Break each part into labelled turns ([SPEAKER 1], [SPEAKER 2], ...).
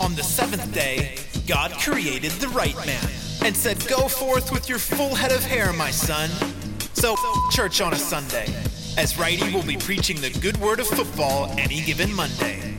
[SPEAKER 1] On the seventh day, God created the right man and said, Go forth with your full head of hair, my son. So, church on a Sunday, as Righty will be preaching the good word of football any given Monday.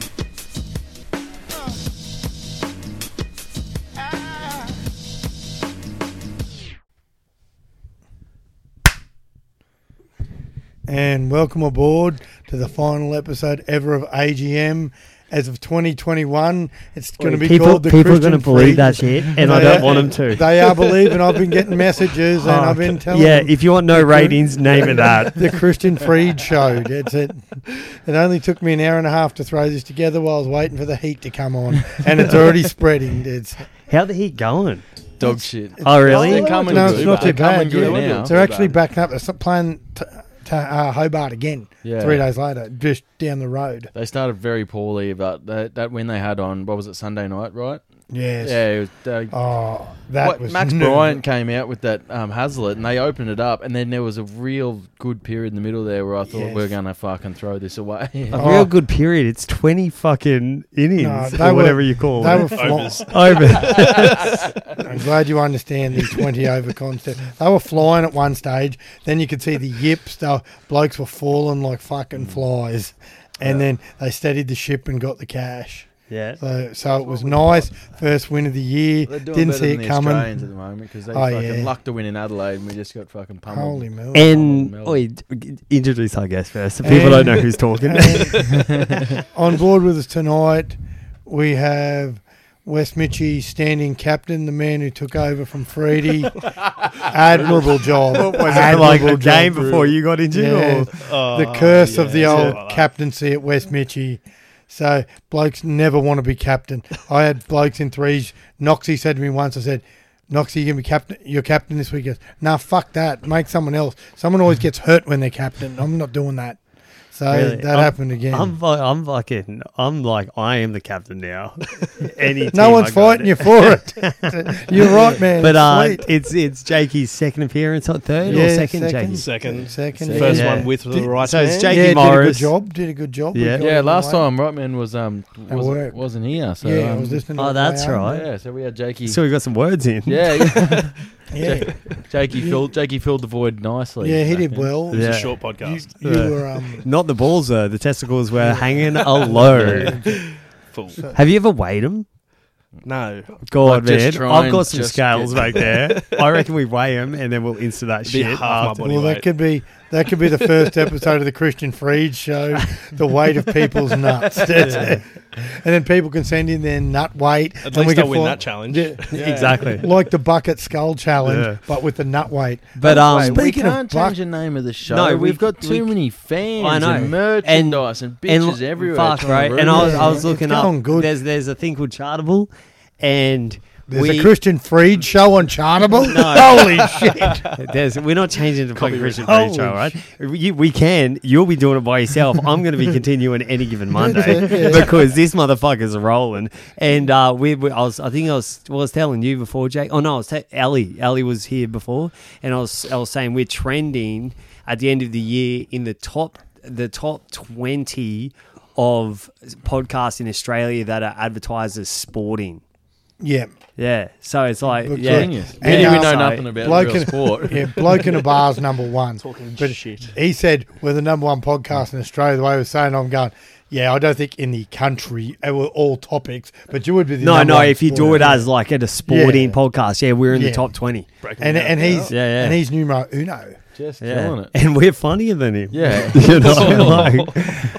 [SPEAKER 2] and welcome aboard to the final episode ever of AGM. As of 2021, it's going to be
[SPEAKER 3] people,
[SPEAKER 2] called the
[SPEAKER 3] people are
[SPEAKER 2] Christian
[SPEAKER 3] going to believe
[SPEAKER 2] Freedom.
[SPEAKER 3] that shit, and I
[SPEAKER 2] They
[SPEAKER 3] don't
[SPEAKER 2] are-
[SPEAKER 3] want them to.
[SPEAKER 2] They are believing. I've been getting messages, and
[SPEAKER 3] Oh,
[SPEAKER 2] I've been
[SPEAKER 3] okay.
[SPEAKER 2] telling.
[SPEAKER 3] yeah,
[SPEAKER 2] them
[SPEAKER 3] if you want no ratings, name it that.
[SPEAKER 2] the Christian Freed show. That's it. It only took me an hour and a half to throw this together while I was waiting for the heat to come on, and it's already spreading. It's
[SPEAKER 3] How the heat going?
[SPEAKER 4] Dog shit.
[SPEAKER 3] Oh, really?
[SPEAKER 4] They're coming
[SPEAKER 2] no,
[SPEAKER 4] good.
[SPEAKER 2] it's not
[SPEAKER 4] They're
[SPEAKER 2] too bad.
[SPEAKER 4] coming good
[SPEAKER 2] yeah.
[SPEAKER 4] now.
[SPEAKER 2] They're actually backing up. They're s- playing t- to uh, Hobart again.
[SPEAKER 4] Yeah.
[SPEAKER 2] Three days later, just down the road.
[SPEAKER 4] They started very poorly, but that, that win they had on what was it Sunday night, right?
[SPEAKER 2] Yes.
[SPEAKER 4] Yeah, it was, they-
[SPEAKER 2] Oh, that
[SPEAKER 4] what-
[SPEAKER 2] was
[SPEAKER 4] Max
[SPEAKER 2] new.
[SPEAKER 4] Bryant came out with that um, Hazlitt, and they opened it up, and then there was a real good period in the middle there where I thought
[SPEAKER 2] Yes.
[SPEAKER 4] we're gonna fucking throw this away.
[SPEAKER 3] A
[SPEAKER 2] Oh.
[SPEAKER 3] real good period. It's 20 fucking
[SPEAKER 2] No,
[SPEAKER 3] innings,
[SPEAKER 2] they
[SPEAKER 3] or
[SPEAKER 2] were-
[SPEAKER 3] whatever you call
[SPEAKER 2] They
[SPEAKER 3] it.
[SPEAKER 2] were flying.
[SPEAKER 3] Over.
[SPEAKER 2] I'm glad you understand the 20 over concept. They were flying at one stage. Then you could see the yips. They were, blokes were falling like
[SPEAKER 4] Mm.
[SPEAKER 2] fucking flies. And then they steadied the ship and got the cash.
[SPEAKER 3] yeah.
[SPEAKER 2] So, so it was nice. First win of the year.
[SPEAKER 4] They're doing
[SPEAKER 2] Didn't
[SPEAKER 4] better
[SPEAKER 2] see
[SPEAKER 4] than
[SPEAKER 2] it
[SPEAKER 4] the
[SPEAKER 2] coming.
[SPEAKER 4] Australians at the moment because they
[SPEAKER 2] Oh,
[SPEAKER 4] fucking
[SPEAKER 2] yeah.
[SPEAKER 4] lucked to win in Adelaide, and we just got fucking pummeled.
[SPEAKER 2] Holy moly.
[SPEAKER 3] And
[SPEAKER 4] Mel.
[SPEAKER 3] oi, introduce our guest first. So people don't know who's talking.
[SPEAKER 2] And on board with us tonight, we have Wes Mitchie, standing captain, the man who took over from Freedy. Admirable job.
[SPEAKER 3] Was it
[SPEAKER 2] Admirable
[SPEAKER 3] like a
[SPEAKER 2] job.
[SPEAKER 3] game before you got injured?
[SPEAKER 2] Yeah.
[SPEAKER 3] Or? Oh,
[SPEAKER 2] the curse of the old captaincy at West Mitchie. So blokes never want to be captain. I had blokes in threes. Noxie said to me once, I said, Noxie, you're gonna be captain you're captain this week. He goes, nah, fuck that. Make someone else. Someone always gets hurt when they're captain. I'm not doing that. So
[SPEAKER 3] Really?
[SPEAKER 2] that
[SPEAKER 3] I'm-
[SPEAKER 2] happened again.
[SPEAKER 3] I'm, fu- I'm fucking, I'm like, I am the captain now. Any
[SPEAKER 2] no
[SPEAKER 3] team
[SPEAKER 2] one's
[SPEAKER 3] I go
[SPEAKER 2] fighting
[SPEAKER 3] to.
[SPEAKER 2] you for it. you're right, man.
[SPEAKER 3] But uh,
[SPEAKER 2] Sweet.
[SPEAKER 3] it's it's Jakey's second appearance, not third or
[SPEAKER 2] Yeah,
[SPEAKER 3] second.
[SPEAKER 2] second.
[SPEAKER 3] Jakey's
[SPEAKER 5] Second.
[SPEAKER 2] second
[SPEAKER 3] Yeah.
[SPEAKER 5] First
[SPEAKER 2] yeah.
[SPEAKER 5] one with the
[SPEAKER 2] Did-
[SPEAKER 5] right
[SPEAKER 3] so it's
[SPEAKER 5] man.
[SPEAKER 3] Jake- Jakey
[SPEAKER 2] yeah, did a good
[SPEAKER 3] Morris.
[SPEAKER 2] job. Did a good job. We
[SPEAKER 3] Yeah.
[SPEAKER 2] got
[SPEAKER 4] Yeah,
[SPEAKER 2] him
[SPEAKER 4] last
[SPEAKER 2] away.
[SPEAKER 4] time Rightman was um was,
[SPEAKER 2] work.
[SPEAKER 4] wasn't here, so
[SPEAKER 2] yeah, I
[SPEAKER 4] um,
[SPEAKER 2] was listening. To
[SPEAKER 3] Oh,
[SPEAKER 2] the
[SPEAKER 3] that's
[SPEAKER 2] play, um,
[SPEAKER 3] right.
[SPEAKER 4] yeah, so we had Jakey.
[SPEAKER 3] So we got some words in.
[SPEAKER 4] yeah,
[SPEAKER 2] Yeah,
[SPEAKER 4] Jakey filled Jakey filled the void nicely.
[SPEAKER 2] yeah, he did
[SPEAKER 4] Back then.
[SPEAKER 2] well.
[SPEAKER 5] It's
[SPEAKER 3] Yeah.
[SPEAKER 5] a short
[SPEAKER 2] You,
[SPEAKER 5] podcast.
[SPEAKER 2] you
[SPEAKER 3] Yeah.
[SPEAKER 2] were um,
[SPEAKER 3] Not the balls though. The testicles were hanging alone.
[SPEAKER 5] Fool.
[SPEAKER 3] Have you ever weighed them?
[SPEAKER 5] No.
[SPEAKER 3] God,
[SPEAKER 4] Like, just
[SPEAKER 3] man,
[SPEAKER 4] try
[SPEAKER 3] I've got
[SPEAKER 4] and
[SPEAKER 3] some
[SPEAKER 4] just
[SPEAKER 3] scales
[SPEAKER 4] get-
[SPEAKER 3] back there. I reckon we weigh them and then we'll insta that
[SPEAKER 5] Be
[SPEAKER 3] shit. Uh,
[SPEAKER 5] half my
[SPEAKER 3] after.
[SPEAKER 5] body
[SPEAKER 2] well, that
[SPEAKER 5] weight.
[SPEAKER 2] could be that could be the first episode of the Christian Freed show, the weight of people's nuts, That's it. and then people can send in their nut weight,
[SPEAKER 5] At
[SPEAKER 2] and
[SPEAKER 5] least
[SPEAKER 2] we
[SPEAKER 5] I
[SPEAKER 2] can
[SPEAKER 5] win
[SPEAKER 2] fi-
[SPEAKER 5] that challenge.
[SPEAKER 3] Exactly.
[SPEAKER 2] like the bucket skull challenge,
[SPEAKER 3] Yeah.
[SPEAKER 2] but with the nut weight.
[SPEAKER 3] But um,
[SPEAKER 4] Wait, we
[SPEAKER 2] Speaking of
[SPEAKER 4] can't
[SPEAKER 2] buck-
[SPEAKER 4] change the name of the show.
[SPEAKER 3] No,
[SPEAKER 4] we've
[SPEAKER 3] we-
[SPEAKER 4] got too
[SPEAKER 3] we-
[SPEAKER 4] many fans
[SPEAKER 3] I know.
[SPEAKER 4] and merchandise and, bitches everywhere.
[SPEAKER 3] Fuck,
[SPEAKER 4] trying to
[SPEAKER 3] right?
[SPEAKER 4] ruin
[SPEAKER 3] And I was,
[SPEAKER 4] it.
[SPEAKER 3] I was
[SPEAKER 2] It's
[SPEAKER 3] looking
[SPEAKER 2] going
[SPEAKER 3] up.
[SPEAKER 2] good.
[SPEAKER 3] There's there's a thing called Chartable, and
[SPEAKER 2] There's
[SPEAKER 3] we
[SPEAKER 2] a Christian Freed show on Chartable. Holy shit!
[SPEAKER 3] there's, we're not changing the fucking Christian
[SPEAKER 2] Holy
[SPEAKER 3] Freed show, right? We, we can. You'll be doing it by yourself. I'm going to be continuing any given Monday because this motherfucker's rolling. And uh, we, we, I was, I think I was, well, I was telling you before, Jake. Oh no, I was ta- Ellie. Ellie was here before, and I was, I was saying we're trending at the end of the year in the top, the top twenty of podcasts in Australia that are advertised as sporting.
[SPEAKER 2] Yeah,
[SPEAKER 3] Yeah, so it's like
[SPEAKER 2] Looks
[SPEAKER 3] yeah,
[SPEAKER 4] Genius.
[SPEAKER 3] yeah,
[SPEAKER 2] And
[SPEAKER 4] Really, we know
[SPEAKER 3] so-
[SPEAKER 4] nothing about
[SPEAKER 2] bloke
[SPEAKER 4] real
[SPEAKER 2] in-
[SPEAKER 4] sport.
[SPEAKER 2] yeah. Bloke in a bar's number one. Talking
[SPEAKER 5] shit.
[SPEAKER 2] He said we're the number one podcast in Australia. The way we're saying, I'm going. Yeah, I don't think in the country it were all topics, but you would be the
[SPEAKER 3] No,
[SPEAKER 2] number
[SPEAKER 3] no.
[SPEAKER 2] one
[SPEAKER 3] If you do
[SPEAKER 2] sport.
[SPEAKER 3] it as like at a sporting
[SPEAKER 2] Yeah.
[SPEAKER 3] podcast, yeah, we're in
[SPEAKER 2] Yeah.
[SPEAKER 3] the top twenty.
[SPEAKER 5] Breaking
[SPEAKER 2] and
[SPEAKER 5] it
[SPEAKER 2] and
[SPEAKER 5] out.
[SPEAKER 2] he's
[SPEAKER 3] Yeah, yeah.
[SPEAKER 2] and he's numero uno.
[SPEAKER 4] Just
[SPEAKER 3] Yeah,
[SPEAKER 4] killing it.
[SPEAKER 3] and we're funnier than him.
[SPEAKER 4] Yeah.
[SPEAKER 3] you know, like,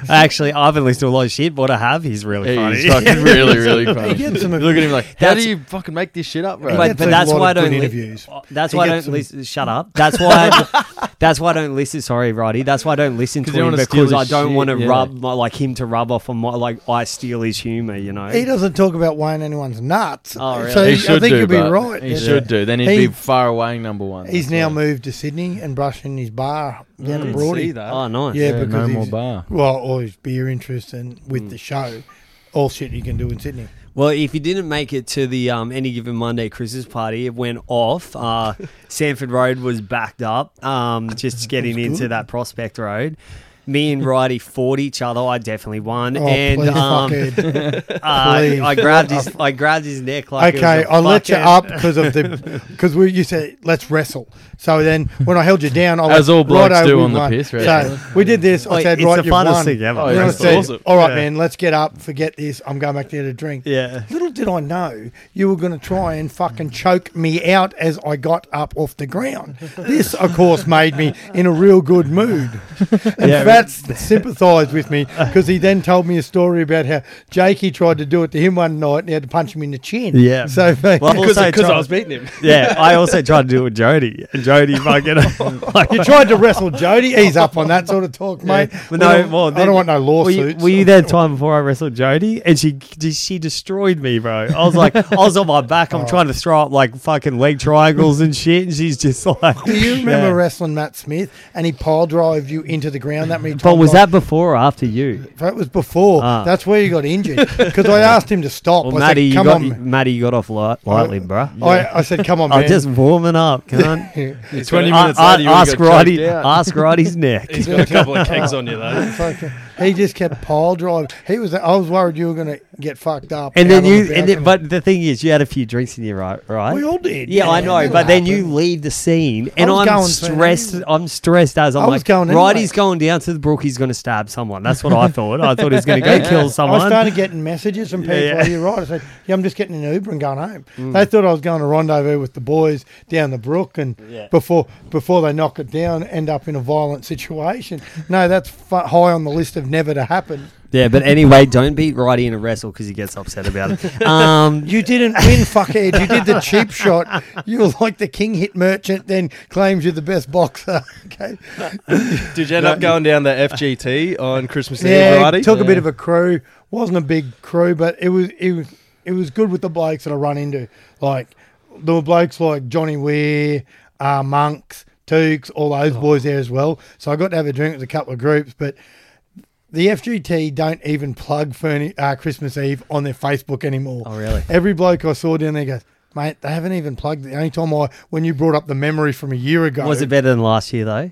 [SPEAKER 3] actually, I've been listening to a lot of shit. What I have, he's really
[SPEAKER 4] Yeah,
[SPEAKER 3] funny.
[SPEAKER 4] He's fucking really, really funny.
[SPEAKER 2] He gets some-
[SPEAKER 4] Look at him like, how
[SPEAKER 3] That's-
[SPEAKER 4] do you fucking make this shit up, bro?
[SPEAKER 2] He
[SPEAKER 3] but,
[SPEAKER 2] gets
[SPEAKER 3] but
[SPEAKER 2] a
[SPEAKER 3] that's
[SPEAKER 2] lot
[SPEAKER 3] why I
[SPEAKER 2] of good
[SPEAKER 3] don't Oh, li-
[SPEAKER 2] interviews.
[SPEAKER 3] That's
[SPEAKER 2] He
[SPEAKER 3] why I
[SPEAKER 2] gets
[SPEAKER 3] don't
[SPEAKER 2] some-
[SPEAKER 3] listen. Shut up. That's why. I, that's why I don't listen. Sorry, Roddy. That's why I don't listen to
[SPEAKER 4] you
[SPEAKER 3] him
[SPEAKER 4] wanna steal
[SPEAKER 3] because I
[SPEAKER 4] his
[SPEAKER 3] don't
[SPEAKER 4] shit,
[SPEAKER 3] want to
[SPEAKER 4] yeah.
[SPEAKER 3] rub my, like him to rub off on my like I steal his humor. You know.
[SPEAKER 2] He doesn't talk about weighing anyone's nuts.
[SPEAKER 3] Oh, really?
[SPEAKER 2] So
[SPEAKER 4] he
[SPEAKER 2] I
[SPEAKER 4] should
[SPEAKER 2] think
[SPEAKER 4] do,
[SPEAKER 2] you'd be
[SPEAKER 4] but
[SPEAKER 2] right.
[SPEAKER 4] He
[SPEAKER 2] Yeah.
[SPEAKER 4] should do. Then he'd
[SPEAKER 2] He-
[SPEAKER 4] be far away number one.
[SPEAKER 2] He's
[SPEAKER 4] That's
[SPEAKER 2] now
[SPEAKER 4] why.
[SPEAKER 2] moved to Sydney and brushing his bar down at
[SPEAKER 5] Didn't see
[SPEAKER 2] Broadie.
[SPEAKER 5] that.
[SPEAKER 3] Oh, nice.
[SPEAKER 2] Yeah,
[SPEAKER 4] Yeah,
[SPEAKER 2] because
[SPEAKER 4] no more
[SPEAKER 2] he's-
[SPEAKER 4] bar.
[SPEAKER 2] Well, all his beer interest and with
[SPEAKER 3] Hmm.
[SPEAKER 2] the show, all shit you can do in Sydney.
[SPEAKER 3] Well, if you didn't make it to the um, Any Given Monday Christmas party, it went off. Uh, Sanford Road was backed up, um, just getting into that Prospect Road. Me and Righty fought each other. I definitely won,
[SPEAKER 2] Oh,
[SPEAKER 3] and
[SPEAKER 2] please,
[SPEAKER 3] um,
[SPEAKER 2] fuckhead.
[SPEAKER 3] uh, I,
[SPEAKER 2] please.
[SPEAKER 3] grabbed his I grabbed his neck like it was
[SPEAKER 2] okay,
[SPEAKER 3] a
[SPEAKER 2] I'll let you
[SPEAKER 3] fucking-
[SPEAKER 2] up because of the because we you said let's wrestle. So then when I held you down, I
[SPEAKER 4] As
[SPEAKER 2] went,
[SPEAKER 4] all blokes
[SPEAKER 2] "Righto,
[SPEAKER 4] do
[SPEAKER 2] we
[SPEAKER 4] on the
[SPEAKER 2] won."
[SPEAKER 4] piss, right?
[SPEAKER 2] So we did this. I
[SPEAKER 3] Like,
[SPEAKER 2] said,
[SPEAKER 3] it's
[SPEAKER 2] right,
[SPEAKER 3] the
[SPEAKER 2] you've
[SPEAKER 3] funnest
[SPEAKER 2] won.
[SPEAKER 3] thing ever.
[SPEAKER 4] Oh,
[SPEAKER 2] Then I
[SPEAKER 4] that's
[SPEAKER 2] said,
[SPEAKER 5] awesome.
[SPEAKER 2] all right,
[SPEAKER 3] Yeah.
[SPEAKER 2] man, let's get up. Forget this. I'm going back there to drink.
[SPEAKER 3] Yeah.
[SPEAKER 2] Little did I know you were going to try and fucking choke me out as I got up off the ground. This, of course, made me in a real good mood. And
[SPEAKER 3] Yeah.
[SPEAKER 2] Fats sympathised with me because he then told me a story about how Jakey tried to do it to him one night and he had to punch him in the chin.
[SPEAKER 3] Yeah.
[SPEAKER 2] So,
[SPEAKER 3] Well,
[SPEAKER 5] Because
[SPEAKER 3] Also
[SPEAKER 5] I
[SPEAKER 3] tried-
[SPEAKER 5] was beating him.
[SPEAKER 3] Yeah, I also tried to do it with Jody, and Jody fucking. like,
[SPEAKER 2] you tried to wrestle Jody. He's up on that sort of talk, mate.
[SPEAKER 3] But
[SPEAKER 2] We
[SPEAKER 3] no,
[SPEAKER 2] don't-
[SPEAKER 3] well,
[SPEAKER 2] I
[SPEAKER 3] then-
[SPEAKER 2] don't want no
[SPEAKER 3] Were you,
[SPEAKER 2] lawsuits.
[SPEAKER 3] were you there time before I wrestled Jody? And she she destroyed me, bro. I was like, I was on my back.
[SPEAKER 2] Oh.
[SPEAKER 3] I'm trying to throw up like fucking leg triangles and shit, and she's just like.
[SPEAKER 2] Do you remember
[SPEAKER 3] Yeah.
[SPEAKER 2] wrestling Matt Smith and he pole drove you into the ground that many times?
[SPEAKER 3] But was
[SPEAKER 2] I-
[SPEAKER 3] that before or after you?
[SPEAKER 2] That was before.
[SPEAKER 3] Ah.
[SPEAKER 2] That's where you got injured because I asked him to stop.
[SPEAKER 3] Well,
[SPEAKER 2] I said,
[SPEAKER 3] Maddie, you
[SPEAKER 2] "Come
[SPEAKER 3] got
[SPEAKER 2] on."
[SPEAKER 3] Maddie, you got off light, lightly, bro.
[SPEAKER 2] I, I said, "Come on,
[SPEAKER 3] I'm
[SPEAKER 2] man."
[SPEAKER 3] just warming up, cunt.
[SPEAKER 4] Twenty
[SPEAKER 3] I-
[SPEAKER 4] minutes
[SPEAKER 3] I-
[SPEAKER 4] later, you would've
[SPEAKER 3] ask
[SPEAKER 4] got
[SPEAKER 3] Roddy,
[SPEAKER 4] choked out.
[SPEAKER 3] ask Roddy's neck.
[SPEAKER 5] He's got a couple of kegs on you though.
[SPEAKER 2] Fucking- he just kept pole drive. He was. I was worried you were going to get fucked up.
[SPEAKER 3] And then
[SPEAKER 2] out on
[SPEAKER 3] you,
[SPEAKER 2] the
[SPEAKER 3] and then,
[SPEAKER 2] balcony.
[SPEAKER 3] but the thing is, you had a few drinks in you, right? Right?
[SPEAKER 2] we all did.
[SPEAKER 3] Yeah, I know,
[SPEAKER 2] that'll
[SPEAKER 3] but then you
[SPEAKER 2] happen.
[SPEAKER 3] leave the scene,
[SPEAKER 2] I
[SPEAKER 3] and
[SPEAKER 2] was
[SPEAKER 3] I'm
[SPEAKER 2] going to
[SPEAKER 3] stressed.
[SPEAKER 2] anyway.
[SPEAKER 3] I'm stressed as I'm
[SPEAKER 2] I was
[SPEAKER 3] like,
[SPEAKER 2] going
[SPEAKER 3] right,
[SPEAKER 2] anyway.
[SPEAKER 3] he's going down to the brook. He's going to stab someone. That's what I thought. I thought he was going to go kill
[SPEAKER 2] I
[SPEAKER 3] someone.
[SPEAKER 2] started getting messages from people.
[SPEAKER 3] yeah.
[SPEAKER 2] Are you right? I said, "Yeah, I'm just getting an Uber and going home."
[SPEAKER 5] Mm.
[SPEAKER 2] They thought I was going to rendezvous with the boys down the brook, and before before they knock it down, end up in a violent situation. No, that's fu- high on the list of never to happen.
[SPEAKER 3] yeah, but anyway, don't beat Righty in a wrestle because he gets upset about it. Um,
[SPEAKER 2] You didn't win, fuckhead. You did the cheap shot. You were like the king hit merchant, then claims you're the best boxer. okay.
[SPEAKER 5] Did you end up going down the FGT on Christmas Eve,
[SPEAKER 2] Yeah,
[SPEAKER 5] Roddy?
[SPEAKER 2] took a bit of a crew. Wasn't a big crew, but it was it was it was good with the blokes that I run into. Like there were blokes like Johnny Weir, uh, Monks, Tukes, all those boys there as well. So I got to have a drink with a couple of groups, but. The FGT don't even plug Fernie, uh, Christmas Eve on their Facebook anymore.
[SPEAKER 3] Oh, really?
[SPEAKER 2] Every bloke I saw down there goes, mate, they haven't even plugged it. The only time I, when you brought up the memory from a year ago,
[SPEAKER 3] was it better than last year though?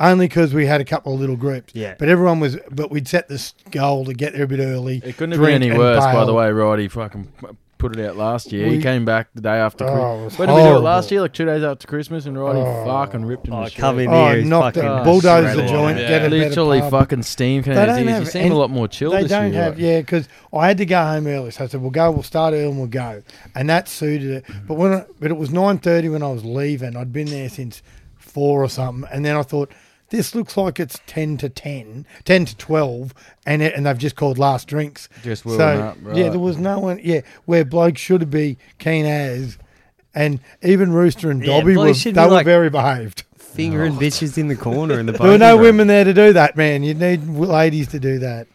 [SPEAKER 2] only because we had a couple of little groups.
[SPEAKER 3] Yeah.
[SPEAKER 2] But everyone was, but we'd set this goal to get there a bit early.
[SPEAKER 4] It couldn't have
[SPEAKER 2] drink
[SPEAKER 4] been any
[SPEAKER 2] and
[SPEAKER 4] worse, by
[SPEAKER 2] bail.
[SPEAKER 4] the way. Roddy fucking put it out last year.
[SPEAKER 2] We-
[SPEAKER 4] he came back the day
[SPEAKER 2] Oh,
[SPEAKER 4] after.
[SPEAKER 2] it was
[SPEAKER 4] Christmas. When did we do it
[SPEAKER 2] horrible.
[SPEAKER 4] last year? Like two days after Christmas, and Roddy
[SPEAKER 2] Oh.
[SPEAKER 4] fucking ripped him.
[SPEAKER 3] Oh,
[SPEAKER 4] to
[SPEAKER 3] come
[SPEAKER 4] shreds.
[SPEAKER 3] in
[SPEAKER 2] Oh,
[SPEAKER 3] here, he's
[SPEAKER 2] knocked
[SPEAKER 3] fucking
[SPEAKER 2] the bulldoze the
[SPEAKER 3] shredded.
[SPEAKER 2] joint,
[SPEAKER 5] Yeah.
[SPEAKER 2] get a better
[SPEAKER 4] Literally
[SPEAKER 2] pub.
[SPEAKER 4] fucking steam came
[SPEAKER 2] They
[SPEAKER 4] out of
[SPEAKER 2] don't
[SPEAKER 4] his ears.
[SPEAKER 2] have
[SPEAKER 4] You
[SPEAKER 2] any-
[SPEAKER 4] seem a lot more chilled.
[SPEAKER 2] They
[SPEAKER 4] this
[SPEAKER 2] don't
[SPEAKER 4] year,
[SPEAKER 2] have,
[SPEAKER 4] like.
[SPEAKER 2] yeah, because I had to go home early. So I said, "We'll go. We'll start early and we'll go." And that suited it.
[SPEAKER 4] Mm-hmm.
[SPEAKER 2] But when, I, but it was nine thirty when I was leaving. I'd been there since four or something, and then I thought, "This looks like it's ten to 10, 10 to twelve, and it, and they've just called last drinks."
[SPEAKER 4] Just
[SPEAKER 2] so
[SPEAKER 4] wheeling up,
[SPEAKER 2] yeah,
[SPEAKER 4] right.
[SPEAKER 2] there was no one. Yeah, where blokes should be keen as, and even Rooster and
[SPEAKER 3] Yeah,
[SPEAKER 2] Dobby were
[SPEAKER 3] blokes
[SPEAKER 2] they
[SPEAKER 3] should be
[SPEAKER 2] were
[SPEAKER 3] like-
[SPEAKER 2] very behaved.
[SPEAKER 3] Fingering bitches in the corner in the.
[SPEAKER 2] Oh. There were no
[SPEAKER 3] bowling room.
[SPEAKER 2] women there to do that, man. You need w- ladies to do that.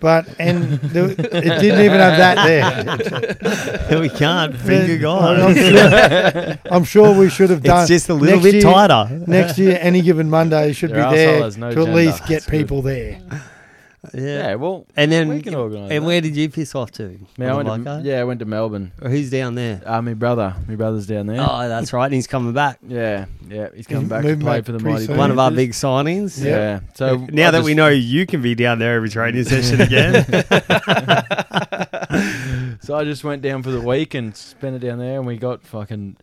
[SPEAKER 2] But and there, it didn't even have that there.
[SPEAKER 3] we can't. Finger
[SPEAKER 2] I'm
[SPEAKER 3] God.
[SPEAKER 2] sure, I'm sure we should have done.
[SPEAKER 3] It's just a little
[SPEAKER 2] next
[SPEAKER 3] bit
[SPEAKER 2] year-
[SPEAKER 3] tighter.
[SPEAKER 2] Next year, any given Monday should
[SPEAKER 4] Your
[SPEAKER 2] be there
[SPEAKER 4] arsehole has no
[SPEAKER 2] to at
[SPEAKER 4] gender.
[SPEAKER 2] least get
[SPEAKER 4] That's good.
[SPEAKER 2] people there.
[SPEAKER 4] Yeah, well,
[SPEAKER 3] And then,
[SPEAKER 4] We can organise
[SPEAKER 3] and
[SPEAKER 4] that.
[SPEAKER 3] where did you piss off to?
[SPEAKER 4] man, I
[SPEAKER 3] Was it
[SPEAKER 4] went to,
[SPEAKER 3] Lyco?
[SPEAKER 4] yeah, I went to Melbourne.
[SPEAKER 3] eh? Or who's down there?
[SPEAKER 4] Uh, my brother, my brother's down there.
[SPEAKER 3] Oh, that's right. And he's coming back.
[SPEAKER 4] Yeah, yeah, he's coming back to
[SPEAKER 2] moving
[SPEAKER 4] play
[SPEAKER 2] back
[SPEAKER 4] for the
[SPEAKER 2] pretty
[SPEAKER 4] mighty.
[SPEAKER 2] soon.
[SPEAKER 3] One of our
[SPEAKER 4] Panthers.
[SPEAKER 3] big signings.
[SPEAKER 4] Yeah. So
[SPEAKER 3] Now
[SPEAKER 4] I
[SPEAKER 3] that
[SPEAKER 4] just-
[SPEAKER 3] we know you can be down there every training session again.
[SPEAKER 4] So I just went down for the week and spent it down there, and we got fucking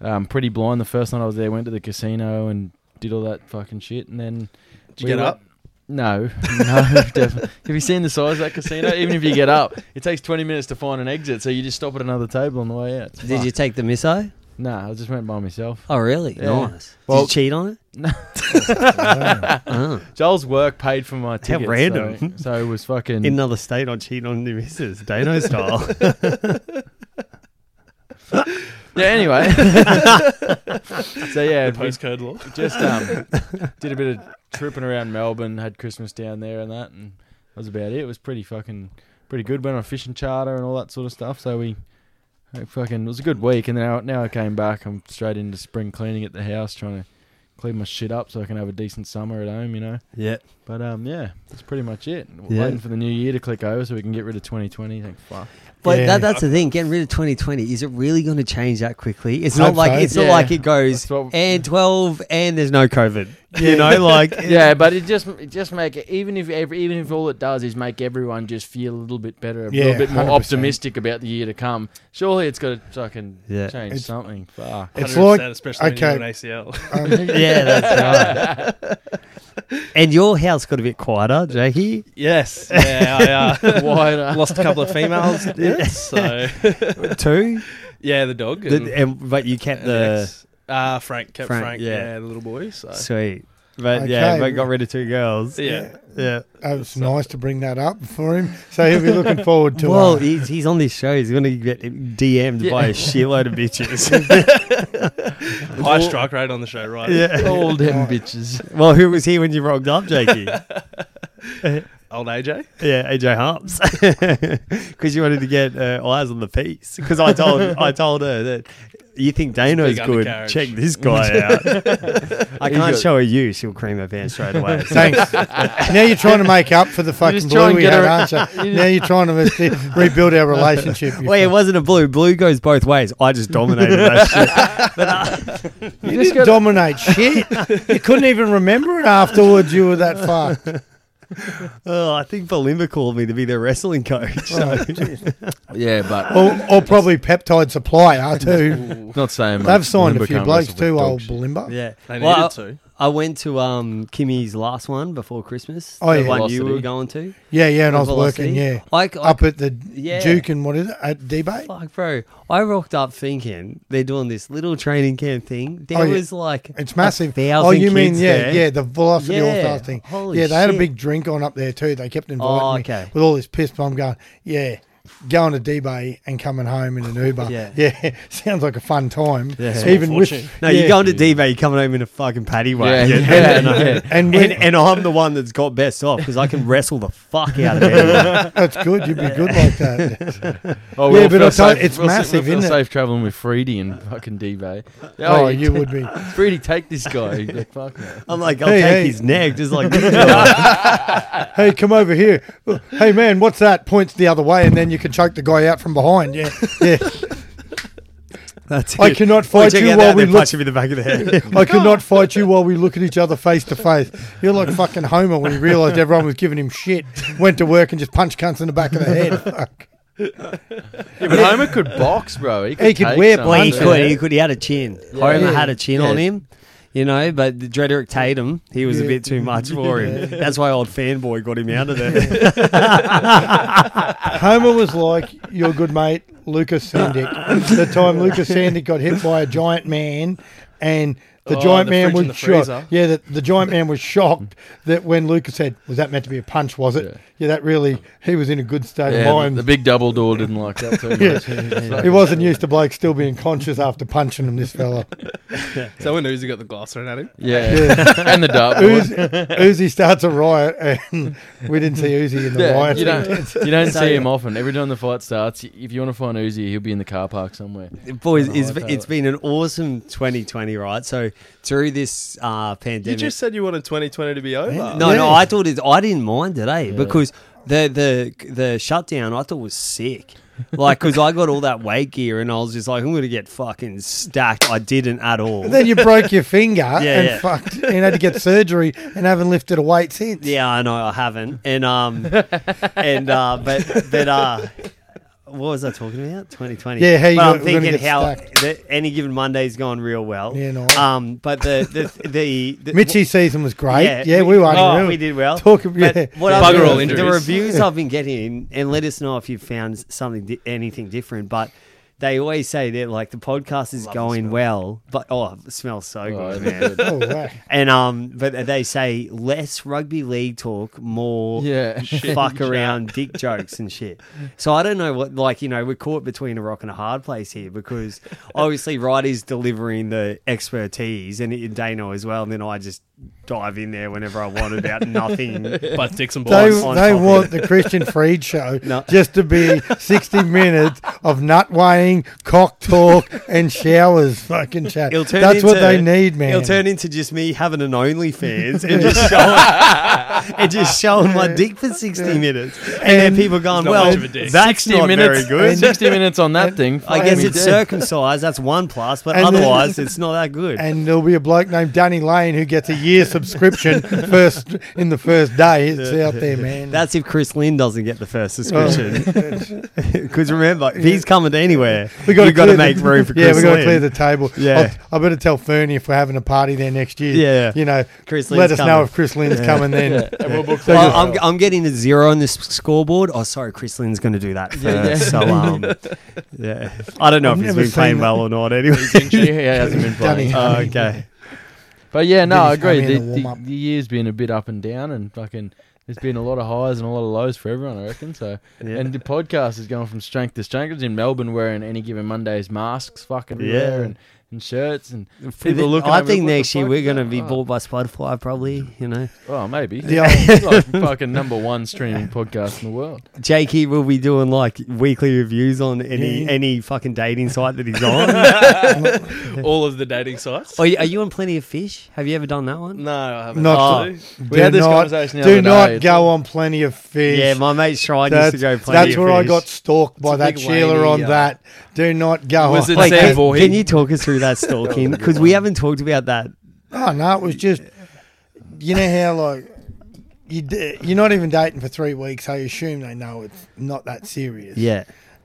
[SPEAKER 4] um, pretty blind the first night I was there. Went to the casino and did all that fucking shit, and then
[SPEAKER 5] Did you
[SPEAKER 4] we
[SPEAKER 5] get
[SPEAKER 4] went-
[SPEAKER 5] up?
[SPEAKER 4] No, no, definitely. Have you seen the size of that casino? Even if you get up, it takes twenty minutes to find an exit, so you just stop at another table on the way out. It's
[SPEAKER 3] Did you take the misso?
[SPEAKER 4] Nah, I just went by myself.
[SPEAKER 3] Oh, really?
[SPEAKER 4] Yeah.
[SPEAKER 3] Nice. Did
[SPEAKER 4] Well- Mm.
[SPEAKER 3] you cheat on it? Oh.
[SPEAKER 4] Joel's work paid for my ticket.
[SPEAKER 3] random.
[SPEAKER 4] So, so it was fucking.
[SPEAKER 3] In another state, I cheat on the missus, Dano style.
[SPEAKER 4] yeah. Anyway. so yeah, we
[SPEAKER 5] Postcode law.
[SPEAKER 4] just um, did a bit of tripping around Melbourne, had Christmas down there and that, and that was about it. It was pretty fucking pretty good. Went on a fishing charter and all that sort of stuff. So we I fucking it was a good week, and now now I came back. I'm straight into spring cleaning at the house, trying to clean my shit up so I can have a decent summer at home, you know.
[SPEAKER 3] yeah.
[SPEAKER 4] But um, yeah, that's pretty much it.
[SPEAKER 3] Yeah.
[SPEAKER 4] Waiting for the new year to click over so we can get rid of 2020. Thank fuck.
[SPEAKER 3] But
[SPEAKER 2] Yeah.
[SPEAKER 3] that, that's the thing. Getting rid of 2020 is it really going to change that quickly? It's
[SPEAKER 2] I
[SPEAKER 3] not
[SPEAKER 2] hope
[SPEAKER 3] like
[SPEAKER 2] so.
[SPEAKER 3] it's not
[SPEAKER 4] Yeah.
[SPEAKER 3] like it goes
[SPEAKER 4] That's what-
[SPEAKER 3] and 12 and there's no COVID. You know, like
[SPEAKER 4] yeah, but it just it just make it, even if every, even if all it does is make everyone just feel a little bit better, a
[SPEAKER 2] Yeah,
[SPEAKER 4] little bit more
[SPEAKER 2] 100%.
[SPEAKER 4] optimistic about the year to come. Surely it's got to fucking
[SPEAKER 3] Yeah.
[SPEAKER 4] change
[SPEAKER 2] It's-
[SPEAKER 4] something. Fuck.
[SPEAKER 2] It's like um,
[SPEAKER 5] especially
[SPEAKER 2] okay.
[SPEAKER 5] when you're an ACL.
[SPEAKER 3] yeah, that's right. And your house got a bit quieter, Jackie.
[SPEAKER 5] yes, yeah, I uh,
[SPEAKER 4] Wider.
[SPEAKER 5] lost a couple of females. Yeah, so
[SPEAKER 3] Two,
[SPEAKER 5] yeah, the dog.
[SPEAKER 3] The-
[SPEAKER 5] And,
[SPEAKER 3] and, but you kept
[SPEAKER 5] and
[SPEAKER 3] the
[SPEAKER 5] ex. Ah, Frank kept
[SPEAKER 3] Frank,
[SPEAKER 5] Frank.
[SPEAKER 3] yeah.
[SPEAKER 5] yeah. the little boy. So
[SPEAKER 3] sweet, but yeah,
[SPEAKER 2] Okay.
[SPEAKER 3] but got rid of two girls.
[SPEAKER 5] yeah,
[SPEAKER 3] Yeah.
[SPEAKER 2] Oh, it's nice to bring that up for him. So he'll be looking forward to
[SPEAKER 3] well,
[SPEAKER 2] uh,
[SPEAKER 3] he's, he's on this show. He's going to get DM'd by a shitload of bitches.
[SPEAKER 5] high strike rate on the show, right?
[SPEAKER 3] yeah.
[SPEAKER 4] all them bitches.
[SPEAKER 3] Well, who was here when you rocked up, Jakey?
[SPEAKER 5] Old AJ.
[SPEAKER 3] Yeah, AJ Harps, because you wanted to get uh, eyes on the piece. Because I told I told her that you think Dano's
[SPEAKER 5] Big
[SPEAKER 3] good.
[SPEAKER 5] undercarriage."
[SPEAKER 3] Check this guy out. I
[SPEAKER 4] He
[SPEAKER 3] can't
[SPEAKER 4] got-
[SPEAKER 3] show her you. She'll cream her pants straight away.
[SPEAKER 2] Thanks. now you're trying to make up for the fucking
[SPEAKER 4] just try
[SPEAKER 2] blue
[SPEAKER 4] and
[SPEAKER 2] we
[SPEAKER 4] get
[SPEAKER 2] had,
[SPEAKER 4] her-
[SPEAKER 2] aren't you? Now you're trying to mis- rebuild our relationship. you
[SPEAKER 3] Well, it
[SPEAKER 2] fuck.
[SPEAKER 3] wasn't a blue. Blue goes both ways. I just dominated that shit.
[SPEAKER 4] You
[SPEAKER 2] You didn't
[SPEAKER 4] just got
[SPEAKER 2] dominate shit. You couldn't even remember it afterwards. You were that fucked.
[SPEAKER 3] Oh, I think Belinda called me to be their wrestling coach. So.
[SPEAKER 2] Oh,
[SPEAKER 4] yeah, but
[SPEAKER 2] Or, or probably peptide supplier too.
[SPEAKER 4] not saying much.
[SPEAKER 2] They've signed
[SPEAKER 4] Limber
[SPEAKER 2] a few
[SPEAKER 4] can't
[SPEAKER 2] blokes
[SPEAKER 4] wrestle with
[SPEAKER 2] too,
[SPEAKER 4] dog
[SPEAKER 2] old
[SPEAKER 4] shit.
[SPEAKER 2] Blimber.
[SPEAKER 3] yeah,
[SPEAKER 5] They needed
[SPEAKER 3] well,
[SPEAKER 5] to.
[SPEAKER 3] I went to um, Kimmy's last one before Christmas.
[SPEAKER 2] Oh,
[SPEAKER 3] the
[SPEAKER 2] yeah.
[SPEAKER 3] one you
[SPEAKER 4] Velocity.
[SPEAKER 3] were going to.
[SPEAKER 2] Yeah, yeah, and I was
[SPEAKER 3] Velocity.
[SPEAKER 2] working, yeah.
[SPEAKER 3] I, I,
[SPEAKER 2] Up at the
[SPEAKER 3] Yeah.
[SPEAKER 2] Duke and what is it? At debate?
[SPEAKER 3] Fuck, bro. I rocked up thinking they're doing this little training camp thing. There
[SPEAKER 2] Oh, yeah.
[SPEAKER 3] was like
[SPEAKER 2] It's
[SPEAKER 3] a
[SPEAKER 2] massive.
[SPEAKER 3] thousand
[SPEAKER 2] Oh, you mean
[SPEAKER 3] kids
[SPEAKER 2] yeah,
[SPEAKER 3] there.
[SPEAKER 2] yeah, the velocity all
[SPEAKER 3] Yeah.
[SPEAKER 2] stars thing.
[SPEAKER 3] Holy
[SPEAKER 2] yeah, they had a
[SPEAKER 3] shit.
[SPEAKER 2] big drink on up there too. They kept inviting
[SPEAKER 3] Oh,
[SPEAKER 2] me
[SPEAKER 3] okay.
[SPEAKER 2] with all this piss. But I'm going, yeah, going to D Bay and coming home in an Uber.
[SPEAKER 3] Yeah.
[SPEAKER 2] sounds like a fun time.
[SPEAKER 3] Yeah. Small
[SPEAKER 2] Even with
[SPEAKER 5] fortune.
[SPEAKER 3] No,
[SPEAKER 2] yeah.
[SPEAKER 3] you're going to D Bay, you're coming home in a fucking paddy
[SPEAKER 4] Yeah,
[SPEAKER 3] wagon.
[SPEAKER 4] yeah,
[SPEAKER 3] and,
[SPEAKER 4] yeah.
[SPEAKER 2] And
[SPEAKER 3] And,
[SPEAKER 2] when-
[SPEAKER 3] and, I'm the one that's got best off because I can wrestle the fuck out of everyone.
[SPEAKER 2] That's good. You'd be good like that.
[SPEAKER 4] Oh,
[SPEAKER 2] Yeah, but
[SPEAKER 4] feel
[SPEAKER 2] I'll tell you,
[SPEAKER 4] safe-
[SPEAKER 2] it's
[SPEAKER 4] we'll feel-
[SPEAKER 2] massive,
[SPEAKER 4] we'll feel
[SPEAKER 2] isn't it?
[SPEAKER 4] safe traveling with Freedy and fucking D-Bay.
[SPEAKER 2] oh, you would be.
[SPEAKER 4] Freedy, take this guy. The fuck no.
[SPEAKER 3] I'm like, I'll
[SPEAKER 2] Hey,
[SPEAKER 3] take
[SPEAKER 2] hey.
[SPEAKER 3] his neck, just like this guy.
[SPEAKER 2] Hey, come over here. Hey, man, what's that? Points the other way, and then you can choke the guy out from behind. Yeah, yeah.
[SPEAKER 3] That's
[SPEAKER 2] I
[SPEAKER 3] it.
[SPEAKER 2] cannot
[SPEAKER 3] Well,
[SPEAKER 2] fight
[SPEAKER 3] check
[SPEAKER 2] you
[SPEAKER 3] out
[SPEAKER 2] while
[SPEAKER 3] that,
[SPEAKER 2] we
[SPEAKER 3] they
[SPEAKER 2] look.
[SPEAKER 3] punch him in the back of the head.
[SPEAKER 2] I could not fight you while we look at each other face to face. You're like fucking Homer when he realised everyone was giving him shit. Went to work and just punched cunts in the back of the head. Fuck.
[SPEAKER 4] Yeah, but Homer could box, bro. He could,
[SPEAKER 2] He could
[SPEAKER 4] take
[SPEAKER 2] wear
[SPEAKER 4] some.
[SPEAKER 3] Well, he
[SPEAKER 2] Hunter.
[SPEAKER 3] could. He could. He had a chin.
[SPEAKER 4] Yeah.
[SPEAKER 3] Homer had a chin
[SPEAKER 4] Yeah.
[SPEAKER 3] on him, you know. But the Drederick Tatum, he was
[SPEAKER 2] Yeah.
[SPEAKER 3] a bit too much for him. That's why old fanboy got him out of there.
[SPEAKER 2] Homer was like your good mate Lucas Sandick. the time Lucas Sandick got hit by a giant man, and the
[SPEAKER 5] Oh,
[SPEAKER 2] giant
[SPEAKER 5] the
[SPEAKER 2] man
[SPEAKER 5] fridge in
[SPEAKER 2] was
[SPEAKER 5] the
[SPEAKER 2] shocked.
[SPEAKER 5] freezer.
[SPEAKER 2] Yeah, the, the giant man was shocked that when Lucas said, "Was that meant to be a punch? Was it?" Yeah,
[SPEAKER 4] Yeah.
[SPEAKER 2] that really he was in a good state
[SPEAKER 4] Yeah,
[SPEAKER 2] of
[SPEAKER 4] the,
[SPEAKER 2] mind.
[SPEAKER 4] the big double door didn't like that too much.
[SPEAKER 2] he wasn't used to Blake still being conscious after punching him. This fella.
[SPEAKER 5] So when Uzi got the glass thrown at him,
[SPEAKER 4] Yeah, and the dartboard.
[SPEAKER 2] Uzi, Uzi starts a riot, and we didn't see Uzi in the
[SPEAKER 4] Yeah,
[SPEAKER 2] riot.
[SPEAKER 4] you don't, you don't see him often. Every time the fight starts, y- if you want to find Uzi, he'll be in the car park somewhere.
[SPEAKER 3] Boys,
[SPEAKER 4] Oh,
[SPEAKER 3] it's,
[SPEAKER 4] I tell
[SPEAKER 3] it's
[SPEAKER 4] you.
[SPEAKER 3] been an awesome 2020, right? So through this uh,
[SPEAKER 5] you
[SPEAKER 3] pandemic,
[SPEAKER 5] just said you wanted 2020 to be over.
[SPEAKER 3] no, no,
[SPEAKER 2] Yeah.
[SPEAKER 3] I thought it. I didn't mind it, eh? Because the the the shutdown, I thought was sick. Like, because I got all that weight gear, and I was just like, I'm going to get fucking stacked. I didn't at all.
[SPEAKER 2] Then you broke your finger and
[SPEAKER 3] yeah.
[SPEAKER 2] fucked, and had to get surgery, and haven't lifted a weight since.
[SPEAKER 3] Yeah, I know I haven't. And um and uh but but uh what was I talking about? 2020.
[SPEAKER 2] Yeah, how you
[SPEAKER 3] but
[SPEAKER 2] got-
[SPEAKER 3] I'm
[SPEAKER 2] we're gonna
[SPEAKER 3] thinking
[SPEAKER 2] get
[SPEAKER 3] how
[SPEAKER 2] stacked.
[SPEAKER 3] the, any given Monday's gone real well.
[SPEAKER 2] Yeah, no.
[SPEAKER 3] Um, but the the the, the
[SPEAKER 2] Mitchy's season was great. Yeah, we, were
[SPEAKER 3] oh,
[SPEAKER 2] unreal.
[SPEAKER 3] we did well.
[SPEAKER 2] Talk ab-
[SPEAKER 3] But
[SPEAKER 2] yeah.
[SPEAKER 3] what I've
[SPEAKER 5] Bugger all
[SPEAKER 3] been- The
[SPEAKER 5] injuries.
[SPEAKER 3] reviews I've been getting, and let us know if you've found something, di- anything different. But they always say that like the podcast is going well, but oh, it smells so
[SPEAKER 4] Oh,
[SPEAKER 3] good,
[SPEAKER 4] isn't
[SPEAKER 3] man.
[SPEAKER 4] it good?
[SPEAKER 2] Oh, wow.
[SPEAKER 3] And um, but they say less rugby league talk, more
[SPEAKER 4] Yeah.
[SPEAKER 3] fuck around dick jokes and shit. So I don't know what, like you know, we're caught between a rock and a hard place here because obviously Wright is delivering the expertise and and Dano as well, and then I just dive in there whenever I want about nothing.
[SPEAKER 5] But dicks and
[SPEAKER 2] They,
[SPEAKER 5] balls.
[SPEAKER 3] on
[SPEAKER 2] they
[SPEAKER 3] top of
[SPEAKER 2] want the Christian Freed show
[SPEAKER 3] No.
[SPEAKER 2] just to be 60 minutes of nut weighing, cock talk, and showers fucking chat.
[SPEAKER 3] It'll turn
[SPEAKER 2] That's what
[SPEAKER 3] into-
[SPEAKER 2] they need, man.
[SPEAKER 3] It'll turn into just me having an OnlyFans and just showing and just showing my dick for sixty minutes, and, then
[SPEAKER 2] And-
[SPEAKER 3] people going,
[SPEAKER 5] not
[SPEAKER 3] "Well,
[SPEAKER 5] much of a dick."
[SPEAKER 3] that's not very
[SPEAKER 4] minutes,
[SPEAKER 3] good."
[SPEAKER 4] 60 minutes on that thing.
[SPEAKER 3] I guess
[SPEAKER 4] fucking
[SPEAKER 3] it's
[SPEAKER 4] dead.
[SPEAKER 3] circumcised. That's one plus, but
[SPEAKER 2] And then-
[SPEAKER 3] otherwise, it's not that good.
[SPEAKER 2] and there'll be a bloke named Danny Lane who gets a year subscription first in the first day. It's out there, man.
[SPEAKER 3] That's if Chris Lynn doesn't get the first
[SPEAKER 2] Oh.
[SPEAKER 3] subscription. Because remember, if he's coming to anywhere, we
[SPEAKER 2] gotta
[SPEAKER 3] have got to
[SPEAKER 2] clear the-
[SPEAKER 3] make room for Chris
[SPEAKER 2] yeah, we got to
[SPEAKER 3] Lynn.
[SPEAKER 2] clear the table.
[SPEAKER 3] Yeah.
[SPEAKER 2] I'll- I better tell Fernie if we're having a party there next year.
[SPEAKER 3] Yeah.
[SPEAKER 2] you know,
[SPEAKER 3] Chris
[SPEAKER 2] let
[SPEAKER 3] Lynn's
[SPEAKER 2] us know
[SPEAKER 3] coming.
[SPEAKER 2] if Chris Lynn's coming then.
[SPEAKER 3] Well, I'm, I'm getting a zero on this scoreboard. Oh, sorry, Chris Lynn's going to do that first.
[SPEAKER 4] Yeah, yeah.
[SPEAKER 3] So, um, yeah, I don't know
[SPEAKER 2] I've
[SPEAKER 3] if he's
[SPEAKER 2] never
[SPEAKER 3] been playing
[SPEAKER 2] seen
[SPEAKER 3] well or not. Anyway,
[SPEAKER 4] He hasn't been
[SPEAKER 2] Danny
[SPEAKER 4] playing.
[SPEAKER 3] Oh,
[SPEAKER 2] Honey.
[SPEAKER 3] okay.
[SPEAKER 4] But yeah, no,
[SPEAKER 2] Did
[SPEAKER 4] I
[SPEAKER 2] his army in
[SPEAKER 4] agree. The,
[SPEAKER 2] the
[SPEAKER 4] the-
[SPEAKER 2] warm-up.
[SPEAKER 4] the year's been a bit up and down, and fucking there's been a lot of highs and a lot of lows for everyone, I reckon. So,
[SPEAKER 3] Yeah.
[SPEAKER 4] and the podcast is going from strength to strength. It's in Melbourne wearing any given Monday's masks, fucking
[SPEAKER 3] Yeah.
[SPEAKER 4] yeah, and, and shirts, and people
[SPEAKER 3] Th-
[SPEAKER 4] looking.
[SPEAKER 3] I
[SPEAKER 4] at me,
[SPEAKER 3] think
[SPEAKER 4] "What the
[SPEAKER 3] next year
[SPEAKER 4] fuck
[SPEAKER 3] we're
[SPEAKER 4] is
[SPEAKER 3] going to
[SPEAKER 4] that?"
[SPEAKER 3] be
[SPEAKER 4] Oh,
[SPEAKER 3] bought by Spotify, probably. You know,
[SPEAKER 4] Well, maybe.
[SPEAKER 2] The
[SPEAKER 4] Yeah, it's like fucking number one streaming podcast in the world.
[SPEAKER 3] Jakey will be doing like weekly reviews on any
[SPEAKER 2] Yeah.
[SPEAKER 3] any fucking dating site that he's on.
[SPEAKER 5] All of the dating sites.
[SPEAKER 3] are, you, are you on Plenty of Fish? Have you ever done that one?
[SPEAKER 5] No, I haven't.
[SPEAKER 2] Not-
[SPEAKER 5] actually.
[SPEAKER 4] We had
[SPEAKER 2] Do
[SPEAKER 4] this
[SPEAKER 2] not-
[SPEAKER 4] conversation the
[SPEAKER 2] Do
[SPEAKER 4] other
[SPEAKER 2] not
[SPEAKER 4] day.
[SPEAKER 2] go on plenty of fish.
[SPEAKER 3] Yeah, my mate Shrine used
[SPEAKER 2] that's,
[SPEAKER 3] to go Plenty
[SPEAKER 2] that's
[SPEAKER 3] of
[SPEAKER 2] where I
[SPEAKER 3] Fish.
[SPEAKER 2] got stalked by
[SPEAKER 5] a
[SPEAKER 2] that
[SPEAKER 5] big
[SPEAKER 2] Sheila
[SPEAKER 5] whiny,
[SPEAKER 2] on
[SPEAKER 5] uh,
[SPEAKER 2] that. Do not go
[SPEAKER 5] Was
[SPEAKER 2] on.
[SPEAKER 5] it Sam
[SPEAKER 3] can,
[SPEAKER 5] Voorhees?
[SPEAKER 3] can you talk us through that stalking? Because we haven't talked about that.
[SPEAKER 2] Oh no, it was just you know how like you d- you're not even dating for three weeks, so you assume they know it's not that serious.
[SPEAKER 3] Yeah.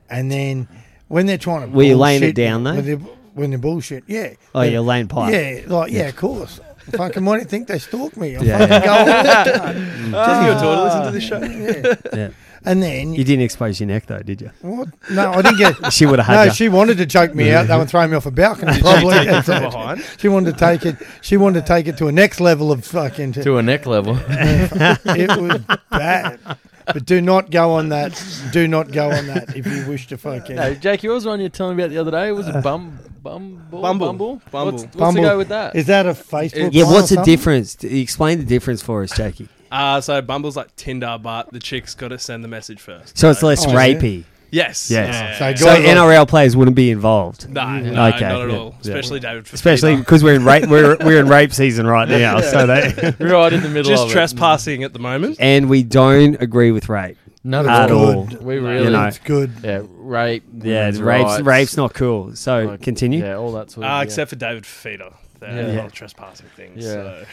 [SPEAKER 2] and then when they're trying to
[SPEAKER 3] Were you laying
[SPEAKER 2] bullshit-
[SPEAKER 3] it down, though?
[SPEAKER 2] When they're, when they're bullshit, yeah.
[SPEAKER 3] Oh,
[SPEAKER 2] When-
[SPEAKER 3] you're laying pipe.
[SPEAKER 2] Yeah, like yeah, of course. Fucking why do you think they stalked me? I
[SPEAKER 3] Yeah.
[SPEAKER 2] fucking go all the time.
[SPEAKER 5] Does your daughter listen to this show?
[SPEAKER 2] Yeah.
[SPEAKER 3] Yeah.
[SPEAKER 2] And then
[SPEAKER 3] You didn't expose your neck though, did you?
[SPEAKER 2] what? No, I didn't get.
[SPEAKER 3] She would have had
[SPEAKER 2] No,
[SPEAKER 3] you.
[SPEAKER 2] she wanted to choke me out. They would throw me off a balcony. Probably.
[SPEAKER 5] From behind.
[SPEAKER 2] She wanted to take it. She wanted to take it to a next level of fucking.
[SPEAKER 4] To a neck level.
[SPEAKER 2] it was bad. But do not go on that. Do not go on that if you wish to fucking.
[SPEAKER 4] no, Jake, yours one you're telling me about the other day
[SPEAKER 3] Uh,
[SPEAKER 4] was a bum, bumble,
[SPEAKER 5] Bumble.
[SPEAKER 4] bumble,
[SPEAKER 5] Bumble.
[SPEAKER 4] What's, what's
[SPEAKER 2] Bumble.
[SPEAKER 4] the go with that?
[SPEAKER 2] Is that a Facebook?
[SPEAKER 3] yeah,
[SPEAKER 2] one
[SPEAKER 3] what's
[SPEAKER 2] or
[SPEAKER 3] the
[SPEAKER 2] Oh, something?
[SPEAKER 3] difference? D- Explain the difference for us, Jackie.
[SPEAKER 5] Uh, so Bumble's like Tinder, but the chick's got to send the message first.
[SPEAKER 3] So it's less
[SPEAKER 2] Oh, yeah.
[SPEAKER 3] rapey.
[SPEAKER 5] Yes.
[SPEAKER 3] Yes.
[SPEAKER 5] Yeah.
[SPEAKER 2] So Mm.
[SPEAKER 3] So
[SPEAKER 2] Guys, I-
[SPEAKER 3] NRL players wouldn't be involved,
[SPEAKER 5] no, no,
[SPEAKER 3] Okay,
[SPEAKER 5] not at
[SPEAKER 3] yeah,
[SPEAKER 5] all.
[SPEAKER 3] yeah.
[SPEAKER 5] Especially David.
[SPEAKER 3] especially
[SPEAKER 5] Fafita.
[SPEAKER 3] because we're in rape we're we're in rape season right now. So they
[SPEAKER 4] right in the middle
[SPEAKER 5] just
[SPEAKER 4] of it.
[SPEAKER 5] trespassing at the moment.
[SPEAKER 3] and we don't agree with rape
[SPEAKER 4] Not
[SPEAKER 3] at
[SPEAKER 2] good.
[SPEAKER 3] all.
[SPEAKER 4] We really,
[SPEAKER 3] know.
[SPEAKER 2] It's good.
[SPEAKER 4] yeah, rape.
[SPEAKER 3] Yeah,
[SPEAKER 4] women's
[SPEAKER 3] rape's
[SPEAKER 4] rights,
[SPEAKER 3] rape's not cool. So
[SPEAKER 4] like,
[SPEAKER 3] continue.
[SPEAKER 4] Yeah, all that sort of.
[SPEAKER 5] Uh,
[SPEAKER 4] yeah.
[SPEAKER 5] except for David Feeder.
[SPEAKER 4] Yeah.
[SPEAKER 5] The
[SPEAKER 3] Yeah.
[SPEAKER 5] whole trespassing thing.
[SPEAKER 4] Yeah.
[SPEAKER 5] So.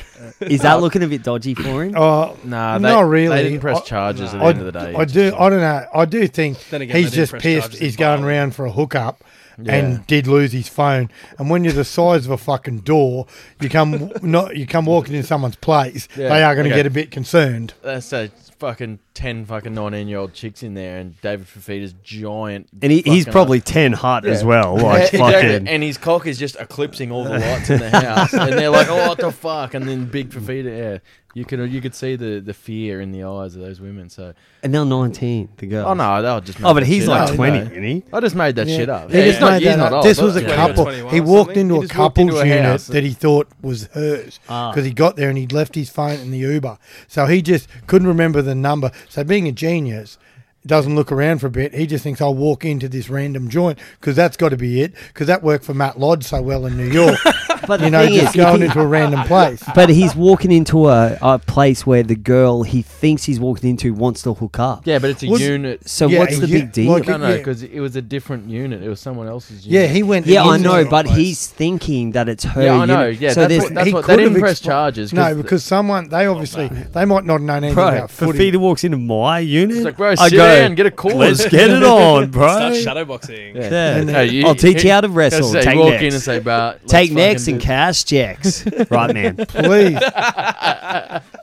[SPEAKER 3] Is that looking a bit dodgy for him?
[SPEAKER 2] Oh,
[SPEAKER 4] Nah,
[SPEAKER 2] Not really.
[SPEAKER 4] They didn't press
[SPEAKER 2] I-
[SPEAKER 4] charges at the
[SPEAKER 2] I,
[SPEAKER 4] end of the day.
[SPEAKER 2] I do. I don't know. I do think
[SPEAKER 5] Then again,
[SPEAKER 2] he's
[SPEAKER 5] they didn't
[SPEAKER 2] just
[SPEAKER 5] press
[SPEAKER 2] pissed.
[SPEAKER 5] charges
[SPEAKER 2] He's
[SPEAKER 5] in
[SPEAKER 2] going
[SPEAKER 5] Parliament.
[SPEAKER 2] round for a hookup.
[SPEAKER 4] Yeah.
[SPEAKER 2] And did lose his phone. And when you're the size of a fucking door, you come not you come walking in someone's place.
[SPEAKER 4] Yeah.
[SPEAKER 2] They are going to
[SPEAKER 4] Okay.
[SPEAKER 2] get a bit concerned.
[SPEAKER 4] That's a fucking ten fucking nineteen year old chicks in there, and David Fafita's giant.
[SPEAKER 3] And he, he's
[SPEAKER 4] fucking-
[SPEAKER 3] probably ten hot as
[SPEAKER 4] Yeah.
[SPEAKER 3] well.
[SPEAKER 4] Yeah,
[SPEAKER 3] Like
[SPEAKER 4] exactly.
[SPEAKER 3] fucking
[SPEAKER 4] And his cock is just eclipsing all the lights in the house, and they're like, "Oh, what the fuck!" And then Big Fafita, yeah, you could you could see the, the fear in the eyes of those women. So,
[SPEAKER 3] and now nineteen, the girl.
[SPEAKER 4] oh no, they'll just.
[SPEAKER 3] Oh,
[SPEAKER 4] make
[SPEAKER 3] but
[SPEAKER 4] that
[SPEAKER 3] he's
[SPEAKER 4] shit
[SPEAKER 3] like
[SPEAKER 4] up,
[SPEAKER 3] twenty,
[SPEAKER 4] you know.
[SPEAKER 3] isn't he?
[SPEAKER 4] I just made that
[SPEAKER 2] Yeah.
[SPEAKER 4] shit up.
[SPEAKER 2] He
[SPEAKER 4] Yeah,
[SPEAKER 2] just
[SPEAKER 4] he's not,
[SPEAKER 2] made
[SPEAKER 4] he's
[SPEAKER 2] that
[SPEAKER 4] not
[SPEAKER 2] up.
[SPEAKER 4] old,
[SPEAKER 2] This
[SPEAKER 4] but-
[SPEAKER 2] was a
[SPEAKER 4] Yeah.
[SPEAKER 2] couple.
[SPEAKER 5] 21
[SPEAKER 2] He
[SPEAKER 5] or
[SPEAKER 2] walked
[SPEAKER 5] something.
[SPEAKER 2] into
[SPEAKER 4] He
[SPEAKER 2] a
[SPEAKER 4] just walked into
[SPEAKER 2] couple's
[SPEAKER 4] a
[SPEAKER 2] unit
[SPEAKER 4] house
[SPEAKER 2] that he thought was hers
[SPEAKER 3] Ah.
[SPEAKER 2] because he got there and he'd left his phone in the Uber. So he just couldn't remember the number. So being a genius, doesn't look around for a bit. He just thinks I'll walk into this random joint because that's got to be it. Because that worked for Matt Lodge so well in New York.
[SPEAKER 3] But the
[SPEAKER 2] you know,
[SPEAKER 3] thing
[SPEAKER 2] just
[SPEAKER 3] is, if
[SPEAKER 2] going
[SPEAKER 3] he-
[SPEAKER 2] into a random place.
[SPEAKER 3] But he's walking into a, a place where the girl he thinks he's walking into wants to hook up.
[SPEAKER 4] Yeah, but it's a
[SPEAKER 2] Was-
[SPEAKER 4] unit.
[SPEAKER 3] So
[SPEAKER 2] Yeah,
[SPEAKER 3] what's the
[SPEAKER 2] yeah,
[SPEAKER 3] big deal?
[SPEAKER 2] like-
[SPEAKER 4] No, no,
[SPEAKER 2] Yeah.
[SPEAKER 4] because it was a different unit. It was someone else's
[SPEAKER 2] Yeah,
[SPEAKER 4] unit.
[SPEAKER 2] he went.
[SPEAKER 3] yeah, I
[SPEAKER 2] into-
[SPEAKER 3] know, but he's thinking that it's her.
[SPEAKER 4] Yeah, I know.
[SPEAKER 3] unit.
[SPEAKER 4] Yeah,
[SPEAKER 3] so
[SPEAKER 4] that's
[SPEAKER 3] there's
[SPEAKER 4] what- that-
[SPEAKER 2] he
[SPEAKER 4] they
[SPEAKER 2] could
[SPEAKER 4] didn't
[SPEAKER 2] have
[SPEAKER 4] press charges 'cause
[SPEAKER 2] No,
[SPEAKER 4] the-
[SPEAKER 2] because someone they obviously they might not know anything
[SPEAKER 3] bro.
[SPEAKER 2] about footy.
[SPEAKER 3] Fafita walks into my unit.
[SPEAKER 4] It's like, bro,
[SPEAKER 3] I
[SPEAKER 4] sit
[SPEAKER 3] go,
[SPEAKER 4] down, get a call.
[SPEAKER 3] Let's get it on, bro.
[SPEAKER 5] Start shadowboxing.
[SPEAKER 4] Yeah.
[SPEAKER 3] Yeah.
[SPEAKER 2] And then-
[SPEAKER 4] Hey, you-
[SPEAKER 3] I'll teach you how to
[SPEAKER 4] you
[SPEAKER 3] wrestle.
[SPEAKER 4] say,
[SPEAKER 3] Take
[SPEAKER 4] walk
[SPEAKER 3] necks.
[SPEAKER 4] in and say, "Bro, let's
[SPEAKER 3] Take
[SPEAKER 4] fucking
[SPEAKER 3] necks
[SPEAKER 4] do
[SPEAKER 3] and
[SPEAKER 4] this."
[SPEAKER 3] cash checks. right, man.
[SPEAKER 2] Please,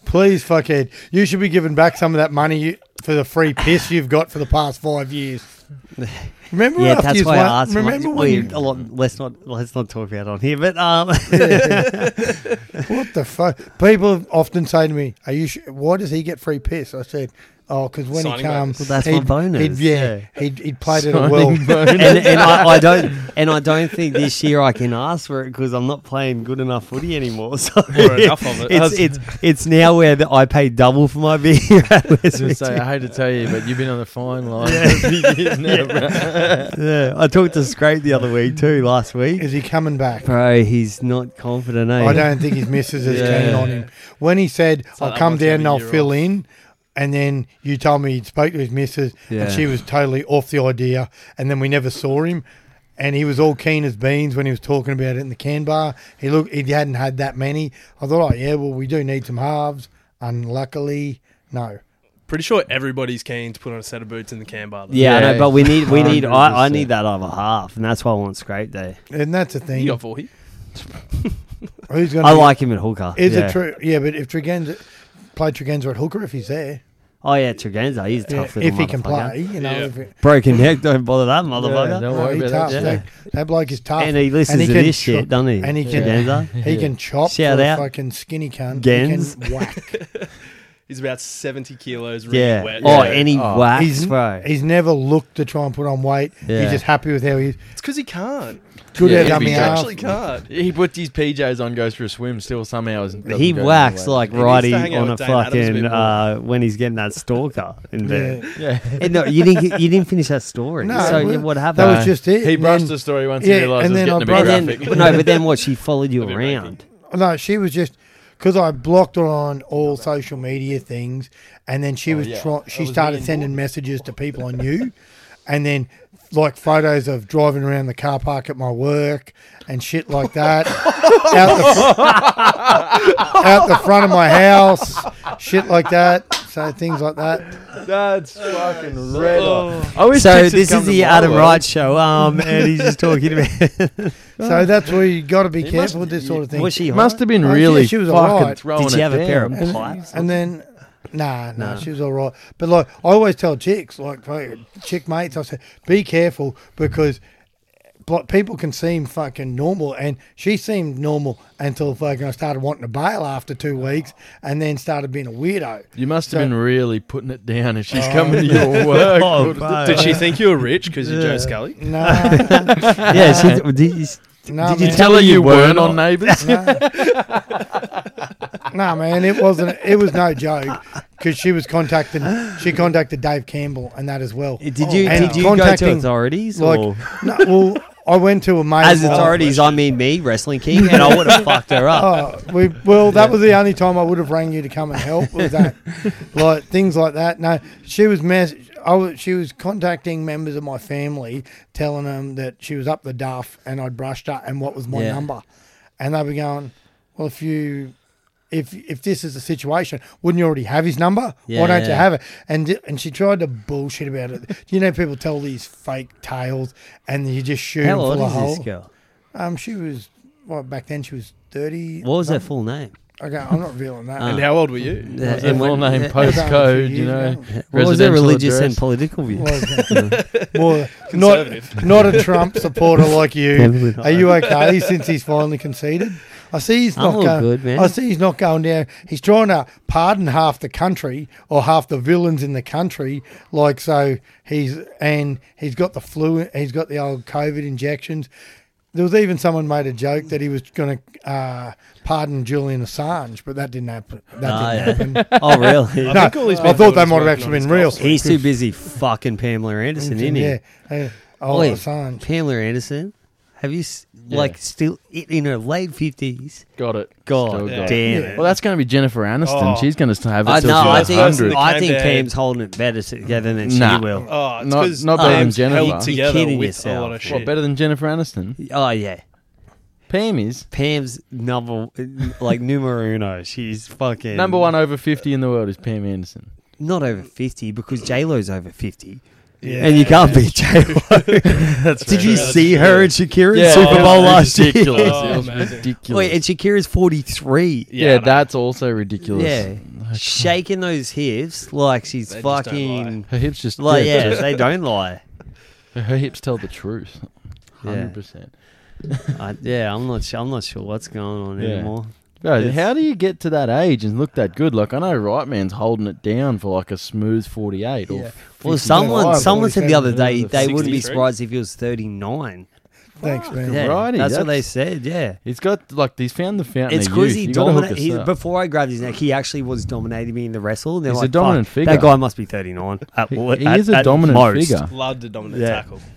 [SPEAKER 2] please, fuckhead, you should be giving back some of that money you, for the free piss you've got for the past five years. Remember
[SPEAKER 3] Yeah,
[SPEAKER 2] after
[SPEAKER 3] that's
[SPEAKER 2] you
[SPEAKER 3] why I asked. him, like,
[SPEAKER 2] Remember
[SPEAKER 3] well,
[SPEAKER 2] when you,
[SPEAKER 3] a lot, let's not let's not talk about it on here, but um,
[SPEAKER 2] what the fuck? People often say to me, "Are you? Sh- why does he get free piss?" I said, "Oh, because when he
[SPEAKER 5] Signing
[SPEAKER 2] comes,
[SPEAKER 3] Well,
[SPEAKER 5] bonus.
[SPEAKER 3] that's my
[SPEAKER 2] he'd-
[SPEAKER 3] bonus,
[SPEAKER 2] he'd-
[SPEAKER 3] yeah.
[SPEAKER 2] yeah, he'd, he'd played it at well.
[SPEAKER 3] and, and I, I don't and I don't think this year I can ask for it because I'm not playing good enough footy anymore. So
[SPEAKER 5] Or enough of it.
[SPEAKER 3] it's it's it's now where the, I pay double for my beer. at
[SPEAKER 4] Just
[SPEAKER 3] Westminster.
[SPEAKER 4] say, I hate to tell you, but you've been on the fine line.
[SPEAKER 3] yeah, I talked to Scrape the other week too. Last week,
[SPEAKER 2] Is he coming back?"
[SPEAKER 3] bro, he's not confident. Eh?
[SPEAKER 2] I don't think his missus is
[SPEAKER 4] Yeah.
[SPEAKER 2] keen on him. When he said,
[SPEAKER 5] like
[SPEAKER 2] I'll
[SPEAKER 5] that
[SPEAKER 2] come
[SPEAKER 5] once
[SPEAKER 2] down
[SPEAKER 5] every
[SPEAKER 2] and I'll
[SPEAKER 5] year
[SPEAKER 2] fill
[SPEAKER 5] off.
[SPEAKER 2] in, and then you told me he'd spoke to his missus
[SPEAKER 3] Yeah.
[SPEAKER 2] and she was totally off the idea, and then we never saw him. and he was all keen as beans when he was talking about it in the can bar. He looked, he hadn't had that many. I thought, oh yeah, well we do need some halves. Unluckily, no.
[SPEAKER 5] Pretty sure everybody's keen to put on a set of boots in the can bar. Though.
[SPEAKER 3] Yeah, I know,
[SPEAKER 4] Yeah.
[SPEAKER 3] but we need we need I, I
[SPEAKER 4] 100%.
[SPEAKER 3] need that other half, and that's why I want Scrape Day.
[SPEAKER 2] And that's the thing.
[SPEAKER 5] You got four here.
[SPEAKER 2] Who's going?
[SPEAKER 3] I like him at hooker.
[SPEAKER 2] Is
[SPEAKER 3] yeah.
[SPEAKER 2] it true? Yeah, but if Tregenza played Tregenza at hooker, if he's there,
[SPEAKER 3] Oh yeah, Tregenza, he's a
[SPEAKER 2] yeah,
[SPEAKER 3] tough. little
[SPEAKER 2] if he can
[SPEAKER 3] motherfucker.
[SPEAKER 2] play, you know,
[SPEAKER 5] Yeah.
[SPEAKER 2] if it,
[SPEAKER 3] broken neck, don't bother that
[SPEAKER 4] Yeah,
[SPEAKER 3] motherfucker.
[SPEAKER 4] don't
[SPEAKER 2] no,
[SPEAKER 4] worry
[SPEAKER 2] he tough.
[SPEAKER 4] about that.
[SPEAKER 2] That, that bloke is tough.
[SPEAKER 3] and he listens
[SPEAKER 2] And he
[SPEAKER 3] to
[SPEAKER 2] can
[SPEAKER 3] this
[SPEAKER 2] chop-
[SPEAKER 3] shit, doesn't he?
[SPEAKER 2] and he can-
[SPEAKER 3] Tregenza?
[SPEAKER 2] He can chop
[SPEAKER 3] Shout
[SPEAKER 2] for a
[SPEAKER 3] out.
[SPEAKER 2] fucking skinny cunt.
[SPEAKER 3] Gens.
[SPEAKER 2] He can whack.
[SPEAKER 5] He's about seventy kilos. Really
[SPEAKER 3] Yeah.
[SPEAKER 5] Wet.
[SPEAKER 3] Oh,
[SPEAKER 4] Yeah.
[SPEAKER 3] and he
[SPEAKER 4] Oh.
[SPEAKER 3] whacks,
[SPEAKER 2] He's-
[SPEAKER 3] bro.
[SPEAKER 2] He's never looked to try and put on weight.
[SPEAKER 3] Yeah.
[SPEAKER 2] He's just happy with how he's
[SPEAKER 5] it's because he can't.
[SPEAKER 2] good
[SPEAKER 4] Yeah,
[SPEAKER 2] at
[SPEAKER 4] he'd
[SPEAKER 2] dummy
[SPEAKER 4] be
[SPEAKER 5] He
[SPEAKER 4] Yeah.
[SPEAKER 2] half.
[SPEAKER 5] actually can't.
[SPEAKER 4] He puts his PJs on, goes for a swim. Still, somehow isn't. doesn't
[SPEAKER 3] he
[SPEAKER 4] go
[SPEAKER 3] whacks
[SPEAKER 4] anywhere.
[SPEAKER 3] like
[SPEAKER 5] needs to
[SPEAKER 3] righty
[SPEAKER 5] hang out
[SPEAKER 3] on a
[SPEAKER 5] with Dan Adams a bit
[SPEAKER 3] fucking
[SPEAKER 5] more.
[SPEAKER 3] uh, when he's getting that stalker in there.
[SPEAKER 2] Yeah.
[SPEAKER 4] Yeah.
[SPEAKER 3] And no, you didn't. You didn't finish that story.
[SPEAKER 2] No,
[SPEAKER 3] so
[SPEAKER 2] it was-
[SPEAKER 3] yeah, what happened?
[SPEAKER 2] That was just it.
[SPEAKER 4] He
[SPEAKER 2] And
[SPEAKER 4] brushed
[SPEAKER 2] then-
[SPEAKER 4] the story once
[SPEAKER 2] yeah,
[SPEAKER 4] he realised
[SPEAKER 2] and
[SPEAKER 4] it was
[SPEAKER 2] then
[SPEAKER 4] getting
[SPEAKER 2] I
[SPEAKER 4] a bit
[SPEAKER 2] brushed-
[SPEAKER 3] and then,
[SPEAKER 4] graphic.
[SPEAKER 3] but no, but then what? She followed you
[SPEAKER 5] bit
[SPEAKER 3] around.
[SPEAKER 2] No, she was just because I blocked her on all social media things, and then she was
[SPEAKER 4] Oh, yeah.
[SPEAKER 2] try-
[SPEAKER 4] That
[SPEAKER 2] she
[SPEAKER 4] was me
[SPEAKER 2] started
[SPEAKER 4] and
[SPEAKER 2] sending messages to people I knew, and then like photos of driving around the car park at my work and shit like that, out, the, fr- out the front of my house, shit like that. So things like that.
[SPEAKER 4] That's fucking red.
[SPEAKER 5] Oh.
[SPEAKER 4] I wish
[SPEAKER 3] So
[SPEAKER 4] Texas
[SPEAKER 3] this
[SPEAKER 4] come
[SPEAKER 3] is
[SPEAKER 4] to
[SPEAKER 3] the
[SPEAKER 4] my
[SPEAKER 3] Adam
[SPEAKER 4] world.
[SPEAKER 3] Wright show, um, and he's just talking about.
[SPEAKER 2] So that's where you got to be
[SPEAKER 4] He
[SPEAKER 2] careful
[SPEAKER 4] must-
[SPEAKER 2] with this sort of thing.
[SPEAKER 3] Was she?
[SPEAKER 4] It
[SPEAKER 3] hot?
[SPEAKER 4] must have been
[SPEAKER 2] Oh, yeah,
[SPEAKER 4] really
[SPEAKER 2] she was
[SPEAKER 4] fucking
[SPEAKER 2] alright.
[SPEAKER 4] throwing
[SPEAKER 3] Did she
[SPEAKER 4] it
[SPEAKER 3] have a
[SPEAKER 4] down.
[SPEAKER 3] pair of
[SPEAKER 2] And,
[SPEAKER 3] pliers?
[SPEAKER 2] and then, nah, nah, she was all right. But like, I always tell chicks, like fuck, chick mates, I say, be careful because blo- people can seem fucking normal, and she seemed normal until fucking I started wanting to bail after two weeks, and then started being a weirdo.
[SPEAKER 4] You must have been really putting it down if she's coming to your work.
[SPEAKER 3] Oh, bro.
[SPEAKER 5] Did she think you were rich because you're Joe Scully?
[SPEAKER 2] No,
[SPEAKER 3] yeah, she, did you,
[SPEAKER 2] no,
[SPEAKER 3] Did you
[SPEAKER 2] man.
[SPEAKER 4] Tell her you weren't
[SPEAKER 3] not.
[SPEAKER 4] on Neighbours.
[SPEAKER 2] No, man, it wasn't. It was no joke because she was contacting. She contacted Dave Campbell and that as well.
[SPEAKER 3] did you
[SPEAKER 2] Oh, And
[SPEAKER 3] did you go to
[SPEAKER 2] contacting,
[SPEAKER 3] authorities? or?
[SPEAKER 2] Like, no, well, I went to a mate.
[SPEAKER 3] As
[SPEAKER 2] of mine-
[SPEAKER 3] authorities, I mean me, Wrestling King, and I would have fucked her up.
[SPEAKER 2] Oh, we, well, that was the only time I would have rang you to come and help with that, like things like that. No, she was mess. I was, she was contacting members of my family, telling them that she was up the duff and I'd brushed her and what was my
[SPEAKER 3] Yeah.
[SPEAKER 2] number, and they were going, well, if you. If, if this is the situation, wouldn't you already have his number?
[SPEAKER 3] Yeah,
[SPEAKER 2] Why don't you
[SPEAKER 3] yeah.
[SPEAKER 2] have it? And di- and she tried to bullshit about it. you know, people tell these fake tales, and you just shoot
[SPEAKER 3] How
[SPEAKER 2] them full
[SPEAKER 3] old
[SPEAKER 2] of
[SPEAKER 3] is
[SPEAKER 2] hole.
[SPEAKER 3] this girl?
[SPEAKER 2] Um, she was well back then. She was thirty.
[SPEAKER 3] What was her
[SPEAKER 2] that?
[SPEAKER 3] full name?
[SPEAKER 2] Okay, I'm not revealing that.
[SPEAKER 3] Uh,
[SPEAKER 5] And how old were you?
[SPEAKER 3] Uh,
[SPEAKER 4] And
[SPEAKER 3] when-
[SPEAKER 4] full name,
[SPEAKER 3] uh,
[SPEAKER 2] That was a few
[SPEAKER 4] postcode, you
[SPEAKER 2] years
[SPEAKER 4] know.
[SPEAKER 2] ago.
[SPEAKER 3] What was her
[SPEAKER 4] residential
[SPEAKER 3] religious
[SPEAKER 4] address.
[SPEAKER 3] and political view?
[SPEAKER 2] Well, More not
[SPEAKER 5] Conservative.
[SPEAKER 2] not a Trump supporter like you.
[SPEAKER 3] Probably not.
[SPEAKER 2] Are you okay since he's finally conceded? I see he's
[SPEAKER 3] I'm
[SPEAKER 2] not
[SPEAKER 3] all
[SPEAKER 2] going.
[SPEAKER 3] good, man.
[SPEAKER 2] I see he's not going down. He's trying to pardon half the country or half the villains in the country. Like so, he's and he's got the flu. He's got the old COVID injections. There was even someone made a joke that he was going to uh, pardon Julian Assange, but that didn't happen. That didn't
[SPEAKER 3] Ah, yeah.
[SPEAKER 2] happen.
[SPEAKER 3] Oh, really?
[SPEAKER 2] No,
[SPEAKER 5] think all these
[SPEAKER 2] I
[SPEAKER 5] people
[SPEAKER 2] thought they
[SPEAKER 5] just
[SPEAKER 2] might have
[SPEAKER 5] working
[SPEAKER 2] actually
[SPEAKER 5] on
[SPEAKER 2] been
[SPEAKER 5] his
[SPEAKER 2] real.
[SPEAKER 3] He's too busy fucking Pamela Anderson, isn't he?
[SPEAKER 2] Yeah. yeah. Oh,
[SPEAKER 3] Oi,
[SPEAKER 2] Assange.
[SPEAKER 3] Pamela Anderson, have you s like still i- in her late fifties?
[SPEAKER 4] Got it. Still
[SPEAKER 3] God
[SPEAKER 4] got it.
[SPEAKER 3] damn
[SPEAKER 2] Yeah.
[SPEAKER 3] it!
[SPEAKER 4] Well, that's going to be Jennifer Aniston.
[SPEAKER 5] Oh.
[SPEAKER 4] She's going to have it
[SPEAKER 3] I
[SPEAKER 4] till
[SPEAKER 3] know.
[SPEAKER 4] she's
[SPEAKER 3] I
[SPEAKER 5] last
[SPEAKER 3] think
[SPEAKER 5] person that
[SPEAKER 3] I
[SPEAKER 5] came
[SPEAKER 3] think
[SPEAKER 5] down.
[SPEAKER 3] Cam's holding it better together than
[SPEAKER 4] Nah.
[SPEAKER 3] she will.
[SPEAKER 5] Oh, it's
[SPEAKER 4] Not-
[SPEAKER 5] because
[SPEAKER 4] not better than
[SPEAKER 5] Pam's
[SPEAKER 4] Jennifer.
[SPEAKER 5] held
[SPEAKER 3] You're
[SPEAKER 5] together
[SPEAKER 3] kidding
[SPEAKER 5] with
[SPEAKER 3] yourself.
[SPEAKER 5] a lot of shit.
[SPEAKER 4] What better than Jennifer Aniston?
[SPEAKER 3] Oh yeah,
[SPEAKER 4] Pam is
[SPEAKER 3] Pam's number like numero uno. She's fucking
[SPEAKER 4] number one over fifty in the world. Is Pam Anderson?
[SPEAKER 3] Not over fifty because J Lo's over fifty.
[SPEAKER 2] Yeah.
[SPEAKER 3] And you can't beat J Lo. Did you
[SPEAKER 5] That's
[SPEAKER 3] see her and Shakira in Super
[SPEAKER 4] it
[SPEAKER 3] Bowl
[SPEAKER 4] was
[SPEAKER 3] last year?
[SPEAKER 4] ridiculous.
[SPEAKER 5] Oh,
[SPEAKER 4] It was
[SPEAKER 5] amazing.
[SPEAKER 4] ridiculous.
[SPEAKER 3] Wait, and Shakira's forty three.
[SPEAKER 4] yeah,
[SPEAKER 5] I know.
[SPEAKER 4] that's also ridiculous.
[SPEAKER 3] Yeah, shaking those hips like she's
[SPEAKER 5] They just don't
[SPEAKER 3] fucking
[SPEAKER 4] Her hips just
[SPEAKER 3] like yeah,
[SPEAKER 4] just-
[SPEAKER 3] they don't lie.
[SPEAKER 4] her hips tell the truth.
[SPEAKER 3] Yeah.
[SPEAKER 4] Hundred percent.
[SPEAKER 3] I, yeah, I'm not. su- I'm not sure what's going on
[SPEAKER 4] Yeah.
[SPEAKER 3] anymore.
[SPEAKER 4] Bro,
[SPEAKER 3] It's-
[SPEAKER 4] how do you get to that age and look that good? Like I know Right Man's holding it down for like a smooth forty-eight or
[SPEAKER 3] Well,
[SPEAKER 4] 50.
[SPEAKER 3] someone
[SPEAKER 2] five,
[SPEAKER 3] someone said the
[SPEAKER 2] 47,
[SPEAKER 3] other day
[SPEAKER 4] uh,
[SPEAKER 3] they wouldn't be
[SPEAKER 5] 63.
[SPEAKER 3] surprised if he was 39.
[SPEAKER 2] Thanks, man.
[SPEAKER 3] Yeah,
[SPEAKER 4] Righty,
[SPEAKER 3] that's, what they
[SPEAKER 4] that's-
[SPEAKER 3] said. Yeah.
[SPEAKER 4] He's got like he's found the fountain.
[SPEAKER 3] It's
[SPEAKER 4] of
[SPEAKER 3] because
[SPEAKER 4] youth.
[SPEAKER 3] he
[SPEAKER 4] You gotta hook us
[SPEAKER 3] dominated.
[SPEAKER 4] up.
[SPEAKER 3] Before I grabbed his neck, he actually was dominating me in the wrestle. and They're
[SPEAKER 4] He's a
[SPEAKER 3] like,
[SPEAKER 4] dominant
[SPEAKER 3] "Fuck,
[SPEAKER 4] figure."
[SPEAKER 3] That guy must be 39. At,
[SPEAKER 4] He-
[SPEAKER 3] at,
[SPEAKER 4] he is a
[SPEAKER 3] at
[SPEAKER 4] dominant
[SPEAKER 3] most.
[SPEAKER 4] figure.
[SPEAKER 5] Loved a dominant
[SPEAKER 3] Yeah.
[SPEAKER 5] tackle.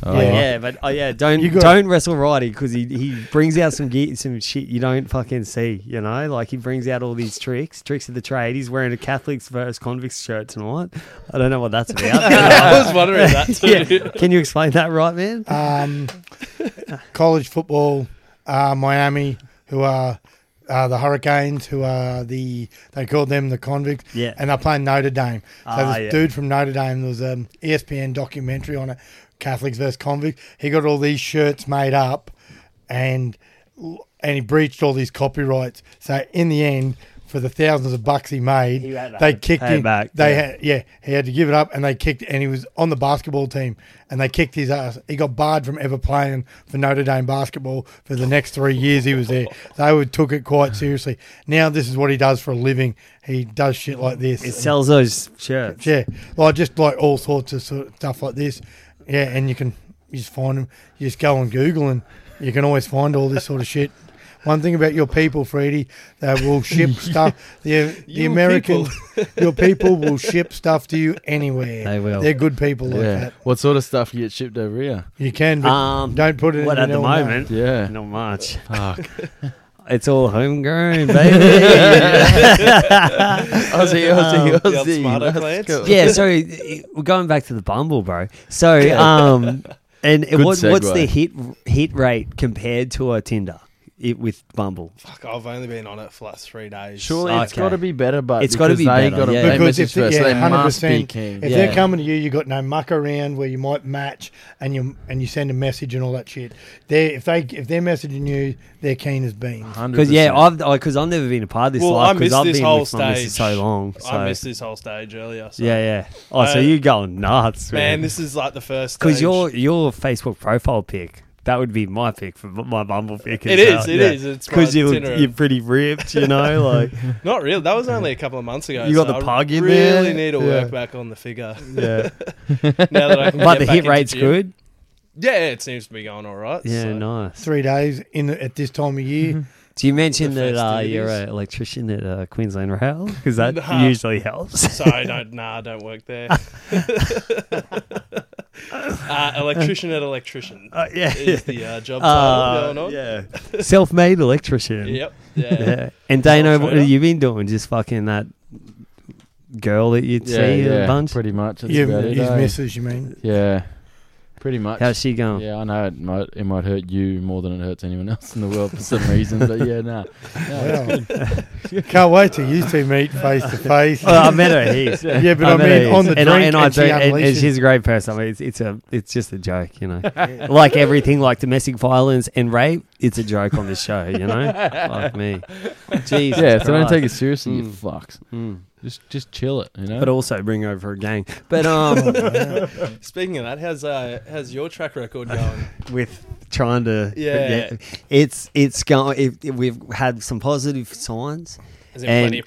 [SPEAKER 4] Oh,
[SPEAKER 2] Yeah.
[SPEAKER 3] yeah. but oh yeah, don't
[SPEAKER 2] You got-
[SPEAKER 3] don't wrestle Roddy because he, he brings out some gear, some shit you don't fucking see. You know, like he brings out all these tricks, tricks of the trade. He's wearing a Catholics versus convicts shirt tonight. I don't know what that's about.
[SPEAKER 5] I was wondering that too.
[SPEAKER 3] yeah. Can you explain that, right, man?
[SPEAKER 2] um, college football, uh, Miami, who are uh, the Hurricanes, who are the they called them the convicts,
[SPEAKER 3] Yeah.
[SPEAKER 2] and they're playing Notre Dame. So
[SPEAKER 3] Ah,
[SPEAKER 2] this
[SPEAKER 3] yeah.
[SPEAKER 2] dude from Notre Dame there was an E ESPN documentary on it, Catholics versus convicts. He got all these shirts made up, and and he breached all these copyrights. So in the end. For the thousands of bucks he made,
[SPEAKER 3] He had to
[SPEAKER 2] they kicked
[SPEAKER 3] pay it
[SPEAKER 2] him.
[SPEAKER 3] back,
[SPEAKER 2] They
[SPEAKER 3] yeah.
[SPEAKER 2] had yeah, he had to give it up, and they kicked, and he was on the basketball team, and they kicked his ass. He got barred from ever playing for Notre Dame basketball for the next three years he was there. They would took it quite seriously. Now this is what he does for a living. He does shit like this.
[SPEAKER 3] It sells those shirts.
[SPEAKER 2] yeah, like just like all sorts of, sort of stuff like this. Yeah, and you can you just find him. You just go on Google, and you can always find all this sort of shit. One thing about your people, Freddie, they will ship stuff. The, the
[SPEAKER 5] Your
[SPEAKER 2] American, your people will ship stuff to you anywhere.
[SPEAKER 3] They will.
[SPEAKER 2] They're good people like
[SPEAKER 4] yeah. Ah,
[SPEAKER 2] that.
[SPEAKER 4] What sort of stuff you get shipped over here?
[SPEAKER 2] You can, but
[SPEAKER 3] Um,
[SPEAKER 2] don't put it.
[SPEAKER 3] what
[SPEAKER 2] in
[SPEAKER 3] at
[SPEAKER 2] an
[SPEAKER 3] the
[SPEAKER 2] LMA.
[SPEAKER 3] moment?
[SPEAKER 4] Yeah.
[SPEAKER 3] Not much.
[SPEAKER 4] Fuck.
[SPEAKER 3] It's all homegrown, baby.
[SPEAKER 4] Aussie, Aussie,
[SPEAKER 3] Um,
[SPEAKER 5] The old
[SPEAKER 4] Aussie.
[SPEAKER 5] smarter
[SPEAKER 4] Let's
[SPEAKER 5] plants.
[SPEAKER 4] go.
[SPEAKER 3] yeah, so uh, we're going back to the Bumble, bro. So, um, and
[SPEAKER 4] Good
[SPEAKER 3] what, what's
[SPEAKER 4] segue.
[SPEAKER 3] the hit hit rate compared to a Tinder it, with Bumble?
[SPEAKER 5] Fuck, I've only been on it for like three days.
[SPEAKER 4] Surely it's
[SPEAKER 3] Okay.
[SPEAKER 4] got to be better, but
[SPEAKER 3] It's gotta
[SPEAKER 4] because
[SPEAKER 3] be
[SPEAKER 4] they
[SPEAKER 3] better,
[SPEAKER 4] gotta-
[SPEAKER 3] yeah.
[SPEAKER 4] they
[SPEAKER 2] Because
[SPEAKER 4] message
[SPEAKER 2] if, they-
[SPEAKER 4] first,
[SPEAKER 2] yeah,
[SPEAKER 4] they
[SPEAKER 2] hundred
[SPEAKER 4] must be
[SPEAKER 2] percent.
[SPEAKER 4] keen.
[SPEAKER 2] If
[SPEAKER 4] yeah.
[SPEAKER 2] they're coming to you, you got no muck around where you might match and you and you send a message and all that shit. They if they if they're messaging you, they're keen as beans.
[SPEAKER 3] Because yeah, I've because I've never been a part of this
[SPEAKER 5] Well, I
[SPEAKER 3] life
[SPEAKER 5] missed
[SPEAKER 3] because I've
[SPEAKER 5] this
[SPEAKER 3] been
[SPEAKER 5] whole
[SPEAKER 3] with my missus so
[SPEAKER 5] stage.
[SPEAKER 3] long. So
[SPEAKER 5] I missed this whole stage earlier. So.
[SPEAKER 3] yeah, yeah. Oh, so
[SPEAKER 5] I-
[SPEAKER 3] you're going nuts,
[SPEAKER 5] Man,
[SPEAKER 3] man.
[SPEAKER 5] this is like the first stage.
[SPEAKER 3] Because your your Facebook profile pic that would be my pick for bu- my Bumble pick.
[SPEAKER 5] It is, it is. It's
[SPEAKER 3] Because
[SPEAKER 5] my
[SPEAKER 3] you
[SPEAKER 5] Tinder.
[SPEAKER 3] you're pretty ripped, you know, like
[SPEAKER 5] Not real. That was only a couple of months ago.
[SPEAKER 3] You got
[SPEAKER 5] so
[SPEAKER 3] the
[SPEAKER 5] I
[SPEAKER 3] pug in
[SPEAKER 5] really
[SPEAKER 3] there?
[SPEAKER 5] need to
[SPEAKER 3] Yeah.
[SPEAKER 5] work back on the figure.
[SPEAKER 3] yeah.
[SPEAKER 5] now that I can
[SPEAKER 3] But
[SPEAKER 5] get
[SPEAKER 3] the
[SPEAKER 5] back
[SPEAKER 3] hit
[SPEAKER 5] into
[SPEAKER 3] rate's
[SPEAKER 5] gym.
[SPEAKER 3] good.
[SPEAKER 5] Yeah, it seems to be going all right.
[SPEAKER 3] Yeah,
[SPEAKER 5] so.
[SPEAKER 3] nice.
[SPEAKER 2] Three days in the, at this time of year.
[SPEAKER 3] Do you mention
[SPEAKER 5] the
[SPEAKER 3] that uh,
[SPEAKER 5] festivities.
[SPEAKER 3] you're an electrician at uh, Queensland Rail? Because that
[SPEAKER 5] Nah.
[SPEAKER 3] usually helps.
[SPEAKER 5] So I don't. Nah, I don't work there. uh, electrician at electrician
[SPEAKER 3] Uh, yeah.
[SPEAKER 5] is the uh, job
[SPEAKER 3] Uh,
[SPEAKER 5] title going on.
[SPEAKER 3] yeah. Self-made electrician.
[SPEAKER 5] Yep. Yeah.
[SPEAKER 3] Yeah. And Dano, what
[SPEAKER 5] Self-trainer.
[SPEAKER 3] have you been doing? Just fucking that girl that you'd
[SPEAKER 4] yeah,
[SPEAKER 3] see in
[SPEAKER 4] yeah,
[SPEAKER 3] a bunch?
[SPEAKER 4] Pretty much. That's
[SPEAKER 2] You,
[SPEAKER 4] about it,
[SPEAKER 2] his
[SPEAKER 4] eh?
[SPEAKER 2] missus, you mean?
[SPEAKER 4] Yeah. Pretty much.
[SPEAKER 3] How's she going?
[SPEAKER 4] yeah, I know it might it might hurt you more than it hurts anyone else in the world for some reason, but yeah, nah.
[SPEAKER 2] Wow. Can't wait till you two meet face to face.
[SPEAKER 3] Well, Oh, I met her at Heath.
[SPEAKER 2] Yeah, but I
[SPEAKER 3] met
[SPEAKER 2] mean,
[SPEAKER 3] her at
[SPEAKER 2] on
[SPEAKER 3] Heath.
[SPEAKER 2] the
[SPEAKER 3] and I,
[SPEAKER 2] drink
[SPEAKER 3] and, I
[SPEAKER 2] and she
[SPEAKER 3] do- and- and
[SPEAKER 2] unleashes-
[SPEAKER 3] she's a great person. I mean, it's, it's a it's just a joke, you know. like everything, like domestic violence and rape, it's a joke on this show, you know. Fuck me, Jesus.
[SPEAKER 4] Yeah, so don't
[SPEAKER 3] Christ.
[SPEAKER 4] take it seriously, you
[SPEAKER 3] Mm.
[SPEAKER 4] fucks.
[SPEAKER 3] Mm.
[SPEAKER 4] Just just chill it, you know.
[SPEAKER 3] but also bring over a gang. But um,
[SPEAKER 5] Speaking of that, how's uh, how's your track record going?
[SPEAKER 3] with trying to
[SPEAKER 5] Yeah.
[SPEAKER 3] it's it's going. It, it- we've had some positive signs.
[SPEAKER 5] Is there
[SPEAKER 3] And-
[SPEAKER 5] plenty of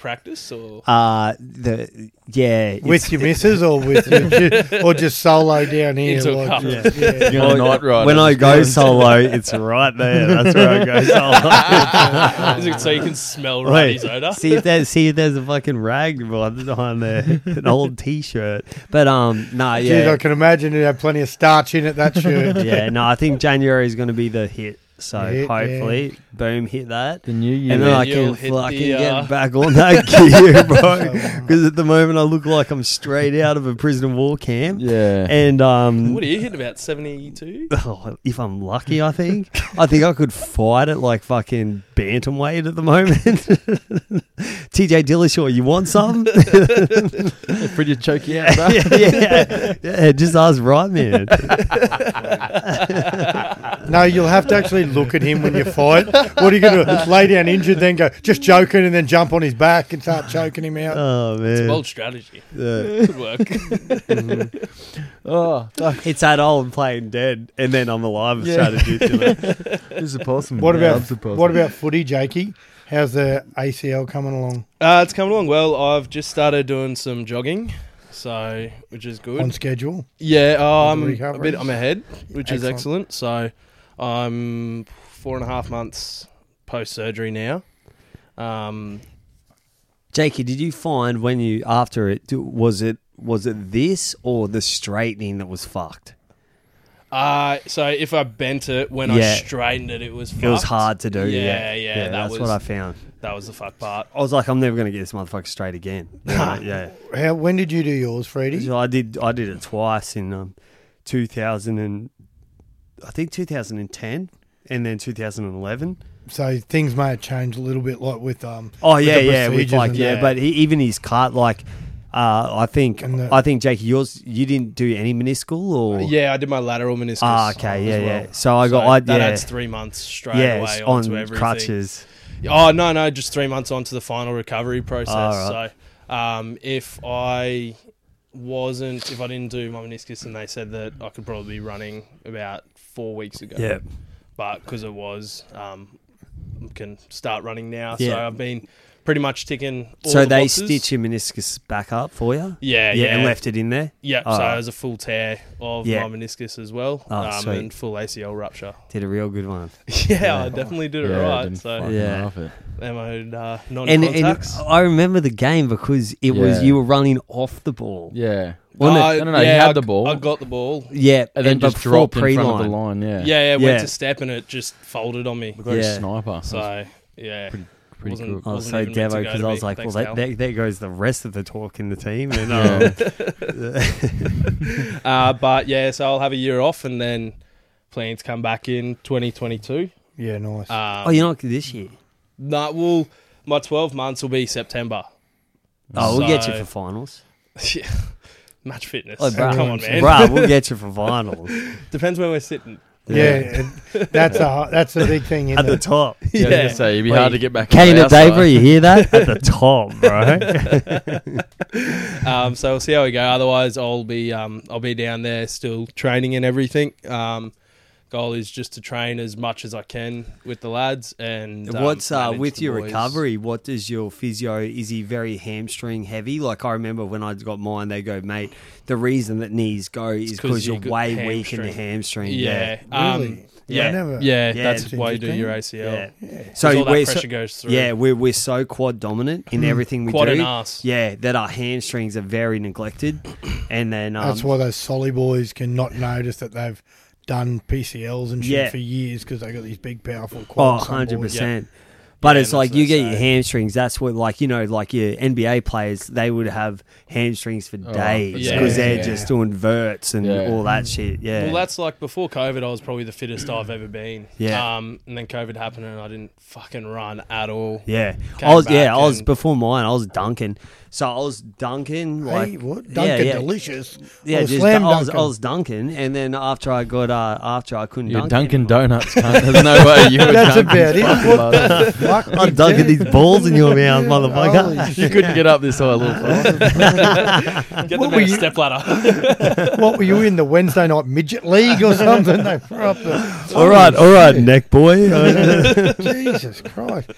[SPEAKER 5] practice or?
[SPEAKER 3] Uh the yeah,
[SPEAKER 2] with your missus or with your, or just solo down here.
[SPEAKER 5] Into a
[SPEAKER 2] like,
[SPEAKER 5] couple.
[SPEAKER 2] just- yeah.
[SPEAKER 4] You're a night rider.
[SPEAKER 3] when I go solo, it's right there. That's where I go solo.
[SPEAKER 5] Is it so you can smell
[SPEAKER 3] Wait,
[SPEAKER 5] Roddy's odor?
[SPEAKER 3] see if there's see if there's a fucking rag on there, an old T-shirt. But um, no,
[SPEAKER 2] Dude, I
[SPEAKER 3] yeah,
[SPEAKER 2] can imagine it had plenty of starch in it. That shirt.
[SPEAKER 3] yeah, no, I think January is going to be the hit. So
[SPEAKER 2] Hit, yeah.
[SPEAKER 3] hopefully, boom, hit that.
[SPEAKER 4] the new year.
[SPEAKER 3] And then I can
[SPEAKER 5] you'll hit
[SPEAKER 3] fucking
[SPEAKER 5] the, uh,
[SPEAKER 3] get back on that gear, bro. Because at the moment I look like I'm straight out of a prisoner of war camp.
[SPEAKER 4] yeah.
[SPEAKER 3] And um,
[SPEAKER 5] What are you hitting about seventy two?
[SPEAKER 3] Oh, if I'm lucky, I think. I think I could fight it like fucking bantamweight at the moment. TJ Dillashaw, you want some?
[SPEAKER 4] pretty choky out, bro.
[SPEAKER 3] yeah, yeah, yeah, just ask right man.
[SPEAKER 2] No, you'll have to actually look at him when you fight. What are you going to lay down injured, then go just joking, and then jump on his back and start choking him out?
[SPEAKER 3] Oh man,
[SPEAKER 5] Bold strategy.
[SPEAKER 3] Yeah.
[SPEAKER 5] Good work.
[SPEAKER 4] Oh, fuck.
[SPEAKER 3] it's that old playing dead, and then I'm alive
[SPEAKER 4] Yeah.
[SPEAKER 3] strategy. You know?
[SPEAKER 4] This is a possum.
[SPEAKER 2] What
[SPEAKER 4] Yeah,
[SPEAKER 2] about
[SPEAKER 4] loves a possum.
[SPEAKER 2] what about footy, Jakey? How's the ACL coming along
[SPEAKER 5] Uh, it's coming along well. I've just started doing some jogging, so which is good.
[SPEAKER 2] on schedule?
[SPEAKER 5] Yeah,
[SPEAKER 2] With the
[SPEAKER 5] oh, I'm a
[SPEAKER 2] recovery.
[SPEAKER 5] bit. I'm ahead, which is excellent. So I'm four and a half months post surgery now. Um,
[SPEAKER 3] Jakey, did you find when you after it do- was it was it this or the straightening that was fucked?
[SPEAKER 5] Uh, so if I bent it when I
[SPEAKER 3] Yeah.
[SPEAKER 5] straightened it, it was fucked.
[SPEAKER 3] It was hard to do.
[SPEAKER 5] Yeah, yeah,
[SPEAKER 3] Yeah,
[SPEAKER 5] that
[SPEAKER 3] that's
[SPEAKER 5] was
[SPEAKER 3] what I found.
[SPEAKER 5] that was the fuck part.
[SPEAKER 3] I was like, I'm never going to get this motherfucker straight again. You know, yeah.
[SPEAKER 2] How, when did you do yours, Freddie?
[SPEAKER 3] So I did. I did it twice in um, 2000 and I think 2010 and then 2011.
[SPEAKER 2] So things may have changed a little bit, like with um.
[SPEAKER 3] Oh
[SPEAKER 2] with
[SPEAKER 3] yeah,
[SPEAKER 2] the
[SPEAKER 3] yeah, with
[SPEAKER 2] procedures
[SPEAKER 3] like
[SPEAKER 2] and
[SPEAKER 3] yeah,
[SPEAKER 2] that.
[SPEAKER 3] but he, even his cart, like uh, I think,
[SPEAKER 2] And the-
[SPEAKER 3] I think Jakey, yours, you didn't do any meniscal or
[SPEAKER 5] Uh, Yeah, I did my lateral meniscus.
[SPEAKER 3] Ah, okay, yeah,
[SPEAKER 5] as
[SPEAKER 3] yeah.
[SPEAKER 5] well.
[SPEAKER 3] So I
[SPEAKER 5] So
[SPEAKER 3] got, I
[SPEAKER 5] that
[SPEAKER 3] yeah,
[SPEAKER 5] adds three months straight
[SPEAKER 3] yeah,
[SPEAKER 5] away
[SPEAKER 3] it's
[SPEAKER 5] onto
[SPEAKER 3] on
[SPEAKER 5] everything.
[SPEAKER 3] crutches.
[SPEAKER 5] Oh no, no, just three months onto the final recovery process.
[SPEAKER 3] All
[SPEAKER 5] So, um, if I wasn't, if I didn't do my meniscus, and they said that I could probably be running about four weeks ago.
[SPEAKER 3] Yeah,
[SPEAKER 5] but because it was, um, can start running now. So
[SPEAKER 3] Yeah.
[SPEAKER 5] I've been pretty much ticking. All
[SPEAKER 3] so
[SPEAKER 5] the
[SPEAKER 3] they
[SPEAKER 5] boxes.
[SPEAKER 3] stitch your meniscus back up for you. yeah,
[SPEAKER 5] Yeah, yeah,
[SPEAKER 3] and left it in there.
[SPEAKER 5] Yeah,
[SPEAKER 3] All
[SPEAKER 5] so
[SPEAKER 3] right.
[SPEAKER 5] it was a full tear of
[SPEAKER 3] Yeah.
[SPEAKER 5] my meniscus as well,
[SPEAKER 3] Oh,
[SPEAKER 5] um,
[SPEAKER 3] sweet.
[SPEAKER 5] and full ACL rupture.
[SPEAKER 3] Did a real good one.
[SPEAKER 5] Yeah, I definitely did it right. So
[SPEAKER 3] fuck. Yeah.
[SPEAKER 4] Laugh it.
[SPEAKER 5] am I uh,
[SPEAKER 3] And, and
[SPEAKER 5] non-contacts?
[SPEAKER 3] I remember the game because it was
[SPEAKER 4] Yeah.
[SPEAKER 3] you were running off the ball.
[SPEAKER 4] Yeah.
[SPEAKER 3] Wasn't
[SPEAKER 5] Uh,
[SPEAKER 3] it?
[SPEAKER 4] No, no, no, he
[SPEAKER 5] yeah,
[SPEAKER 4] had
[SPEAKER 5] I-
[SPEAKER 4] the ball.
[SPEAKER 5] I got the ball.
[SPEAKER 3] Yeah,
[SPEAKER 4] And then just
[SPEAKER 3] before
[SPEAKER 4] dropped in front of the
[SPEAKER 3] pre-line.
[SPEAKER 4] line. Yeah.
[SPEAKER 5] Yeah, yeah,
[SPEAKER 3] Yeah.
[SPEAKER 5] went to step and it just folded on me.
[SPEAKER 4] Looked like
[SPEAKER 3] Yeah.
[SPEAKER 4] a sniper. So
[SPEAKER 5] So yeah,
[SPEAKER 4] pretty
[SPEAKER 5] wasn't-
[SPEAKER 4] cool.
[SPEAKER 3] I was
[SPEAKER 5] Wasn't
[SPEAKER 3] so
[SPEAKER 5] even meant to
[SPEAKER 3] devo
[SPEAKER 5] go
[SPEAKER 3] because I
[SPEAKER 5] to me.
[SPEAKER 3] was like,
[SPEAKER 5] Thanks,
[SPEAKER 3] well,
[SPEAKER 5] Cal.
[SPEAKER 3] that, there, there goes the rest of the talk in the team. And uh,
[SPEAKER 4] Yeah.
[SPEAKER 5] uh, but yeah, so I'll have a year off and then plan to come back in 2022.
[SPEAKER 2] yeah, nice.
[SPEAKER 5] Um,
[SPEAKER 3] oh, you're not this year.
[SPEAKER 5] No, well, my 12 months will be September.
[SPEAKER 3] Oh, we'll get you
[SPEAKER 5] So-
[SPEAKER 3] for finals.
[SPEAKER 5] yeah. Match fitness.
[SPEAKER 3] Oh, bruh.
[SPEAKER 5] Come on, man.
[SPEAKER 3] Bruh, we'll get you for finals
[SPEAKER 5] Depends where we're sitting.
[SPEAKER 2] yeah, and that's a that's a big thing.
[SPEAKER 3] at
[SPEAKER 2] Isn't
[SPEAKER 3] the
[SPEAKER 2] it?
[SPEAKER 3] top.
[SPEAKER 4] yeah. I was
[SPEAKER 5] Yeah.
[SPEAKER 4] gonna say, it'd be
[SPEAKER 3] Wait,
[SPEAKER 4] hard to get back.
[SPEAKER 3] Kane
[SPEAKER 4] on
[SPEAKER 3] and
[SPEAKER 4] the outside.
[SPEAKER 3] Daver, you hear that? At the top, bro.
[SPEAKER 5] Um, so we'll see how we go. Otherwise, I'll be um, I'll be down there still training and everything. Um, goal is just to train as much as I can with the lads and um,
[SPEAKER 3] What's uh,
[SPEAKER 5] manage
[SPEAKER 3] with
[SPEAKER 5] the
[SPEAKER 3] your
[SPEAKER 5] boys.
[SPEAKER 3] recovery? What does your physio? Is he very hamstring heavy? Like I remember when I got mine, they go, mate. The reason that knees go is
[SPEAKER 5] 'cause
[SPEAKER 3] because
[SPEAKER 5] you
[SPEAKER 3] you're
[SPEAKER 5] got
[SPEAKER 3] way weak in the hamstring.
[SPEAKER 5] hamstring." Yeah, um,
[SPEAKER 2] Really?
[SPEAKER 3] yeah.
[SPEAKER 2] I never.
[SPEAKER 5] yeah,
[SPEAKER 3] Yeah,
[SPEAKER 5] that's
[SPEAKER 3] it's
[SPEAKER 5] why you do
[SPEAKER 2] interesting.
[SPEAKER 5] your ACL.
[SPEAKER 3] yeah.
[SPEAKER 5] So
[SPEAKER 3] So
[SPEAKER 5] all that
[SPEAKER 3] we're
[SPEAKER 5] pressure
[SPEAKER 3] so,
[SPEAKER 5] goes through. Hmm.
[SPEAKER 3] yeah, we're we're so quad dominant in everything we
[SPEAKER 5] Quad
[SPEAKER 3] do.
[SPEAKER 5] and arse.
[SPEAKER 3] Yeah, that our hamstrings are very neglected, and then um,
[SPEAKER 2] That's why those solly boys can not notice that they've done PCLs and shit
[SPEAKER 3] Yeah.
[SPEAKER 2] for years because they got these big, powerful.
[SPEAKER 3] Oh,
[SPEAKER 2] quads, some boys.
[SPEAKER 3] 100 percent. But
[SPEAKER 5] Yeah,
[SPEAKER 3] it's
[SPEAKER 5] that's
[SPEAKER 3] like
[SPEAKER 5] what
[SPEAKER 3] you
[SPEAKER 5] they
[SPEAKER 3] get your
[SPEAKER 5] say.
[SPEAKER 3] hamstrings. That's what, like you know, like your NBA players, they would have hamstrings for days
[SPEAKER 5] yeah.
[SPEAKER 3] because they're
[SPEAKER 4] Yeah.
[SPEAKER 3] just doing verts and
[SPEAKER 4] Yeah.
[SPEAKER 3] all that shit. Yeah,
[SPEAKER 5] Mm. Well, that's like before COVID, I was probably the fittest I've ever been.
[SPEAKER 3] Yeah.
[SPEAKER 5] Um, and then COVID happened, and I didn't fucking run at all.
[SPEAKER 3] yeah.
[SPEAKER 5] came
[SPEAKER 3] I was yeah,
[SPEAKER 5] back
[SPEAKER 3] I was
[SPEAKER 5] and-
[SPEAKER 3] before mine. I was dunking, so I was dunking like
[SPEAKER 2] hey, what?
[SPEAKER 3] yeah,
[SPEAKER 2] Dunkin'
[SPEAKER 3] yeah.
[SPEAKER 2] Delicious.
[SPEAKER 3] Yeah,
[SPEAKER 2] Or
[SPEAKER 3] just
[SPEAKER 2] Slam
[SPEAKER 3] dun- I was, I
[SPEAKER 2] Dunkin'.
[SPEAKER 3] was dunking, and then after I got uh, after I couldn't
[SPEAKER 4] You're
[SPEAKER 3] dunk.
[SPEAKER 4] Dunkin'
[SPEAKER 3] anymore.
[SPEAKER 4] Donuts. Cunt. There's no way you were
[SPEAKER 2] That's
[SPEAKER 4] Dunkin'
[SPEAKER 2] about it.
[SPEAKER 4] fucking
[SPEAKER 2] What
[SPEAKER 4] Donuts.
[SPEAKER 2] the fuck?
[SPEAKER 3] I'm dunking these balls in your mouth, motherfucker.
[SPEAKER 2] Holy
[SPEAKER 4] You
[SPEAKER 2] shit.
[SPEAKER 4] couldn't get up this high, little fella.
[SPEAKER 5] Get
[SPEAKER 2] What
[SPEAKER 5] them
[SPEAKER 2] were
[SPEAKER 5] out a
[SPEAKER 2] you-
[SPEAKER 5] step ladder.
[SPEAKER 2] What were you in the Wednesday night midget league or something? They were up there.
[SPEAKER 3] all right, all right, neck boy.
[SPEAKER 2] Jesus Christ.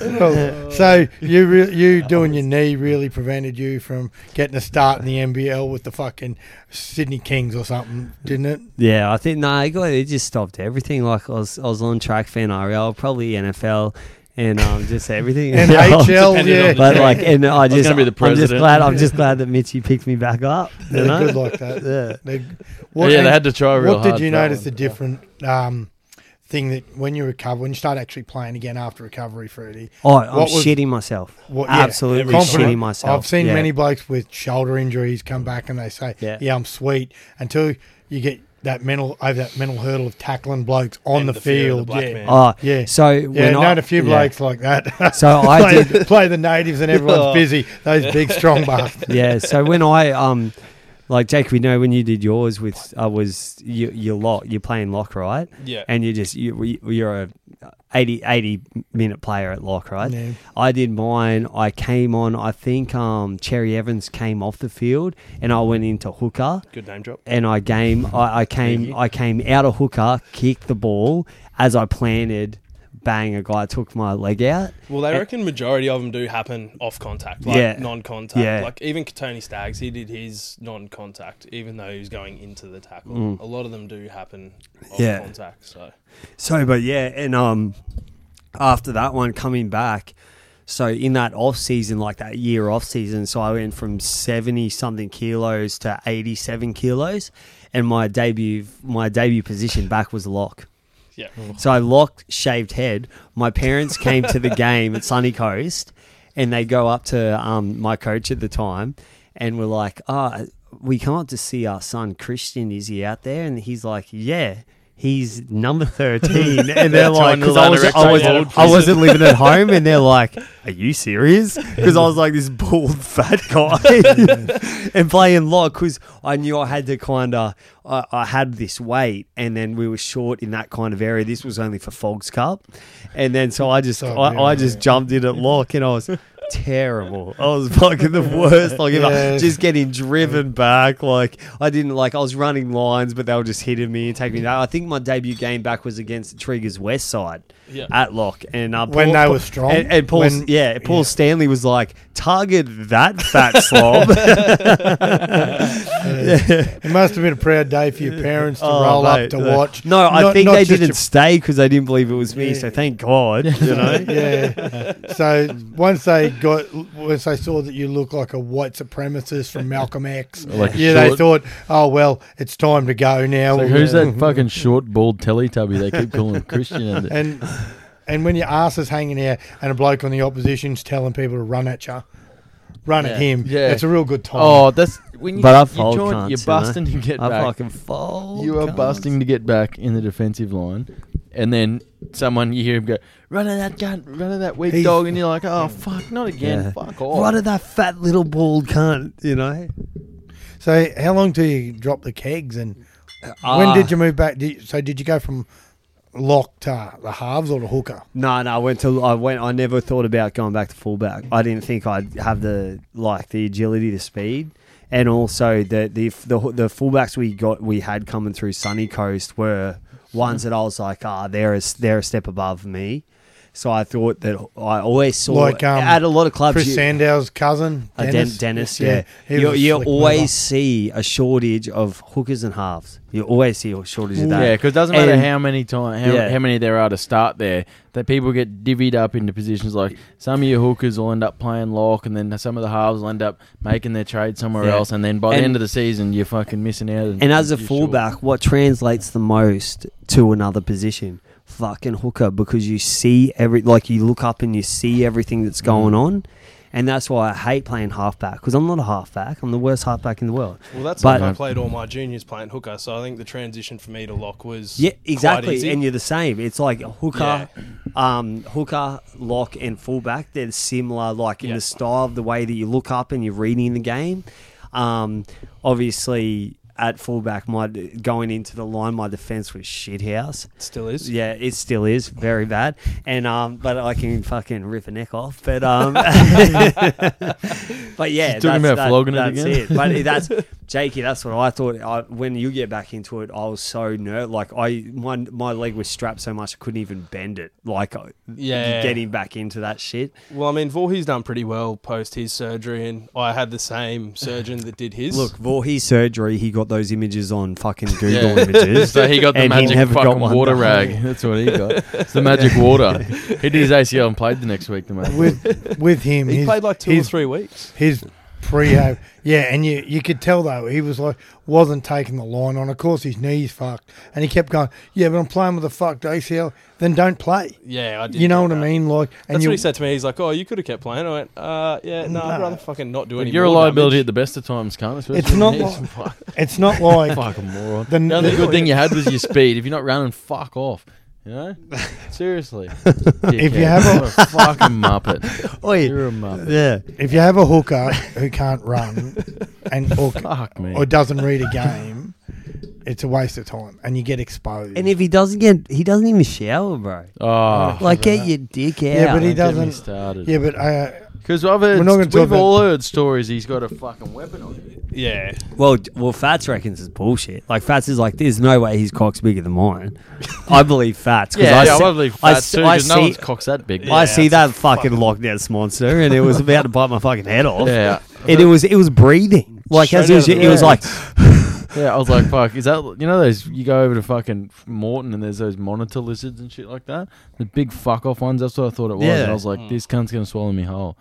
[SPEAKER 2] Well, so you re- you doing your knee really prevented you from getting a start in the NBL with the fucking Sydney Kings or something, didn't it?
[SPEAKER 3] Yeah, I think no, it, got, it just stopped everything. Like I was, I was on track for NRL, probably NFL, and um, just everything.
[SPEAKER 2] NHL,
[SPEAKER 5] Depended on
[SPEAKER 2] yeah.
[SPEAKER 5] the
[SPEAKER 3] but like, and I just,
[SPEAKER 4] gonna be the
[SPEAKER 3] I'm just
[SPEAKER 4] president.
[SPEAKER 3] glad, I'm just glad that Mitchy picked me back up. You
[SPEAKER 2] They're
[SPEAKER 3] know?
[SPEAKER 2] good like that.
[SPEAKER 3] yeah.
[SPEAKER 2] They-
[SPEAKER 4] Yeah,
[SPEAKER 2] what-
[SPEAKER 4] they had to try real
[SPEAKER 2] What
[SPEAKER 4] hard.
[SPEAKER 2] did you
[SPEAKER 4] for that
[SPEAKER 2] notice
[SPEAKER 4] one.
[SPEAKER 2] the different um, thing that when you recover, when you start actually playing again after recovery, Freddie?
[SPEAKER 3] Oh, I'm
[SPEAKER 2] What was-
[SPEAKER 3] shitting myself.
[SPEAKER 2] What, yeah,
[SPEAKER 3] Absolutely
[SPEAKER 2] confident.
[SPEAKER 3] shitting myself.
[SPEAKER 2] I've seen
[SPEAKER 3] Yeah.
[SPEAKER 2] many blokes with shoulder injuries come back and they say,
[SPEAKER 3] Yeah.
[SPEAKER 2] "Yeah, I'm sweet." Until you get that mental over that mental hurdle of tackling blokes on
[SPEAKER 5] And
[SPEAKER 2] the,
[SPEAKER 5] the fear of the
[SPEAKER 2] field.
[SPEAKER 5] black
[SPEAKER 2] yeah,
[SPEAKER 5] man.
[SPEAKER 3] Oh,
[SPEAKER 2] yeah.
[SPEAKER 3] So
[SPEAKER 2] yeah,
[SPEAKER 3] when
[SPEAKER 2] known
[SPEAKER 3] I,
[SPEAKER 2] a few
[SPEAKER 3] yeah.
[SPEAKER 2] blokes like that.
[SPEAKER 3] So I
[SPEAKER 2] play,
[SPEAKER 3] did.
[SPEAKER 2] play the natives and everyone's
[SPEAKER 5] Oh.
[SPEAKER 2] busy. Those big strong bastards.
[SPEAKER 3] yeah. So when I um, like Jake, we know when you did yours with I was you you lock you're playing lock right,
[SPEAKER 5] yeah.
[SPEAKER 3] and you just you you're a 80, 80 minute player at lock right.
[SPEAKER 2] Yeah.
[SPEAKER 3] I did mine. I came on. I think um Cherry Evans came off the field, and I went into hooker.
[SPEAKER 5] Good name drop.
[SPEAKER 3] And I game, I, I came, I came out of hooker, kicked the ball as I planted, bang! A guy took my leg out.
[SPEAKER 5] Well, they reckon majority of them do happen off contact, like
[SPEAKER 3] Yeah.
[SPEAKER 5] non-contact.
[SPEAKER 3] Yeah.
[SPEAKER 5] Like even Tony Staggs, he did his non-contact, even though he was going into the tackle. A lot of them do happen off
[SPEAKER 3] Mm. Yeah.
[SPEAKER 5] contact. So
[SPEAKER 3] So, but yeah, and um, after that one coming back, So in that off season, like that year off season, so I went from seventy something kilos to eighty seven kilos, and my debut my debut position back was lock.
[SPEAKER 5] Yeah.
[SPEAKER 3] So I locked shaved head. My parents came to the game at Sunny Coast, and they go up to um, my coach at the time, and were like, "Ah, we can't just see our son Christian. Is he out there?" And he's like, "Yeah." He's number thirteen, and they're like,
[SPEAKER 5] Trying to
[SPEAKER 3] because I, was, I,
[SPEAKER 5] resurrect
[SPEAKER 3] was,
[SPEAKER 5] that old
[SPEAKER 3] I wasn't living at home, and they're like, "Are you serious?" Because I was like this bald fat guy, and playing lock because I knew I had to kind of I, I had this weight, and then we were short in that kind of area. This was only for Fogs Cup, and then so I just
[SPEAKER 2] So,
[SPEAKER 3] I,
[SPEAKER 2] yeah,
[SPEAKER 3] I just jumped in at lock, and I was terrible. I was fucking the worst. Like
[SPEAKER 2] Yeah.
[SPEAKER 3] ever. just getting driven back. Like I didn't like I was running lines, but they were just hitting me and taking me down. I think my debut game back was against Triggers West Side
[SPEAKER 5] Yeah.
[SPEAKER 3] at Lock, and uh,
[SPEAKER 2] When they were strong.
[SPEAKER 3] And, and Paul,
[SPEAKER 2] When-
[SPEAKER 3] yeah, Paul
[SPEAKER 2] yeah.
[SPEAKER 3] Stanley was like, target that fat slob.
[SPEAKER 2] It must have been a proud day for your parents to
[SPEAKER 3] Oh,
[SPEAKER 2] roll
[SPEAKER 3] mate,
[SPEAKER 2] up to
[SPEAKER 3] the-
[SPEAKER 2] watch.
[SPEAKER 3] No, I
[SPEAKER 2] Not-
[SPEAKER 3] think
[SPEAKER 2] not
[SPEAKER 3] they
[SPEAKER 2] just
[SPEAKER 3] didn't 'cause stay because they didn't believe it was me.
[SPEAKER 2] Yeah.
[SPEAKER 3] So thank God, you know.
[SPEAKER 2] yeah. So once they got, once they saw that you look like a white supremacist from Malcolm X,
[SPEAKER 4] Like a
[SPEAKER 2] yeah, they thought, oh well, it's time to go now.
[SPEAKER 4] Like, who's that fucking short, bald Teletubby they keep calling Christian? And
[SPEAKER 2] And and when your ass is hanging out and a bloke on the opposition's telling people to run at you, run at
[SPEAKER 3] Yeah.
[SPEAKER 2] him.
[SPEAKER 4] Yeah.
[SPEAKER 2] it's a real good time.
[SPEAKER 4] oh, that's when you,
[SPEAKER 3] But I
[SPEAKER 4] you're,
[SPEAKER 3] fold
[SPEAKER 4] trying-
[SPEAKER 3] cunts,
[SPEAKER 4] you're
[SPEAKER 3] you know.
[SPEAKER 4] busting to get
[SPEAKER 3] I
[SPEAKER 4] back. Oh,
[SPEAKER 3] fucking fold.
[SPEAKER 4] you are
[SPEAKER 3] cunts.
[SPEAKER 4] busting to get back in the defensive line, and then someone you hear him go, "Run at that gun, run at that weak
[SPEAKER 2] He's-
[SPEAKER 4] dog," and you're like, "Oh fuck, not again,
[SPEAKER 3] Yeah.
[SPEAKER 4] fuck off."
[SPEAKER 3] Right at that fat little bald cunt, you know.
[SPEAKER 2] So how long do you drop the kegs and when
[SPEAKER 3] Ah.
[SPEAKER 2] did you move back? Did you, so did you go from lock to the halves or the hooker?
[SPEAKER 3] No, no, I went to I went I never thought about going back to fullback. I didn't think I'd have the like the agility, the speed, and also the the the, the fullbacks we got we had coming through Sunny Coast were ones that I was like, ah, they're a, they're a step above me. So I thought that I always saw
[SPEAKER 2] Like, um,
[SPEAKER 3] at a lot of clubs
[SPEAKER 2] Chris
[SPEAKER 3] you-
[SPEAKER 2] Sandow's cousin,
[SPEAKER 3] Uh, Den-
[SPEAKER 2] Dennis.
[SPEAKER 3] Dennis, yeah.
[SPEAKER 2] he
[SPEAKER 3] You,
[SPEAKER 2] was a
[SPEAKER 3] you
[SPEAKER 2] slick
[SPEAKER 3] always
[SPEAKER 2] mover.
[SPEAKER 3] see a shortage of hookers and halves. You always see a shortage of that.
[SPEAKER 4] Yeah, because it doesn't matter
[SPEAKER 3] And-
[SPEAKER 4] how many time, how,
[SPEAKER 3] Yeah.
[SPEAKER 4] how many there are to start there, that people get divvied up into positions. Like some of your hookers will end up playing lock, and then some of the halves will end up making their trade somewhere
[SPEAKER 3] Yeah.
[SPEAKER 4] else. And then by the
[SPEAKER 3] And-
[SPEAKER 4] end of the season, you're fucking missing out.
[SPEAKER 3] And as a
[SPEAKER 4] you're short.
[SPEAKER 3] fullback, what translates the most to another position? Fucking hooker, because you see every like you look up and you see everything
[SPEAKER 5] Mm.
[SPEAKER 3] that's going on, and that's why I hate playing halfback because I'm not a halfback. I'm the worst halfback in the world.
[SPEAKER 5] Well, that's
[SPEAKER 3] But-
[SPEAKER 2] Um,
[SPEAKER 5] like I played all my juniors playing hooker, so I think the transition for me to lock was
[SPEAKER 3] Yeah,
[SPEAKER 5] Quite
[SPEAKER 3] exactly.
[SPEAKER 5] easy.
[SPEAKER 3] And you're the same. It's like a hooker, um, hooker, lock, and fullback. They're similar, like in
[SPEAKER 5] Yeah.
[SPEAKER 3] the style of the way that you look up and you're reading the game. Um, obviously, at fullback, my going into the line, my defense was shithouse.
[SPEAKER 5] still is.
[SPEAKER 3] Yeah, it still is very bad, and um, but I can fucking rip a neck off. But um, but yeah,
[SPEAKER 4] She's talking
[SPEAKER 3] that's,
[SPEAKER 4] about flogging it
[SPEAKER 3] that's
[SPEAKER 4] again?
[SPEAKER 3] it. But it- that's Jakey. That's what I thought. I, when you get back into it, I was so nerd. Like I, my my leg was strapped so much I couldn't even bend it. Like I,
[SPEAKER 5] Yeah.
[SPEAKER 3] getting back into that shit.
[SPEAKER 5] Well, I mean, Voorhees done pretty well post his surgery, and I had the same surgeon that did his.
[SPEAKER 3] Look, Voorhees surgery. He got those images on fucking Google
[SPEAKER 4] Yeah.
[SPEAKER 3] images.
[SPEAKER 4] So he got the
[SPEAKER 3] and he
[SPEAKER 4] magic
[SPEAKER 3] never got
[SPEAKER 4] fucking
[SPEAKER 3] one
[SPEAKER 4] water
[SPEAKER 3] done.
[SPEAKER 4] rag. That's what he got. It's the magic water. He did his ACL and played the next week. The mate.
[SPEAKER 2] with with him.
[SPEAKER 5] he
[SPEAKER 2] his-
[SPEAKER 5] played like two or
[SPEAKER 2] his,
[SPEAKER 5] three weeks.
[SPEAKER 2] His prehab, yeah, and you you could tell though he was like wasn't taking the line on. Of course, his knees fucked, and he kept going. Yeah, but I'm playing with a fucked ACL. Then don't play.
[SPEAKER 5] Yeah, I did.
[SPEAKER 2] You know
[SPEAKER 5] do
[SPEAKER 2] what
[SPEAKER 5] that.
[SPEAKER 2] I mean? Like, and
[SPEAKER 5] That's
[SPEAKER 2] you,
[SPEAKER 5] what he said to me. He's like, "Oh, you could have kept playing." I went, "Uh, yeah, no,
[SPEAKER 2] Nah.
[SPEAKER 5] I'd rather fucking not do any."
[SPEAKER 4] You're a
[SPEAKER 5] more
[SPEAKER 4] liability at
[SPEAKER 5] damage."
[SPEAKER 4] the best of times, can't
[SPEAKER 2] It's not like it's not like
[SPEAKER 4] fucking moron.
[SPEAKER 2] the,
[SPEAKER 4] The only
[SPEAKER 2] the-
[SPEAKER 4] good thing you had was your speed. If you're not running, fuck off. You know? Seriously.
[SPEAKER 2] If you
[SPEAKER 4] Dickhead.
[SPEAKER 2] have a-
[SPEAKER 4] What fucking muppet.
[SPEAKER 3] Oi,
[SPEAKER 4] You're a muppet.
[SPEAKER 3] yeah.
[SPEAKER 2] if you have a hooker who can't run and or,
[SPEAKER 4] Fuck me.
[SPEAKER 2] Uh, or doesn't read a game, it's a waste of time, and you get exposed.
[SPEAKER 3] And if he doesn't get, he doesn't even shower, bro.
[SPEAKER 4] Oh,
[SPEAKER 3] Like, get your dick out.
[SPEAKER 2] yeah, but he
[SPEAKER 4] don't get me
[SPEAKER 2] doesn't.
[SPEAKER 4] started.
[SPEAKER 2] Yeah, but uh,
[SPEAKER 4] Because I've
[SPEAKER 2] We're
[SPEAKER 4] heard, we
[SPEAKER 2] not gonna talk
[SPEAKER 4] have
[SPEAKER 2] about-
[SPEAKER 4] all heard stories. He's got a fucking weapon on him.
[SPEAKER 5] Yeah,
[SPEAKER 3] Well, d- well, Fats reckons it's bullshit. Like Fats is like, there's no way his cock's bigger than mine. I believe Fats because
[SPEAKER 4] Yeah,
[SPEAKER 3] I,
[SPEAKER 4] yeah,
[SPEAKER 3] se-
[SPEAKER 4] I believe
[SPEAKER 3] I
[SPEAKER 4] that
[SPEAKER 3] s-
[SPEAKER 4] too.
[SPEAKER 3] I
[SPEAKER 4] 'cause no one's
[SPEAKER 3] see-
[SPEAKER 4] cock's that big.
[SPEAKER 3] I
[SPEAKER 5] Yeah,
[SPEAKER 3] see that fucking lockdown monster, and it was about to bite my fucking head off.
[SPEAKER 4] Yeah.
[SPEAKER 3] and it was it was breathing like
[SPEAKER 5] Straight
[SPEAKER 3] as it was,
[SPEAKER 5] out of
[SPEAKER 3] it
[SPEAKER 5] the
[SPEAKER 3] was like,
[SPEAKER 4] Yeah, I was like, fuck, is that you know those you go over to fucking Morton and there's those monitor lizards and shit like that? The big fuck off ones, that's what I thought it was. And
[SPEAKER 3] Yeah.
[SPEAKER 4] I was like, this cunt's gonna swallow me whole.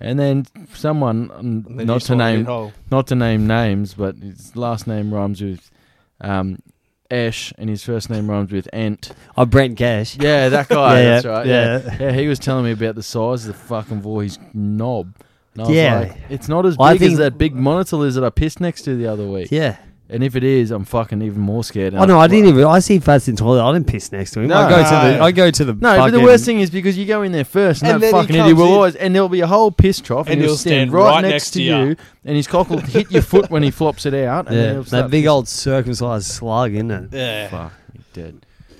[SPEAKER 4] And then someone um,
[SPEAKER 5] Then you
[SPEAKER 4] not to
[SPEAKER 5] swallow it
[SPEAKER 4] name
[SPEAKER 5] whole.
[SPEAKER 4] not to name names, but his last name rhymes with um Ash and his first name rhymes with Ant.
[SPEAKER 3] Oh, Brent Cash.
[SPEAKER 4] Yeah, that guy.
[SPEAKER 3] Yeah,
[SPEAKER 4] that's right. Yeah.
[SPEAKER 3] yeah.
[SPEAKER 4] yeah, he was telling me about the size of the fucking voice knob. And I was
[SPEAKER 3] Yeah.
[SPEAKER 4] like, it's not as
[SPEAKER 3] I
[SPEAKER 4] big
[SPEAKER 3] think-
[SPEAKER 4] as that big monitor lizard I pissed next to the other week.
[SPEAKER 3] Yeah.
[SPEAKER 4] And if it is, I'm fucking even more scared.
[SPEAKER 3] Oh no, I didn't even. I see Fats in toilet. I didn't piss next to him. I go
[SPEAKER 4] No.
[SPEAKER 3] to the.
[SPEAKER 5] No.
[SPEAKER 3] I go to the.
[SPEAKER 4] No, but the
[SPEAKER 3] fucking-
[SPEAKER 4] worst thing is because you go in there first, and,
[SPEAKER 5] And
[SPEAKER 4] that
[SPEAKER 5] then he
[SPEAKER 4] fucking idiot
[SPEAKER 5] comes
[SPEAKER 4] will
[SPEAKER 5] in.
[SPEAKER 4] always, and there'll be a whole piss trough, and,
[SPEAKER 5] And
[SPEAKER 4] he'll, stand, right, next, to
[SPEAKER 5] ya.
[SPEAKER 4] you, and his cock will hit your foot when he flops it out. And then
[SPEAKER 3] Yeah,
[SPEAKER 4] he'll
[SPEAKER 3] that
[SPEAKER 4] start
[SPEAKER 3] big
[SPEAKER 4] pissing.
[SPEAKER 3] old circumcised slug, isn't it?
[SPEAKER 5] Yeah.
[SPEAKER 4] Fuck, you're dead.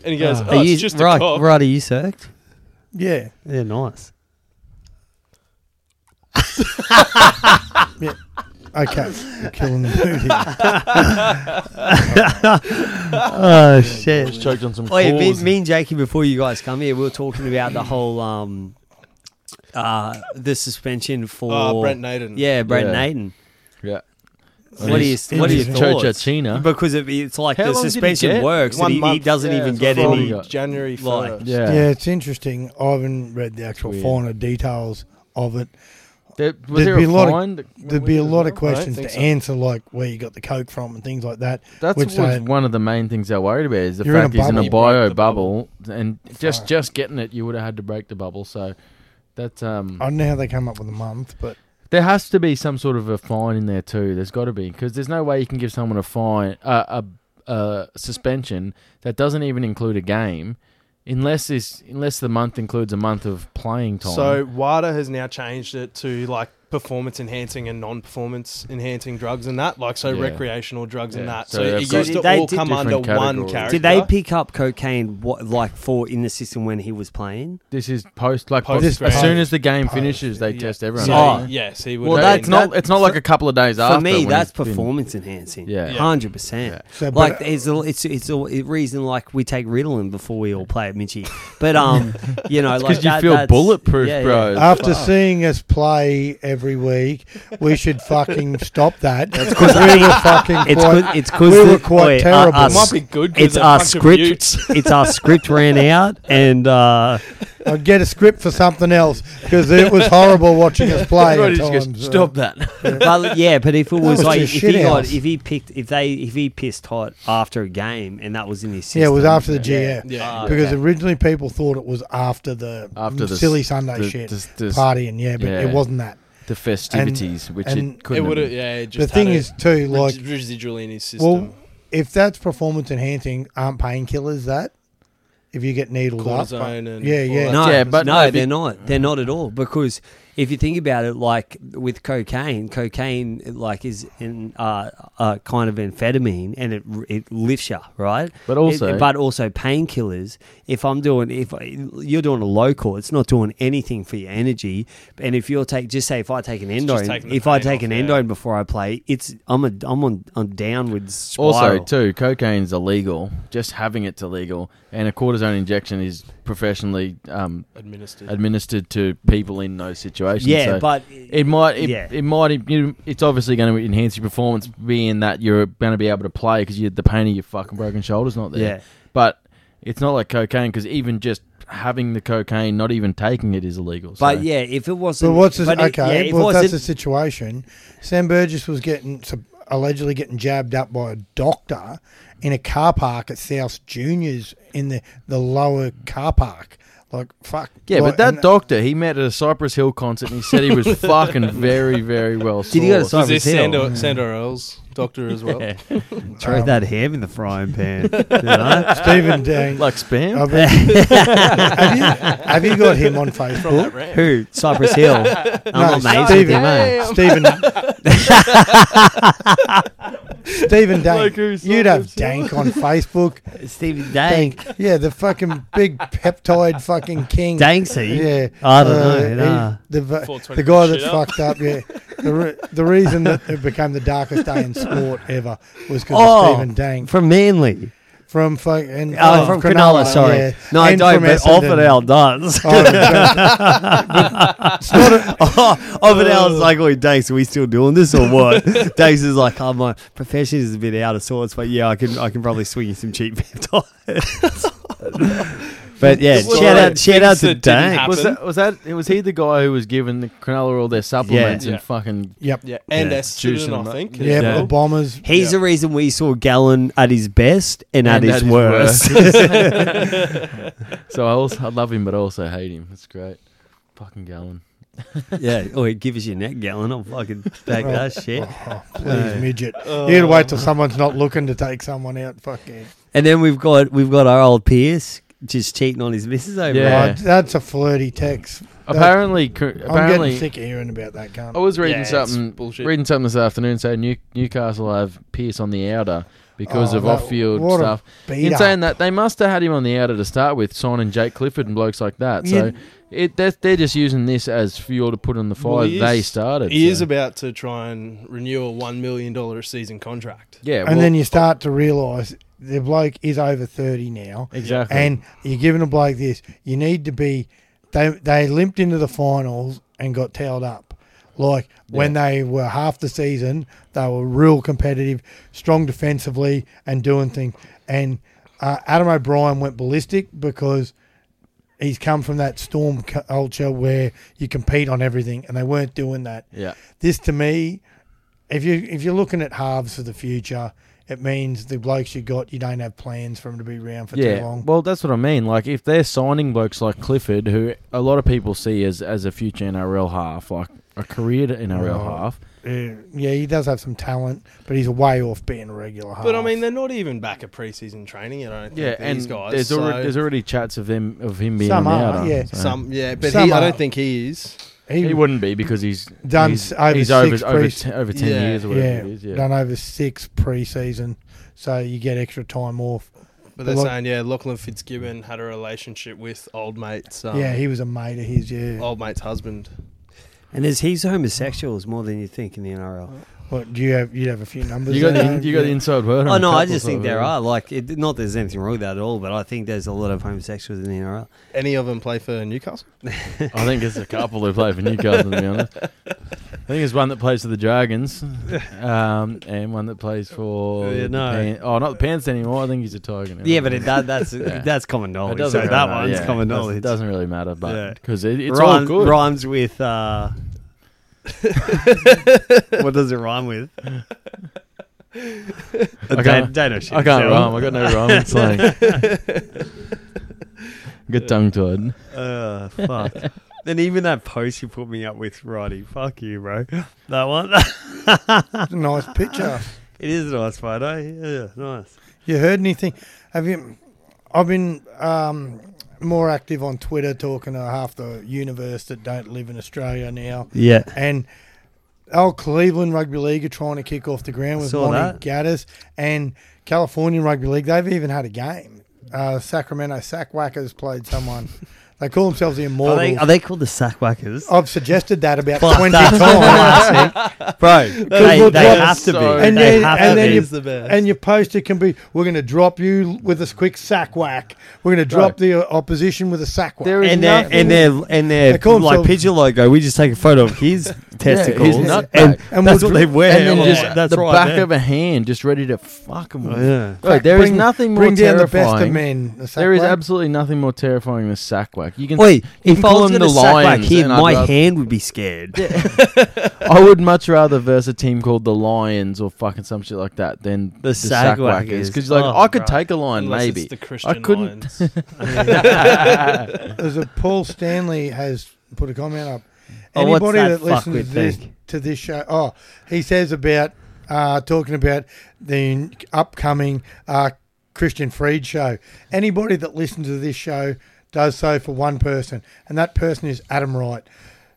[SPEAKER 5] And he goes,
[SPEAKER 4] Ah.
[SPEAKER 5] oh,
[SPEAKER 3] Are you,
[SPEAKER 5] it's just
[SPEAKER 3] right,
[SPEAKER 5] a cock.
[SPEAKER 3] right? Are you circed?
[SPEAKER 2] Yeah.
[SPEAKER 3] Yeah, nice.
[SPEAKER 2] Okay. You're killing the mood here.
[SPEAKER 3] Oh shit.
[SPEAKER 4] Just choked on some
[SPEAKER 3] Oh, yeah, me,
[SPEAKER 4] claws.
[SPEAKER 3] me and Jakey, before you guys come here, we were talking about the whole um, uh, the suspension for
[SPEAKER 5] Oh, Brent Naden.
[SPEAKER 3] Yeah, Brent
[SPEAKER 4] Yeah.
[SPEAKER 3] Naden.
[SPEAKER 4] Yeah.
[SPEAKER 3] What do you?
[SPEAKER 2] he's-
[SPEAKER 3] What do you
[SPEAKER 2] he's
[SPEAKER 3] thoughts?
[SPEAKER 4] China.
[SPEAKER 3] Because it, it's like
[SPEAKER 4] How
[SPEAKER 3] the
[SPEAKER 4] long did he
[SPEAKER 3] suspension
[SPEAKER 4] get?
[SPEAKER 3] works, and
[SPEAKER 5] One
[SPEAKER 3] he, he
[SPEAKER 5] month,
[SPEAKER 3] doesn't
[SPEAKER 5] yeah,
[SPEAKER 3] even
[SPEAKER 5] it's
[SPEAKER 3] get
[SPEAKER 5] from
[SPEAKER 3] any.
[SPEAKER 4] Yeah.
[SPEAKER 5] January
[SPEAKER 3] Like-
[SPEAKER 5] first.
[SPEAKER 4] Yeah.
[SPEAKER 2] Yeah. it's interesting. I haven't read the actual
[SPEAKER 4] Weird.
[SPEAKER 2] finer details of it.
[SPEAKER 4] There, was
[SPEAKER 2] There'd
[SPEAKER 4] there
[SPEAKER 2] be
[SPEAKER 4] a
[SPEAKER 2] a lot of-
[SPEAKER 4] fine that went
[SPEAKER 2] There'd
[SPEAKER 4] with
[SPEAKER 2] be
[SPEAKER 4] it
[SPEAKER 2] a
[SPEAKER 4] as
[SPEAKER 2] lot of
[SPEAKER 4] well? I don't
[SPEAKER 2] questions
[SPEAKER 4] think
[SPEAKER 2] to
[SPEAKER 4] so.
[SPEAKER 2] answer, like where you got the coke from and things like that.
[SPEAKER 4] That's
[SPEAKER 2] which
[SPEAKER 4] was
[SPEAKER 2] they-
[SPEAKER 4] one of the main things they worried about is the
[SPEAKER 2] You're in a
[SPEAKER 4] fact he's in
[SPEAKER 2] bubble.
[SPEAKER 4] a
[SPEAKER 2] You
[SPEAKER 4] bio
[SPEAKER 5] break the
[SPEAKER 4] bubble, and just
[SPEAKER 2] Fuck.
[SPEAKER 4] just getting it, you would have had to break the bubble. So that um,
[SPEAKER 2] I don't know how they came up with a month, but
[SPEAKER 4] there has to be some sort of a fine in there too. There's got to be because there's no way you can give someone a fine, uh, a a suspension that doesn't even include a game, unless this unless the month includes a month of playing time.
[SPEAKER 5] So WADA has now changed it to like performance enhancing and non-performance enhancing drugs and that, like so
[SPEAKER 4] Yeah.
[SPEAKER 5] recreational drugs and
[SPEAKER 4] Yeah.
[SPEAKER 5] that.
[SPEAKER 4] So
[SPEAKER 5] So,
[SPEAKER 4] they've
[SPEAKER 5] it
[SPEAKER 4] got
[SPEAKER 5] used to
[SPEAKER 3] They
[SPEAKER 5] all
[SPEAKER 3] did
[SPEAKER 5] come
[SPEAKER 4] different
[SPEAKER 5] under one
[SPEAKER 4] categories.
[SPEAKER 5] character.
[SPEAKER 3] Did they pick up cocaine what, like for in the system when he was playing?
[SPEAKER 4] this is post like
[SPEAKER 5] Post-
[SPEAKER 4] post- as
[SPEAKER 5] post-
[SPEAKER 4] soon as the game
[SPEAKER 2] post-
[SPEAKER 4] finishes, they
[SPEAKER 5] Yeah.
[SPEAKER 4] test everyone.
[SPEAKER 5] So,
[SPEAKER 3] Oh.
[SPEAKER 5] yes, he would.
[SPEAKER 4] Well,
[SPEAKER 5] have
[SPEAKER 4] that's
[SPEAKER 5] been-
[SPEAKER 4] not. It's not like a couple of days after.
[SPEAKER 3] For me,
[SPEAKER 4] when
[SPEAKER 3] that's
[SPEAKER 4] it's been-
[SPEAKER 3] performance enhancing.
[SPEAKER 4] Yeah.
[SPEAKER 5] Yeah.
[SPEAKER 3] hundred percent.
[SPEAKER 2] so but,
[SPEAKER 3] Like it's a, it's it's a reason like we take Ritalin before we all play at Mitchie, but um, you know, like
[SPEAKER 4] Because you
[SPEAKER 3] that-
[SPEAKER 4] feel
[SPEAKER 3] that's-
[SPEAKER 4] bulletproof,
[SPEAKER 3] yeah,
[SPEAKER 4] bro.
[SPEAKER 3] yeah.
[SPEAKER 2] after seeing us play every week, we should fucking stop that because
[SPEAKER 3] 'cause
[SPEAKER 2] we were fucking
[SPEAKER 3] It's
[SPEAKER 2] quite,
[SPEAKER 3] good. It's cause
[SPEAKER 2] we
[SPEAKER 3] the-
[SPEAKER 2] were quite
[SPEAKER 3] wait,
[SPEAKER 2] terrible.
[SPEAKER 3] Our, our,
[SPEAKER 5] It might
[SPEAKER 3] s-
[SPEAKER 5] be good. 'cause
[SPEAKER 3] it's
[SPEAKER 5] they're
[SPEAKER 3] our
[SPEAKER 5] bunch of
[SPEAKER 3] script.
[SPEAKER 5] Utes.
[SPEAKER 3] it's our script ran out, and uh,
[SPEAKER 2] I'd get a script for something else because it was horrible watching us play.
[SPEAKER 4] Everybody
[SPEAKER 2] at
[SPEAKER 4] just goes,
[SPEAKER 2] times.
[SPEAKER 4] Stop that.
[SPEAKER 3] but yeah, but if it was
[SPEAKER 2] was
[SPEAKER 3] like if
[SPEAKER 2] just
[SPEAKER 3] he
[SPEAKER 2] shit
[SPEAKER 3] got,
[SPEAKER 2] house.
[SPEAKER 3] if he picked if they if he pissed hot after a game and that was in his system,
[SPEAKER 2] Yeah, it was after the
[SPEAKER 3] Yeah.
[SPEAKER 2] GF
[SPEAKER 5] Yeah.
[SPEAKER 3] Ah,
[SPEAKER 2] because
[SPEAKER 3] okay.
[SPEAKER 2] originally people thought it was after the
[SPEAKER 4] After the s-
[SPEAKER 2] silly Sunday
[SPEAKER 4] the,
[SPEAKER 2] shit
[SPEAKER 4] this- this-
[SPEAKER 2] partying. Yeah, but
[SPEAKER 4] Yeah.
[SPEAKER 2] it wasn't that.
[SPEAKER 4] the festivities, which
[SPEAKER 2] and
[SPEAKER 4] it
[SPEAKER 5] It
[SPEAKER 4] couldn't.
[SPEAKER 5] would
[SPEAKER 4] have
[SPEAKER 5] have.
[SPEAKER 4] been.
[SPEAKER 5] Yeah. It
[SPEAKER 2] The
[SPEAKER 5] just
[SPEAKER 2] thing
[SPEAKER 5] had a
[SPEAKER 2] is too like
[SPEAKER 5] res- residual in his system.
[SPEAKER 2] well, if that's performance enhancing, aren't painkillers that? If you get needled up,
[SPEAKER 5] Cortisone and
[SPEAKER 2] yeah,
[SPEAKER 5] all
[SPEAKER 2] yeah.
[SPEAKER 5] that.
[SPEAKER 3] No,
[SPEAKER 4] Yeah,
[SPEAKER 3] but
[SPEAKER 4] but
[SPEAKER 3] no,
[SPEAKER 4] if
[SPEAKER 3] they're
[SPEAKER 4] it-
[SPEAKER 3] not. They're not at all. Because if you think about it, like with cocaine, cocaine like is in uh, uh, kind of amphetamine, and it it lifts you, right?
[SPEAKER 4] But also-
[SPEAKER 3] It- but also painkillers. If I'm doing, if I- you're doing a local, it's not doing anything for your energy. And if you're take, just say if I take an
[SPEAKER 5] just
[SPEAKER 3] endone,
[SPEAKER 5] taking the
[SPEAKER 3] if I
[SPEAKER 5] pain
[SPEAKER 3] take
[SPEAKER 5] off,
[SPEAKER 3] an
[SPEAKER 5] yeah.
[SPEAKER 3] endone before I play, it's I'm a I'm on I'm downward spiral.
[SPEAKER 4] Also, too, cocaine's illegal. Just having it's illegal, and a cortisone injection is professionally um,
[SPEAKER 5] Administered.
[SPEAKER 4] administered to people in those situations.
[SPEAKER 3] yeah,
[SPEAKER 4] so
[SPEAKER 3] but
[SPEAKER 4] it might. It,
[SPEAKER 3] Yeah.
[SPEAKER 4] it might. You, it's obviously going to enhance your performance, being that you're going to be able to play because the pain of your fucking broken shoulder's not there.
[SPEAKER 3] yeah.
[SPEAKER 4] But it's not like cocaine because even just having the cocaine, not even taking it, is illegal. so-
[SPEAKER 3] But yeah, if it
[SPEAKER 2] But
[SPEAKER 3] wasn't,
[SPEAKER 2] what's the,
[SPEAKER 3] but it- yeah,
[SPEAKER 2] okay?
[SPEAKER 3] if it
[SPEAKER 2] well, that's
[SPEAKER 3] wasn't-
[SPEAKER 2] the situation. Sam Burgess was getting sup- allegedly getting jabbed up by a doctor in a car park at South Juniors in the the lower car park. Like fuck.
[SPEAKER 4] Yeah,
[SPEAKER 2] like,
[SPEAKER 4] but that
[SPEAKER 2] and-
[SPEAKER 4] doctor he met at a Cypress Hill concert and he said he was fucking very, very well.
[SPEAKER 3] Did he go to
[SPEAKER 4] sourced.
[SPEAKER 3] Cypress-
[SPEAKER 5] Was this
[SPEAKER 3] Hill.
[SPEAKER 5] Sandor, Sandor Earls doctor as well?
[SPEAKER 3] Throw
[SPEAKER 2] Um,
[SPEAKER 3] that ham in the frying pan. you know?
[SPEAKER 2] Stephen Dean.
[SPEAKER 4] Like spam?
[SPEAKER 2] I've been- have, you, have you got him on Facebook?
[SPEAKER 3] Who? Cypress Hill. I'm not mates with him,
[SPEAKER 2] Stephen.
[SPEAKER 3] eh?
[SPEAKER 2] Stephen. Stephen Dank. You'd have Dank on Facebook.
[SPEAKER 3] Stephen Dank.
[SPEAKER 2] Yeah, the fucking big peptide fucking king.
[SPEAKER 3] Danksy.
[SPEAKER 2] Yeah.
[SPEAKER 3] I don't
[SPEAKER 2] Uh,
[SPEAKER 3] know.
[SPEAKER 2] he-
[SPEAKER 3] nah.
[SPEAKER 2] the, v-
[SPEAKER 5] 420
[SPEAKER 2] the guy that
[SPEAKER 5] shit up.
[SPEAKER 2] fucked up, yeah. The, re- the reason that it became the darkest day in sport ever was because
[SPEAKER 3] Oh.
[SPEAKER 2] of Stephen Dank.
[SPEAKER 3] From Manly.
[SPEAKER 2] from fuck and
[SPEAKER 3] Oh, from Cronulla, sorry.
[SPEAKER 2] yeah.
[SPEAKER 3] No, I
[SPEAKER 2] And
[SPEAKER 3] don't,
[SPEAKER 2] from
[SPEAKER 3] but
[SPEAKER 2] Essendon.
[SPEAKER 3] Offerdale does.
[SPEAKER 2] Oh, okay.
[SPEAKER 3] Offerdale's like, oh, Dax, are we still doing this or what? Dax is like, oh, my profession is a bit out of sorts, but yeah, I can I can probably swing you some cheap peptides. but yeah,
[SPEAKER 5] Well,
[SPEAKER 3] shout out,
[SPEAKER 5] things
[SPEAKER 3] shout out to
[SPEAKER 5] that didn't
[SPEAKER 3] Dax.
[SPEAKER 5] happen.
[SPEAKER 4] Was that was that was he the guy who was giving the Cronulla all their supplements
[SPEAKER 5] Yeah.
[SPEAKER 4] and fucking
[SPEAKER 2] yep.
[SPEAKER 5] Yeah, and
[SPEAKER 3] Yeah.
[SPEAKER 5] Essendon,
[SPEAKER 4] Juicing
[SPEAKER 5] I
[SPEAKER 4] them
[SPEAKER 5] think.
[SPEAKER 4] up.
[SPEAKER 5] as
[SPEAKER 2] Yeah,
[SPEAKER 4] Yeah.
[SPEAKER 2] but the
[SPEAKER 5] well.
[SPEAKER 2] Bombers.
[SPEAKER 3] He's
[SPEAKER 5] Yeah.
[SPEAKER 3] the reason we saw Gallon at his best and, at, his, worst.
[SPEAKER 4] so I also I love him, but I also hate him. It's great. Fucking Gallon.
[SPEAKER 3] yeah, oh, give us your neck, Gallon. I'll fucking take that shit.
[SPEAKER 2] Oh, please, midget. you got to wait till someone's not looking to take someone out. Fucking.
[SPEAKER 3] And then we've got we've got our old Pierce just cheating on his missus over.
[SPEAKER 4] Yeah.
[SPEAKER 2] Oh, that's a flirty text.
[SPEAKER 4] Apparently, cr-
[SPEAKER 2] I'm getting
[SPEAKER 4] apparently, Oh,
[SPEAKER 2] sick of hearing about that cunt.
[SPEAKER 4] I was reading
[SPEAKER 5] Yeah, it's
[SPEAKER 4] something
[SPEAKER 5] bullshit.
[SPEAKER 4] reading something this afternoon saying New, Newcastle have Pierce on the outer because
[SPEAKER 2] Oh,
[SPEAKER 4] of
[SPEAKER 2] that-
[SPEAKER 4] off field
[SPEAKER 2] what a
[SPEAKER 4] stuff.
[SPEAKER 2] beat
[SPEAKER 4] In
[SPEAKER 2] up.
[SPEAKER 4] saying that, they must have had him on the outer to start with, signing Jake Clifford and blokes like that. So it they're, they're just using this as fuel to put on the fire
[SPEAKER 5] Well, he
[SPEAKER 4] they
[SPEAKER 5] is-
[SPEAKER 4] started.
[SPEAKER 5] He
[SPEAKER 4] so.
[SPEAKER 5] is about to try and renew a $1 million a season contract.
[SPEAKER 4] yeah,
[SPEAKER 2] and then you start to realise the bloke is over 30 now.
[SPEAKER 4] exactly.
[SPEAKER 2] And you're giving a bloke this. You need to be. They, they limped into the finals and got tailed up. Like when they were half the season, they were real competitive, strong defensively, and doing things. And uh, Adam O'Brien went ballistic because he's come from that storm cu- culture where you compete on everything, and they weren't doing that
[SPEAKER 4] yeah,
[SPEAKER 2] this to me, if you if you're looking at halves for the future, it means the blokes you got you don't have plans for them to be around for
[SPEAKER 4] yeah.
[SPEAKER 2] too long.
[SPEAKER 4] Well, that's what I mean. Like, if they're signing blokes like Clifford, who a lot of people see as as a future NRL half, like a career NRL
[SPEAKER 2] Oh.
[SPEAKER 4] half.
[SPEAKER 2] Uh, yeah, he does have some talent, but he's way off being a regular half.
[SPEAKER 5] But I mean, they're not even back at preseason training. I don't think
[SPEAKER 4] Yeah, and
[SPEAKER 5] these guys.
[SPEAKER 4] there's
[SPEAKER 5] so
[SPEAKER 4] already there's already chats of them of him being
[SPEAKER 2] Some
[SPEAKER 4] on the
[SPEAKER 2] are,
[SPEAKER 4] outer,
[SPEAKER 2] yeah.
[SPEAKER 4] so-
[SPEAKER 5] some, yeah, but
[SPEAKER 2] Some
[SPEAKER 5] he, I
[SPEAKER 2] are.
[SPEAKER 5] don't think he is.
[SPEAKER 2] he,
[SPEAKER 4] He wouldn't be because he's
[SPEAKER 2] Done
[SPEAKER 4] He's
[SPEAKER 2] s- over
[SPEAKER 4] he's
[SPEAKER 2] six
[SPEAKER 4] over, over,
[SPEAKER 2] pre's-
[SPEAKER 4] ten, over ten
[SPEAKER 5] Yeah.
[SPEAKER 4] years or whatever
[SPEAKER 2] yeah,
[SPEAKER 4] it is. Yeah,
[SPEAKER 2] done over six pre-season, so you get extra time off.
[SPEAKER 5] But they're
[SPEAKER 2] Lock-
[SPEAKER 5] saying, yeah, Lachlan Fitzgibbon had a relationship with old mate's um,
[SPEAKER 2] yeah, he was a mate of his. Yeah,
[SPEAKER 5] old mate's husband.
[SPEAKER 3] And there's he's homosexuals more than you think in the NRL.
[SPEAKER 2] what do you have? You'd have a few numbers.
[SPEAKER 4] you got
[SPEAKER 2] there,
[SPEAKER 4] the you got the
[SPEAKER 2] yeah.
[SPEAKER 4] inside word.
[SPEAKER 3] Oh
[SPEAKER 4] on a
[SPEAKER 3] no, I
[SPEAKER 4] couple
[SPEAKER 3] just think
[SPEAKER 4] of
[SPEAKER 3] there
[SPEAKER 4] them.
[SPEAKER 3] are like it, not that there's anything wrong with that at all, but I think there's a lot of homosexuals in the NRL.
[SPEAKER 5] Any of them play for Newcastle?
[SPEAKER 4] I think it's a couple who play for Newcastle. To be honest, I think it's one that plays for the Dragons, um, and one that plays for
[SPEAKER 3] Yeah,
[SPEAKER 4] the
[SPEAKER 3] no.
[SPEAKER 4] Pan- oh, not the Pants anymore. I think he's a Tiger. Now. Oh,
[SPEAKER 3] Yeah, but it, that, that's
[SPEAKER 4] Yeah.
[SPEAKER 3] that's common
[SPEAKER 4] It
[SPEAKER 3] knowledge.
[SPEAKER 4] doesn't
[SPEAKER 3] So
[SPEAKER 4] really
[SPEAKER 3] that
[SPEAKER 4] matter,
[SPEAKER 3] one's
[SPEAKER 4] yeah.
[SPEAKER 3] common
[SPEAKER 4] It doesn't-
[SPEAKER 3] knowledge.
[SPEAKER 4] It doesn't really matter, but
[SPEAKER 3] Yeah.
[SPEAKER 4] because it, it's all
[SPEAKER 3] Rhyme-
[SPEAKER 4] good.
[SPEAKER 3] Rhymes with uh, what does it rhyme with? I
[SPEAKER 4] can't-
[SPEAKER 3] know shit
[SPEAKER 4] I can't
[SPEAKER 3] yourself.
[SPEAKER 4] rhyme. I got no rhyming slang. Good tongue tied.
[SPEAKER 3] Uh, fuck. then even that post you put me up with, Roddy. Fuck you, bro. That one.
[SPEAKER 2] nice picture.
[SPEAKER 3] it is a nice photo. Yeah, nice.
[SPEAKER 2] You heard anything? Have you? I've been um, more active on Twitter, talking to half the universe that don't live in Australia now,
[SPEAKER 3] Yeah.
[SPEAKER 2] and old Cleveland Rugby League are trying to kick off the ground with
[SPEAKER 3] Saw
[SPEAKER 2] Monty
[SPEAKER 3] that.
[SPEAKER 2] Gaddis and California Rugby League. They've even had a game. Uh, Sacramento Sackwackers played someone. they call themselves the
[SPEAKER 3] Are
[SPEAKER 2] Immortals.
[SPEAKER 3] they, are they called the Sackwackers?
[SPEAKER 2] I've suggested that about
[SPEAKER 3] Fuck,
[SPEAKER 2] Oh, twenty
[SPEAKER 3] that's
[SPEAKER 2] times.
[SPEAKER 3] classic. Bro, they,
[SPEAKER 2] would
[SPEAKER 3] they
[SPEAKER 2] look
[SPEAKER 3] have to be.
[SPEAKER 5] so-
[SPEAKER 3] And
[SPEAKER 2] And
[SPEAKER 3] they
[SPEAKER 2] then-
[SPEAKER 3] have
[SPEAKER 2] and
[SPEAKER 3] to
[SPEAKER 2] then
[SPEAKER 3] be.
[SPEAKER 2] you-
[SPEAKER 5] He's the best.
[SPEAKER 2] and your poster can be we're going to drop you with a quick sack whack we're going to drop
[SPEAKER 4] Right.
[SPEAKER 2] the uh, opposition with a sack whack
[SPEAKER 4] There is
[SPEAKER 3] and their and their and their
[SPEAKER 2] They call
[SPEAKER 3] like
[SPEAKER 2] themselves-
[SPEAKER 3] pigeon logo. We just take a photo of his testicles,
[SPEAKER 4] nut
[SPEAKER 3] and,
[SPEAKER 4] back.
[SPEAKER 2] And
[SPEAKER 3] that's
[SPEAKER 2] we'll
[SPEAKER 3] what they
[SPEAKER 2] dr-
[SPEAKER 3] wear.
[SPEAKER 4] and then
[SPEAKER 3] on
[SPEAKER 4] just
[SPEAKER 3] that- that's
[SPEAKER 4] the
[SPEAKER 3] right
[SPEAKER 4] back
[SPEAKER 3] there.
[SPEAKER 4] of a hand just ready to fuck him.
[SPEAKER 3] Oh, yeah.
[SPEAKER 4] Right, there is
[SPEAKER 2] Bring-
[SPEAKER 4] nothing more
[SPEAKER 2] bring down the
[SPEAKER 4] terrifying.
[SPEAKER 2] best of men the sack
[SPEAKER 4] there is
[SPEAKER 2] whack.
[SPEAKER 4] absolutely nothing more terrifying than sack whack. You can
[SPEAKER 3] Wait,
[SPEAKER 4] you can
[SPEAKER 3] if I
[SPEAKER 4] call
[SPEAKER 3] was
[SPEAKER 4] them
[SPEAKER 3] going to
[SPEAKER 4] the
[SPEAKER 3] sack like
[SPEAKER 4] Lions,
[SPEAKER 3] him,
[SPEAKER 4] and I'd
[SPEAKER 3] my
[SPEAKER 4] rather-
[SPEAKER 3] hand would be scared.
[SPEAKER 4] I would much rather verse a team called the Lions or fucking some shit like that than the, sack
[SPEAKER 3] sack whackers.
[SPEAKER 4] whackers because like
[SPEAKER 3] Oh,
[SPEAKER 4] I could
[SPEAKER 3] right.
[SPEAKER 4] take a lion
[SPEAKER 5] Unless
[SPEAKER 4] maybe.
[SPEAKER 5] it's the Christian
[SPEAKER 4] couldn't-
[SPEAKER 5] Lions.
[SPEAKER 2] There's a Paul Stanley has put a comment up.
[SPEAKER 3] Oh, what's
[SPEAKER 2] Anybody that,
[SPEAKER 3] that fuck
[SPEAKER 2] listens to
[SPEAKER 3] we
[SPEAKER 2] this,
[SPEAKER 3] think?
[SPEAKER 2] to this show, oh, he says about uh, talking about the upcoming uh, Christian Freed show. Anybody that listens to this show does so for one person, and that person is Adam Wright.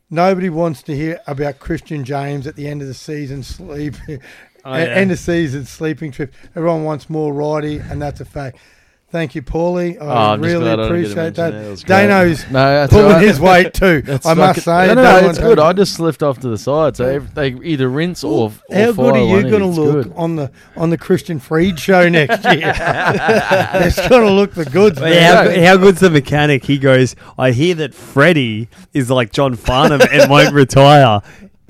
[SPEAKER 2] Nobody wants to hear about Christian James at the end of the season sleep,
[SPEAKER 3] Oh,
[SPEAKER 2] e,
[SPEAKER 3] yeah.
[SPEAKER 2] end of season sleeping trip. Everyone wants more Righty, and that's a fact. Thank you, Paulie. I
[SPEAKER 4] Oh, I'm just
[SPEAKER 2] really
[SPEAKER 4] glad I didn't get to
[SPEAKER 2] appreciate
[SPEAKER 4] mention
[SPEAKER 2] that.
[SPEAKER 4] that. That was great.
[SPEAKER 2] Dano's
[SPEAKER 4] No, that's
[SPEAKER 2] pulling
[SPEAKER 4] alright.
[SPEAKER 2] his weight too.
[SPEAKER 4] That's
[SPEAKER 2] I must
[SPEAKER 4] fucking-
[SPEAKER 2] say,
[SPEAKER 4] no, no,
[SPEAKER 2] no
[SPEAKER 4] no, it's
[SPEAKER 2] one-
[SPEAKER 4] good. I just slipped off to the side, so ev- they either rinse or, or
[SPEAKER 2] How
[SPEAKER 4] fire
[SPEAKER 2] good are
[SPEAKER 4] one
[SPEAKER 2] you
[SPEAKER 4] in.
[SPEAKER 2] going to
[SPEAKER 4] It's
[SPEAKER 2] look
[SPEAKER 4] good.
[SPEAKER 2] on the on the Christian Freed show next year? it's going to look the goods.
[SPEAKER 3] But
[SPEAKER 2] man.
[SPEAKER 3] how, how good's the mechanic? He goes, I hear that Freddie is like John Farnham and won't retire.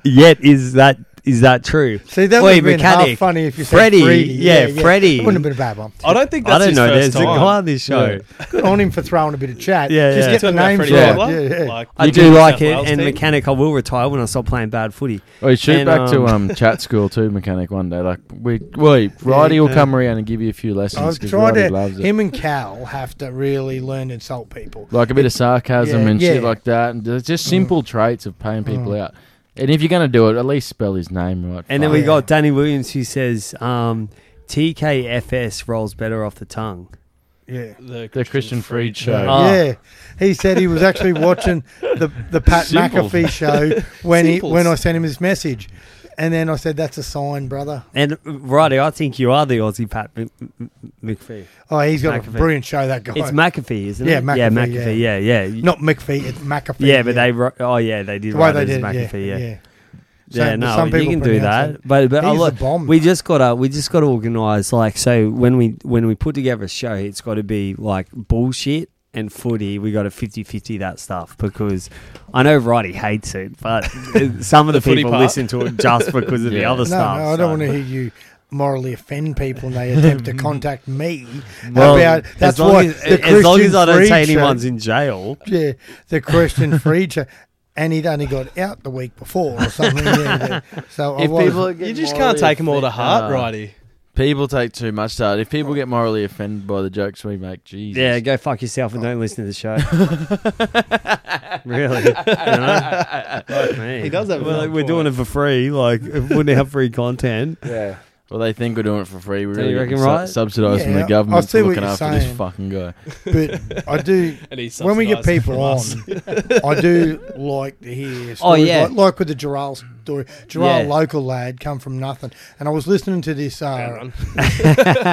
[SPEAKER 3] Yet is that is that true?
[SPEAKER 2] See, that
[SPEAKER 3] Oi,
[SPEAKER 2] would have been half
[SPEAKER 3] mechanic,
[SPEAKER 2] funny if you said
[SPEAKER 3] Freddie.
[SPEAKER 2] Freedy.
[SPEAKER 3] Yeah, Freddie.
[SPEAKER 2] It wouldn't have been a bad one.
[SPEAKER 5] I don't think
[SPEAKER 3] I
[SPEAKER 5] that's
[SPEAKER 3] don't
[SPEAKER 5] his
[SPEAKER 3] know.
[SPEAKER 5] first
[SPEAKER 3] There's a guy
[SPEAKER 5] time.
[SPEAKER 3] on this show.
[SPEAKER 2] Good on him for throwing a bit of chat.
[SPEAKER 3] Yeah,
[SPEAKER 2] Just
[SPEAKER 3] yeah.
[SPEAKER 2] get the
[SPEAKER 5] Talking about
[SPEAKER 2] names
[SPEAKER 5] Freddie
[SPEAKER 2] right.
[SPEAKER 5] Adler?
[SPEAKER 2] Yeah, yeah.
[SPEAKER 5] Like,
[SPEAKER 3] I
[SPEAKER 5] you
[SPEAKER 3] do
[SPEAKER 5] know,
[SPEAKER 3] like
[SPEAKER 5] South
[SPEAKER 3] it,
[SPEAKER 5] Wales
[SPEAKER 3] and
[SPEAKER 5] team.
[SPEAKER 3] mechanic. I will retire when I stop playing bad footy.
[SPEAKER 4] We shoot
[SPEAKER 3] And,
[SPEAKER 4] back to
[SPEAKER 3] um,
[SPEAKER 4] um, chat school too, mechanic. One day, like we, we Roddy will come around and give you a few lessons.
[SPEAKER 2] I've
[SPEAKER 4] 'cause
[SPEAKER 2] tried
[SPEAKER 4] Roddy
[SPEAKER 2] to.
[SPEAKER 4] loves it.
[SPEAKER 2] Him and Cal have to really learn to insult people.
[SPEAKER 4] like a bit of sarcasm
[SPEAKER 2] Yeah,
[SPEAKER 4] and shit
[SPEAKER 2] yeah. Mm.
[SPEAKER 4] like that, and there's just simple traits of paying people out. And if you're going to do it, at least spell his name right.
[SPEAKER 3] And then
[SPEAKER 4] fuck.
[SPEAKER 2] Oh,
[SPEAKER 3] we
[SPEAKER 2] Yeah.
[SPEAKER 3] got Danny Williams who says, um, "TKFS rolls better off the tongue."
[SPEAKER 2] Yeah.
[SPEAKER 5] The
[SPEAKER 4] the Christian Freed show.
[SPEAKER 5] show.
[SPEAKER 3] Ah.
[SPEAKER 2] Yeah, Uh, he said he was actually watching the the Pat
[SPEAKER 4] Simple.
[SPEAKER 2] McAfee show when he
[SPEAKER 5] Simples.
[SPEAKER 2] when I sent him this message, and then I said that's a sign, brother.
[SPEAKER 3] And uh, righty, I think you are the Aussie Pat M- M- M- McPhee.
[SPEAKER 2] Oh, he's got
[SPEAKER 3] McAfee.
[SPEAKER 2] a brilliant show. That guy.
[SPEAKER 3] It's McAfee, isn't
[SPEAKER 2] Yeah,
[SPEAKER 3] it? yeah,
[SPEAKER 2] McAfee,
[SPEAKER 3] McAfee. Yeah, yeah. You-
[SPEAKER 2] not McPhee. It's McAfee.
[SPEAKER 3] yeah, but they. wrote- Oh, yeah, they did.
[SPEAKER 2] the way
[SPEAKER 3] write
[SPEAKER 2] they
[SPEAKER 3] it as
[SPEAKER 2] did it.
[SPEAKER 3] McAfee.
[SPEAKER 2] Yeah,
[SPEAKER 3] Yeah,
[SPEAKER 2] yeah.
[SPEAKER 3] Yeah,
[SPEAKER 2] but
[SPEAKER 3] no,
[SPEAKER 2] some
[SPEAKER 3] you
[SPEAKER 2] people
[SPEAKER 3] can do
[SPEAKER 2] pronounce
[SPEAKER 3] that,
[SPEAKER 2] it.
[SPEAKER 3] but but I
[SPEAKER 2] He's
[SPEAKER 3] look,
[SPEAKER 2] the bomb.
[SPEAKER 3] we just gotta we just gotta organize like so when we when we put together a show, it's got to be like bullshit and footy. We got to 50-50 that stuff because I know Roddy hates it, but some of the,
[SPEAKER 5] The footy
[SPEAKER 3] people
[SPEAKER 5] part.
[SPEAKER 3] listen to it just because of the
[SPEAKER 4] Yeah.
[SPEAKER 3] other
[SPEAKER 2] no,
[SPEAKER 3] stuff.
[SPEAKER 2] no, I
[SPEAKER 3] so-
[SPEAKER 2] don't want to hear you morally offend people and they attempt to contact me
[SPEAKER 3] Well,
[SPEAKER 2] about
[SPEAKER 3] as
[SPEAKER 2] that's
[SPEAKER 3] long
[SPEAKER 2] why
[SPEAKER 3] as,
[SPEAKER 2] the
[SPEAKER 3] as long as
[SPEAKER 2] Christian
[SPEAKER 3] I don't
[SPEAKER 2] Freed
[SPEAKER 3] say
[SPEAKER 2] show-
[SPEAKER 3] anyone's in jail.
[SPEAKER 2] Yeah, the Christian Freed show. And he'd only got out the week before or something. yeah, but- so I
[SPEAKER 4] If
[SPEAKER 2] was,
[SPEAKER 4] people
[SPEAKER 5] You just can't take them all to heart, righty.
[SPEAKER 4] People take too much to heart. If people get morally offended by the jokes we make, Jesus.
[SPEAKER 3] Yeah, go fuck yourself and don't listen to the show. really? You know? Fuck me.
[SPEAKER 5] He does have a
[SPEAKER 3] Well,
[SPEAKER 5] valid
[SPEAKER 3] we're doing it for free. Like, it wouldn't have free content.
[SPEAKER 4] yeah. Well, they think we're doing it for free. We
[SPEAKER 3] Don't
[SPEAKER 4] really
[SPEAKER 3] you reckon,
[SPEAKER 4] su-
[SPEAKER 3] right?
[SPEAKER 4] subsidised from
[SPEAKER 2] Yeah,
[SPEAKER 4] the
[SPEAKER 2] I- I
[SPEAKER 4] government
[SPEAKER 2] see
[SPEAKER 4] for
[SPEAKER 2] what
[SPEAKER 4] looking
[SPEAKER 2] you're
[SPEAKER 4] after
[SPEAKER 2] saying.
[SPEAKER 4] this fucking guy.
[SPEAKER 2] but I do.
[SPEAKER 5] And he
[SPEAKER 2] when we get
[SPEAKER 5] subsidises it
[SPEAKER 2] people
[SPEAKER 5] from
[SPEAKER 2] on,
[SPEAKER 5] us.
[SPEAKER 2] I do like to hear. Stories
[SPEAKER 3] Oh, yeah.
[SPEAKER 2] like, like with the Gerald story. Gerald
[SPEAKER 3] Yeah.
[SPEAKER 2] local lad come from nothing, and I was listening to this. Uh,
[SPEAKER 5] Aaron.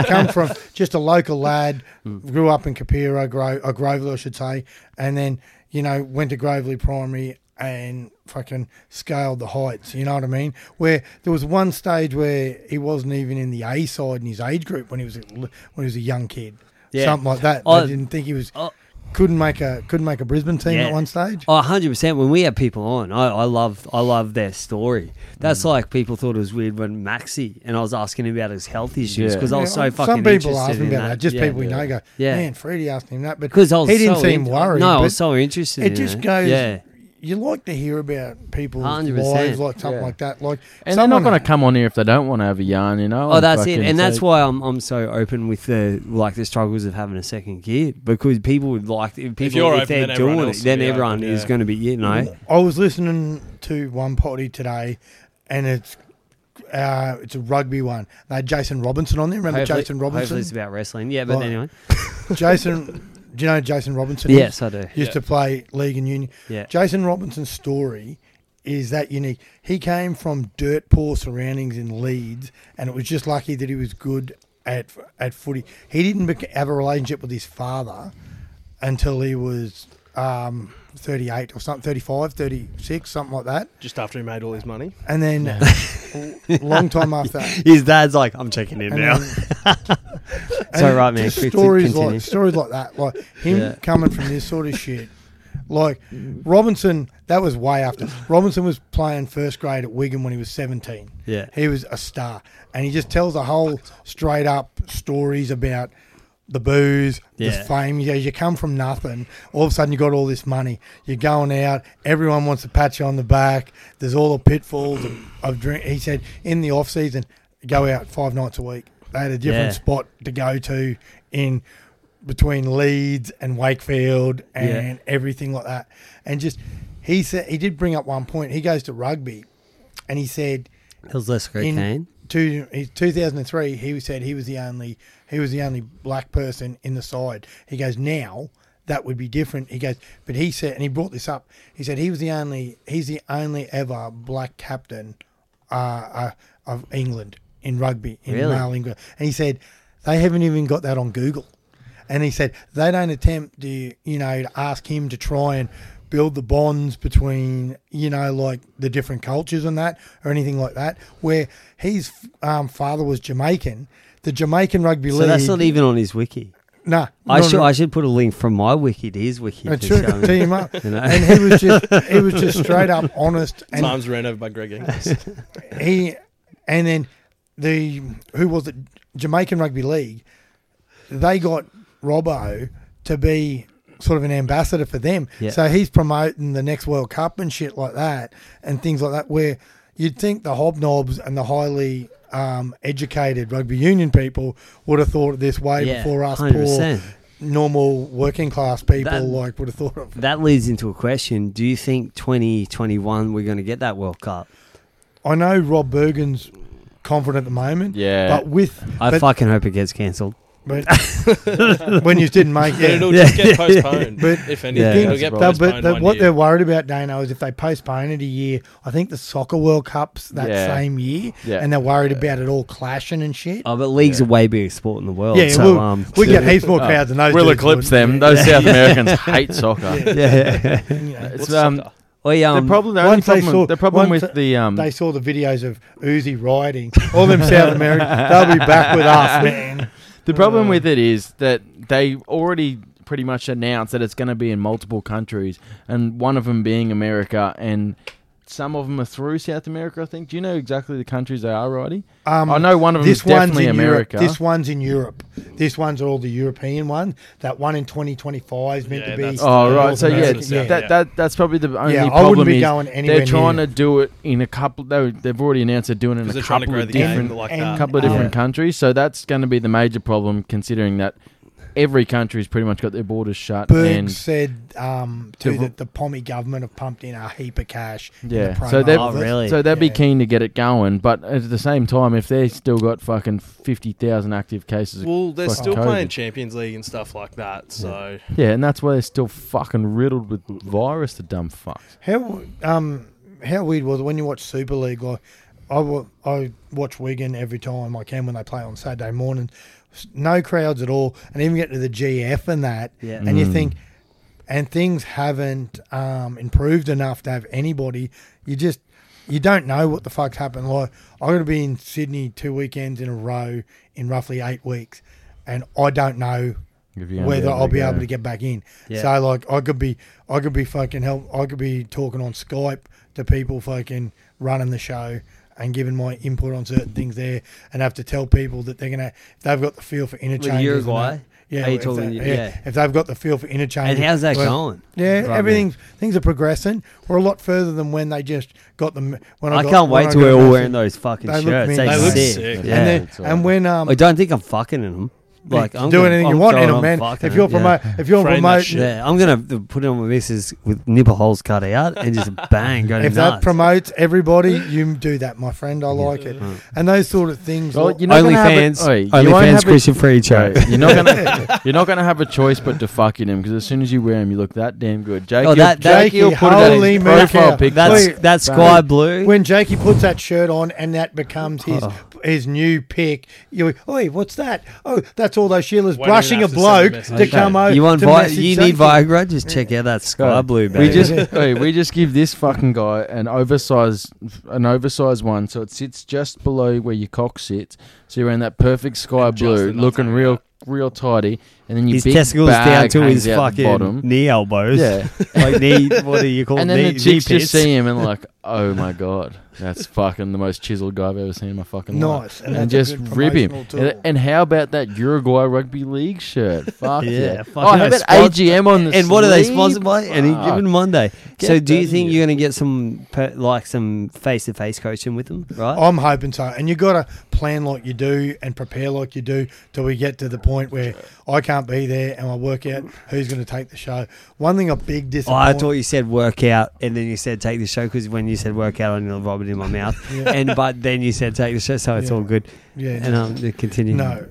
[SPEAKER 2] come from just a local lad, grew up in Capira, Gro- or Grovely, I should say, and then you know went to Grovely Primary and fucking scaled the heights. You know what I mean? Where there was one stage where he wasn't even in the A side in his age group when he was a, l- when he was a young kid,
[SPEAKER 3] Yeah.
[SPEAKER 2] something like that.
[SPEAKER 3] Oh,
[SPEAKER 2] I didn't think he was.
[SPEAKER 3] oh.
[SPEAKER 2] couldn't make a couldn't make a Brisbane team
[SPEAKER 3] Yeah.
[SPEAKER 2] at one stage.
[SPEAKER 3] Oh, 100%. When we have people on, I, I love I love their story. That's like people thought it was weird when Maxi and I was asking him about his health issues
[SPEAKER 4] Yeah.
[SPEAKER 3] because I was so
[SPEAKER 2] Yeah,
[SPEAKER 3] fucking
[SPEAKER 2] Some people
[SPEAKER 3] interested
[SPEAKER 2] ask him
[SPEAKER 3] in
[SPEAKER 2] about that. Just
[SPEAKER 3] Yeah.
[SPEAKER 2] people we know go,
[SPEAKER 3] Yeah.
[SPEAKER 2] man, Freddie asked him that, but
[SPEAKER 3] Because I was
[SPEAKER 2] he didn't
[SPEAKER 3] so
[SPEAKER 2] seem
[SPEAKER 3] in-
[SPEAKER 2] worried.
[SPEAKER 3] No, I
[SPEAKER 2] but
[SPEAKER 3] was so interested.
[SPEAKER 2] it
[SPEAKER 3] in
[SPEAKER 2] just goes.
[SPEAKER 3] Yeah,
[SPEAKER 2] You like to hear about people's
[SPEAKER 3] 100%.
[SPEAKER 2] lives, like something
[SPEAKER 4] Yeah.
[SPEAKER 2] like that. Like,
[SPEAKER 4] And they're not
[SPEAKER 2] someone-
[SPEAKER 4] going to come on here if they don't want to have a yarn, you know.
[SPEAKER 3] Oh,
[SPEAKER 4] and
[SPEAKER 3] that's it,
[SPEAKER 4] fucking
[SPEAKER 3] and that's
[SPEAKER 4] take-
[SPEAKER 3] why I'm I'm so open with the like the struggles of having a second kid because people would like if people if,
[SPEAKER 5] you're open,
[SPEAKER 3] they're
[SPEAKER 5] then everyone
[SPEAKER 3] doing it,
[SPEAKER 5] else will
[SPEAKER 3] then
[SPEAKER 5] be
[SPEAKER 3] everyone
[SPEAKER 5] open,
[SPEAKER 3] is
[SPEAKER 5] yeah.
[SPEAKER 3] going to be you know
[SPEAKER 2] I was listening to one potty today, and it's uh, it's a rugby one. They had Jason Robinson on there. Remember
[SPEAKER 3] Hopefully-
[SPEAKER 2] Jason
[SPEAKER 3] Hopefully,
[SPEAKER 2] Robinson?
[SPEAKER 3] it's about wrestling. Yeah, but
[SPEAKER 2] Right.
[SPEAKER 3] anyway,
[SPEAKER 2] Jason, do you know who Jason Robinson? is?
[SPEAKER 3] yes, I do.
[SPEAKER 2] used
[SPEAKER 5] Yeah.
[SPEAKER 2] to play league and union.
[SPEAKER 3] Yeah.
[SPEAKER 2] Jason Robinson's story is that unique. He came from dirt poor surroundings in Leeds, and it was just lucky that he was good at at footy. He didn't bec- have a relationship with his father until he was um, 38 or something, 35, 36, something like that.
[SPEAKER 5] Just after he made all his money.
[SPEAKER 2] And then a long time after.
[SPEAKER 3] His dad's like, I'm checking in
[SPEAKER 2] And
[SPEAKER 3] now.
[SPEAKER 2] then-
[SPEAKER 3] It's all right, man.
[SPEAKER 2] just
[SPEAKER 3] Conti-
[SPEAKER 2] Stories
[SPEAKER 3] continue.
[SPEAKER 2] like stories like that, like him
[SPEAKER 3] Yeah.
[SPEAKER 2] coming from this sort of shit. Like Robinson, that was way after. Robinson was playing first grade at Wigan when he was seventeen.
[SPEAKER 3] Yeah.
[SPEAKER 2] he was a star, and he just tells a whole straight up stories about the booze,
[SPEAKER 3] Yeah.
[SPEAKER 2] the fame. Yeah, you come from nothing. All of a sudden, you got all this money. You're going out. Everyone wants to pat you on the back. There's all the pitfalls of, of drink. He said in the off season, go out five nights a week. They had a different
[SPEAKER 3] Yeah.
[SPEAKER 2] spot to go to in between Leeds and Wakefield and everything like that. And just he said he did bring up one point. He goes to rugby, and he said
[SPEAKER 3] It was less
[SPEAKER 2] in
[SPEAKER 3] cocaine.
[SPEAKER 2] two thousand and three, he said he was the only he was the only black person in the side. He goes now that would be different. He goes, but he said, and he brought this up. He said he was the only he's the only ever black captain uh, uh, of England in rugby in
[SPEAKER 3] Really?
[SPEAKER 2] male England, and he said they haven't even got that on Google. And he said they don't attempt to, you know, to ask him to try and build the bonds between, you know, like the different cultures and that or anything like that. Where his um, father was Jamaican, the Jamaican rugby
[SPEAKER 3] So
[SPEAKER 2] league.
[SPEAKER 3] that's not even on his wiki.
[SPEAKER 2] Nah,
[SPEAKER 3] I
[SPEAKER 2] no,
[SPEAKER 3] should
[SPEAKER 2] no.
[SPEAKER 3] I should put a link from my wiki to his wiki.
[SPEAKER 2] Uh,
[SPEAKER 3] to
[SPEAKER 2] true,
[SPEAKER 3] show him.
[SPEAKER 2] tee him up.
[SPEAKER 3] You know?
[SPEAKER 2] And he was just he was just straight up honest and
[SPEAKER 5] Times ran over by Greg Inglis.
[SPEAKER 2] he and then the who was it Jamaican Rugby League they got Robbo to be sort of an ambassador for them
[SPEAKER 3] Yeah.
[SPEAKER 2] so he's promoting the next World Cup and shit like that and things like that where you'd think the hobnobs and the highly um, educated rugby union people would have thought of this way
[SPEAKER 3] Yeah,
[SPEAKER 2] before us
[SPEAKER 3] 100%.
[SPEAKER 2] poor normal working class people
[SPEAKER 3] That-
[SPEAKER 2] like would have thought of
[SPEAKER 3] That leads into a question. Do you think 2021 we're going to get that World Cup?
[SPEAKER 2] I know Rob Bergen's confident at the moment
[SPEAKER 4] Yeah.
[SPEAKER 2] but with
[SPEAKER 3] I
[SPEAKER 2] but-
[SPEAKER 3] fucking hope it gets cancelled.
[SPEAKER 2] But when you didn't make
[SPEAKER 5] But
[SPEAKER 2] it,
[SPEAKER 5] it'll
[SPEAKER 2] yeah.
[SPEAKER 5] just get postponed.
[SPEAKER 2] But
[SPEAKER 5] if anything,
[SPEAKER 3] Yeah.
[SPEAKER 5] it'll get
[SPEAKER 4] They'll-
[SPEAKER 2] They'll-
[SPEAKER 5] postponed.
[SPEAKER 2] but the-
[SPEAKER 5] one
[SPEAKER 2] what
[SPEAKER 5] year.
[SPEAKER 2] they're worried about, Dano, is if they postpone it a year, I think the soccer World Cup's that
[SPEAKER 4] Yeah.
[SPEAKER 2] same year,
[SPEAKER 4] Yeah.
[SPEAKER 2] and they're worried about it all clashing and shit.
[SPEAKER 3] Oh, but league's a way bigger sport in the world.
[SPEAKER 2] yeah,
[SPEAKER 3] so,
[SPEAKER 2] we'll,
[SPEAKER 3] um,
[SPEAKER 2] we get heaps more crowds than those.
[SPEAKER 4] Oh. We'll
[SPEAKER 2] dudes
[SPEAKER 4] eclipse
[SPEAKER 2] would.
[SPEAKER 4] them. Those South Americans hate soccer.
[SPEAKER 3] yeah.
[SPEAKER 2] You know,
[SPEAKER 4] It's,
[SPEAKER 5] What's
[SPEAKER 4] um,
[SPEAKER 5] soccer?
[SPEAKER 3] well, yeah,
[SPEAKER 4] the
[SPEAKER 3] um,
[SPEAKER 4] problem, the
[SPEAKER 2] once
[SPEAKER 4] only
[SPEAKER 2] they
[SPEAKER 4] problem,
[SPEAKER 2] saw-
[SPEAKER 4] the problem
[SPEAKER 2] once
[SPEAKER 4] with the um,
[SPEAKER 2] they saw the videos of Uzi riding. All them South Americans, they'll be back with us, man.
[SPEAKER 4] The problem
[SPEAKER 2] Uh.
[SPEAKER 4] with it is that they already pretty much announced that it's going to be in multiple countries, and one of them being America, and some of them are through South America. I think. Do you know exactly the countries they are, righty?
[SPEAKER 2] Um,
[SPEAKER 4] I know one of them is
[SPEAKER 2] This one's
[SPEAKER 4] definitely
[SPEAKER 2] in
[SPEAKER 4] America.
[SPEAKER 2] Europe. This one's in Europe. This one's all the European one. That one in 2025 is meant
[SPEAKER 5] Yeah,
[SPEAKER 2] to be.
[SPEAKER 5] that's-
[SPEAKER 4] Oh
[SPEAKER 5] Yeah,
[SPEAKER 4] right,
[SPEAKER 2] North
[SPEAKER 4] so yeah,
[SPEAKER 2] American.
[SPEAKER 5] America's out,
[SPEAKER 4] that,
[SPEAKER 5] yeah.
[SPEAKER 4] that that's probably the only
[SPEAKER 2] Yeah, I wouldn't
[SPEAKER 4] problem.
[SPEAKER 2] be
[SPEAKER 4] is
[SPEAKER 2] going anywhere
[SPEAKER 4] They're trying
[SPEAKER 2] near.
[SPEAKER 4] to do it in a couple. They, they've already announced they're doing it in
[SPEAKER 5] Because
[SPEAKER 4] a
[SPEAKER 5] they're trying to
[SPEAKER 4] couple
[SPEAKER 5] grow
[SPEAKER 4] of
[SPEAKER 5] the game
[SPEAKER 4] different
[SPEAKER 5] like uh,
[SPEAKER 2] and-
[SPEAKER 5] that.
[SPEAKER 4] couple of
[SPEAKER 2] Yeah.
[SPEAKER 4] different countries. So that's going to be the major problem, considering that every country's pretty much got their borders shut.
[SPEAKER 2] Berg
[SPEAKER 4] and
[SPEAKER 2] said um,
[SPEAKER 4] The
[SPEAKER 2] too
[SPEAKER 4] vo-
[SPEAKER 2] that the Pommy government have pumped in a heap of cash. in the
[SPEAKER 4] Yeah,
[SPEAKER 2] promo
[SPEAKER 4] so they've-
[SPEAKER 2] of
[SPEAKER 3] Oh,
[SPEAKER 2] it.
[SPEAKER 3] really?
[SPEAKER 4] So they'd be
[SPEAKER 2] Yeah.
[SPEAKER 4] keen to get it going, but at the same time, if they've still got fucking fifty thousand active cases,
[SPEAKER 5] Well, they're
[SPEAKER 4] Fucking
[SPEAKER 5] still
[SPEAKER 4] COVID.
[SPEAKER 5] playing Champions League and stuff like that. So
[SPEAKER 4] yeah, and that's why they're still fucking riddled with virus. The dumb fucks.
[SPEAKER 2] How um how weird was it when you watch Super League? Like I, wa- I watch Wigan every time I can when they play on Saturday morning. S- No crowds at all, and even get to the GF and that.
[SPEAKER 3] Yeah.
[SPEAKER 2] And
[SPEAKER 4] Mm.
[SPEAKER 2] you think, and things haven't um, improved enough to have anybody. You just you don't know what the fuck's happened. Like I'm gonna be in Sydney two weekends in a row in roughly eight weeks, and I don't know
[SPEAKER 4] If you're gonna
[SPEAKER 2] whether I'll be able
[SPEAKER 4] go.
[SPEAKER 2] to get back in.
[SPEAKER 3] Yeah.
[SPEAKER 2] So like I could be I could be fucking help I could be talking on Skype to people fucking running the show and giving my input on certain things there and have to tell people that they're gonna if they've got the feel for interchange.
[SPEAKER 3] Uruguay?
[SPEAKER 2] Yeah,
[SPEAKER 3] Are you
[SPEAKER 2] if
[SPEAKER 3] talking-
[SPEAKER 2] they-
[SPEAKER 3] yeah.
[SPEAKER 2] If they've got the feel for interchange.
[SPEAKER 3] And how's that going?
[SPEAKER 2] Yeah,
[SPEAKER 4] Right,
[SPEAKER 2] everything things are progressing. We're a lot further than when they just got them when I,
[SPEAKER 3] I
[SPEAKER 2] got-
[SPEAKER 3] can't
[SPEAKER 2] when
[SPEAKER 3] wait
[SPEAKER 2] I
[SPEAKER 3] till
[SPEAKER 2] got
[SPEAKER 3] we're all
[SPEAKER 2] nothing.
[SPEAKER 3] wearing those fucking
[SPEAKER 2] They look
[SPEAKER 3] shirts.
[SPEAKER 2] mean.
[SPEAKER 3] They
[SPEAKER 5] They look
[SPEAKER 3] sick.
[SPEAKER 5] sick.
[SPEAKER 3] Yeah.
[SPEAKER 2] And then
[SPEAKER 4] it's all
[SPEAKER 2] and when um
[SPEAKER 3] I don't think I'm fucking in them. Like, I'm
[SPEAKER 2] do
[SPEAKER 3] gonna-
[SPEAKER 2] anything you
[SPEAKER 3] I'm
[SPEAKER 2] want in
[SPEAKER 3] going-
[SPEAKER 2] them,
[SPEAKER 3] I'm
[SPEAKER 2] man.
[SPEAKER 3] fucking
[SPEAKER 2] If you're
[SPEAKER 3] them, yeah.
[SPEAKER 2] promote, if you're
[SPEAKER 5] Frame that
[SPEAKER 2] promoting,
[SPEAKER 5] shit.
[SPEAKER 3] Yeah, I'm gonna put on my missus with nipple holes cut out and just bang, go to
[SPEAKER 2] If that
[SPEAKER 3] nuts.
[SPEAKER 2] promotes everybody, you do that, my friend. I like it.
[SPEAKER 3] Mm.
[SPEAKER 2] And those sort of things.
[SPEAKER 4] Well,
[SPEAKER 2] like-
[SPEAKER 4] you know- You're not gonna have it-
[SPEAKER 3] OnlyFans,
[SPEAKER 4] Oi, you won't have
[SPEAKER 3] OnlyFans,
[SPEAKER 4] it-
[SPEAKER 3] Christian Free
[SPEAKER 4] Joe,
[SPEAKER 3] Show.
[SPEAKER 4] you're not gonna, you're not gonna have a choice but to fuck in him because as soon as you wear him, you look that damn good. Jake,
[SPEAKER 3] Oh,
[SPEAKER 4] you'll-
[SPEAKER 3] that- that-
[SPEAKER 4] Jake, will
[SPEAKER 2] Jakey,
[SPEAKER 4] put it
[SPEAKER 2] holy
[SPEAKER 4] in his profile
[SPEAKER 2] mackerel.
[SPEAKER 4] picture.
[SPEAKER 3] That's
[SPEAKER 2] Wait.
[SPEAKER 3] that's sky blue.
[SPEAKER 2] when Jakey puts that shirt on and that becomes his
[SPEAKER 3] Oh.
[SPEAKER 2] his new pick, you oi, what's that? Oh, that's all those Sheila's
[SPEAKER 5] Why do you
[SPEAKER 2] brushing a
[SPEAKER 5] have to send a
[SPEAKER 2] bloke
[SPEAKER 5] message?
[SPEAKER 2] to come over.
[SPEAKER 3] you want
[SPEAKER 2] to
[SPEAKER 3] Vi-
[SPEAKER 2] message
[SPEAKER 3] you
[SPEAKER 2] Jakey.
[SPEAKER 3] need Viagra? Just check out that sky
[SPEAKER 4] Go.
[SPEAKER 3] blue. Baby.
[SPEAKER 4] We just hey, we just give this fucking guy an oversized an oversized one, so it sits just below where your cock sits. So you're in that perfect sky
[SPEAKER 5] And just
[SPEAKER 4] blue,
[SPEAKER 5] the nuts
[SPEAKER 4] looking
[SPEAKER 5] hanging
[SPEAKER 4] real
[SPEAKER 5] out.
[SPEAKER 4] real tidy, and then your
[SPEAKER 3] his
[SPEAKER 4] big
[SPEAKER 3] testicles down
[SPEAKER 4] bag
[SPEAKER 3] to
[SPEAKER 4] hangs
[SPEAKER 3] his
[SPEAKER 4] out the
[SPEAKER 3] fucking
[SPEAKER 4] bottom.
[SPEAKER 3] knee elbows.
[SPEAKER 4] Yeah,
[SPEAKER 3] like knee. What do you call
[SPEAKER 4] and
[SPEAKER 3] it?
[SPEAKER 4] then
[SPEAKER 3] knee,
[SPEAKER 4] the chicks
[SPEAKER 3] knee
[SPEAKER 4] just
[SPEAKER 3] pits.
[SPEAKER 4] see him and like, oh my god, that's fucking the most chiseled guy I've ever seen in my fucking
[SPEAKER 2] Nice,
[SPEAKER 4] life.
[SPEAKER 2] and,
[SPEAKER 4] And,
[SPEAKER 2] that's a
[SPEAKER 4] just
[SPEAKER 2] good
[SPEAKER 4] rib him.
[SPEAKER 2] promotional
[SPEAKER 4] And,
[SPEAKER 2] tool.
[SPEAKER 4] and how about that Uruguay rugby league shirt? Fuck
[SPEAKER 3] Yeah,
[SPEAKER 4] yeah!
[SPEAKER 3] fucking
[SPEAKER 4] Oh, how about
[SPEAKER 3] those spons-
[SPEAKER 4] AGM on the
[SPEAKER 3] And what are they
[SPEAKER 4] sleeve?
[SPEAKER 3] sponsored by? Any
[SPEAKER 4] Fuck.
[SPEAKER 3] given Monday.
[SPEAKER 4] Ah, Get
[SPEAKER 3] so do you
[SPEAKER 4] that
[SPEAKER 3] think
[SPEAKER 4] in.
[SPEAKER 3] you're going to get some per, like some face to face coaching with them? Right.
[SPEAKER 2] I'm hoping so. And you got to plan like you do and prepare like you do till we get to the point where I can't be there and I work out who's going to take the show. One thing a big
[SPEAKER 3] Oh, I
[SPEAKER 2] disappointment.
[SPEAKER 3] thought you said workout, and then you said take the show because when you said workout, I nearly vomited in my mouth. And but then you said take the show, so it's
[SPEAKER 2] Yeah.
[SPEAKER 3] all good.
[SPEAKER 2] Yeah,
[SPEAKER 3] and um, to continue.
[SPEAKER 2] No,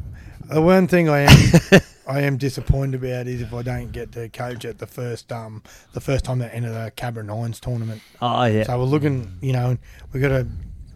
[SPEAKER 2] the one thing I am I am disappointed about is if I don't get to coach at the first um the first time they enter the Cabra Nines tournament.
[SPEAKER 3] Oh yeah.
[SPEAKER 2] So we're looking, you know, we got to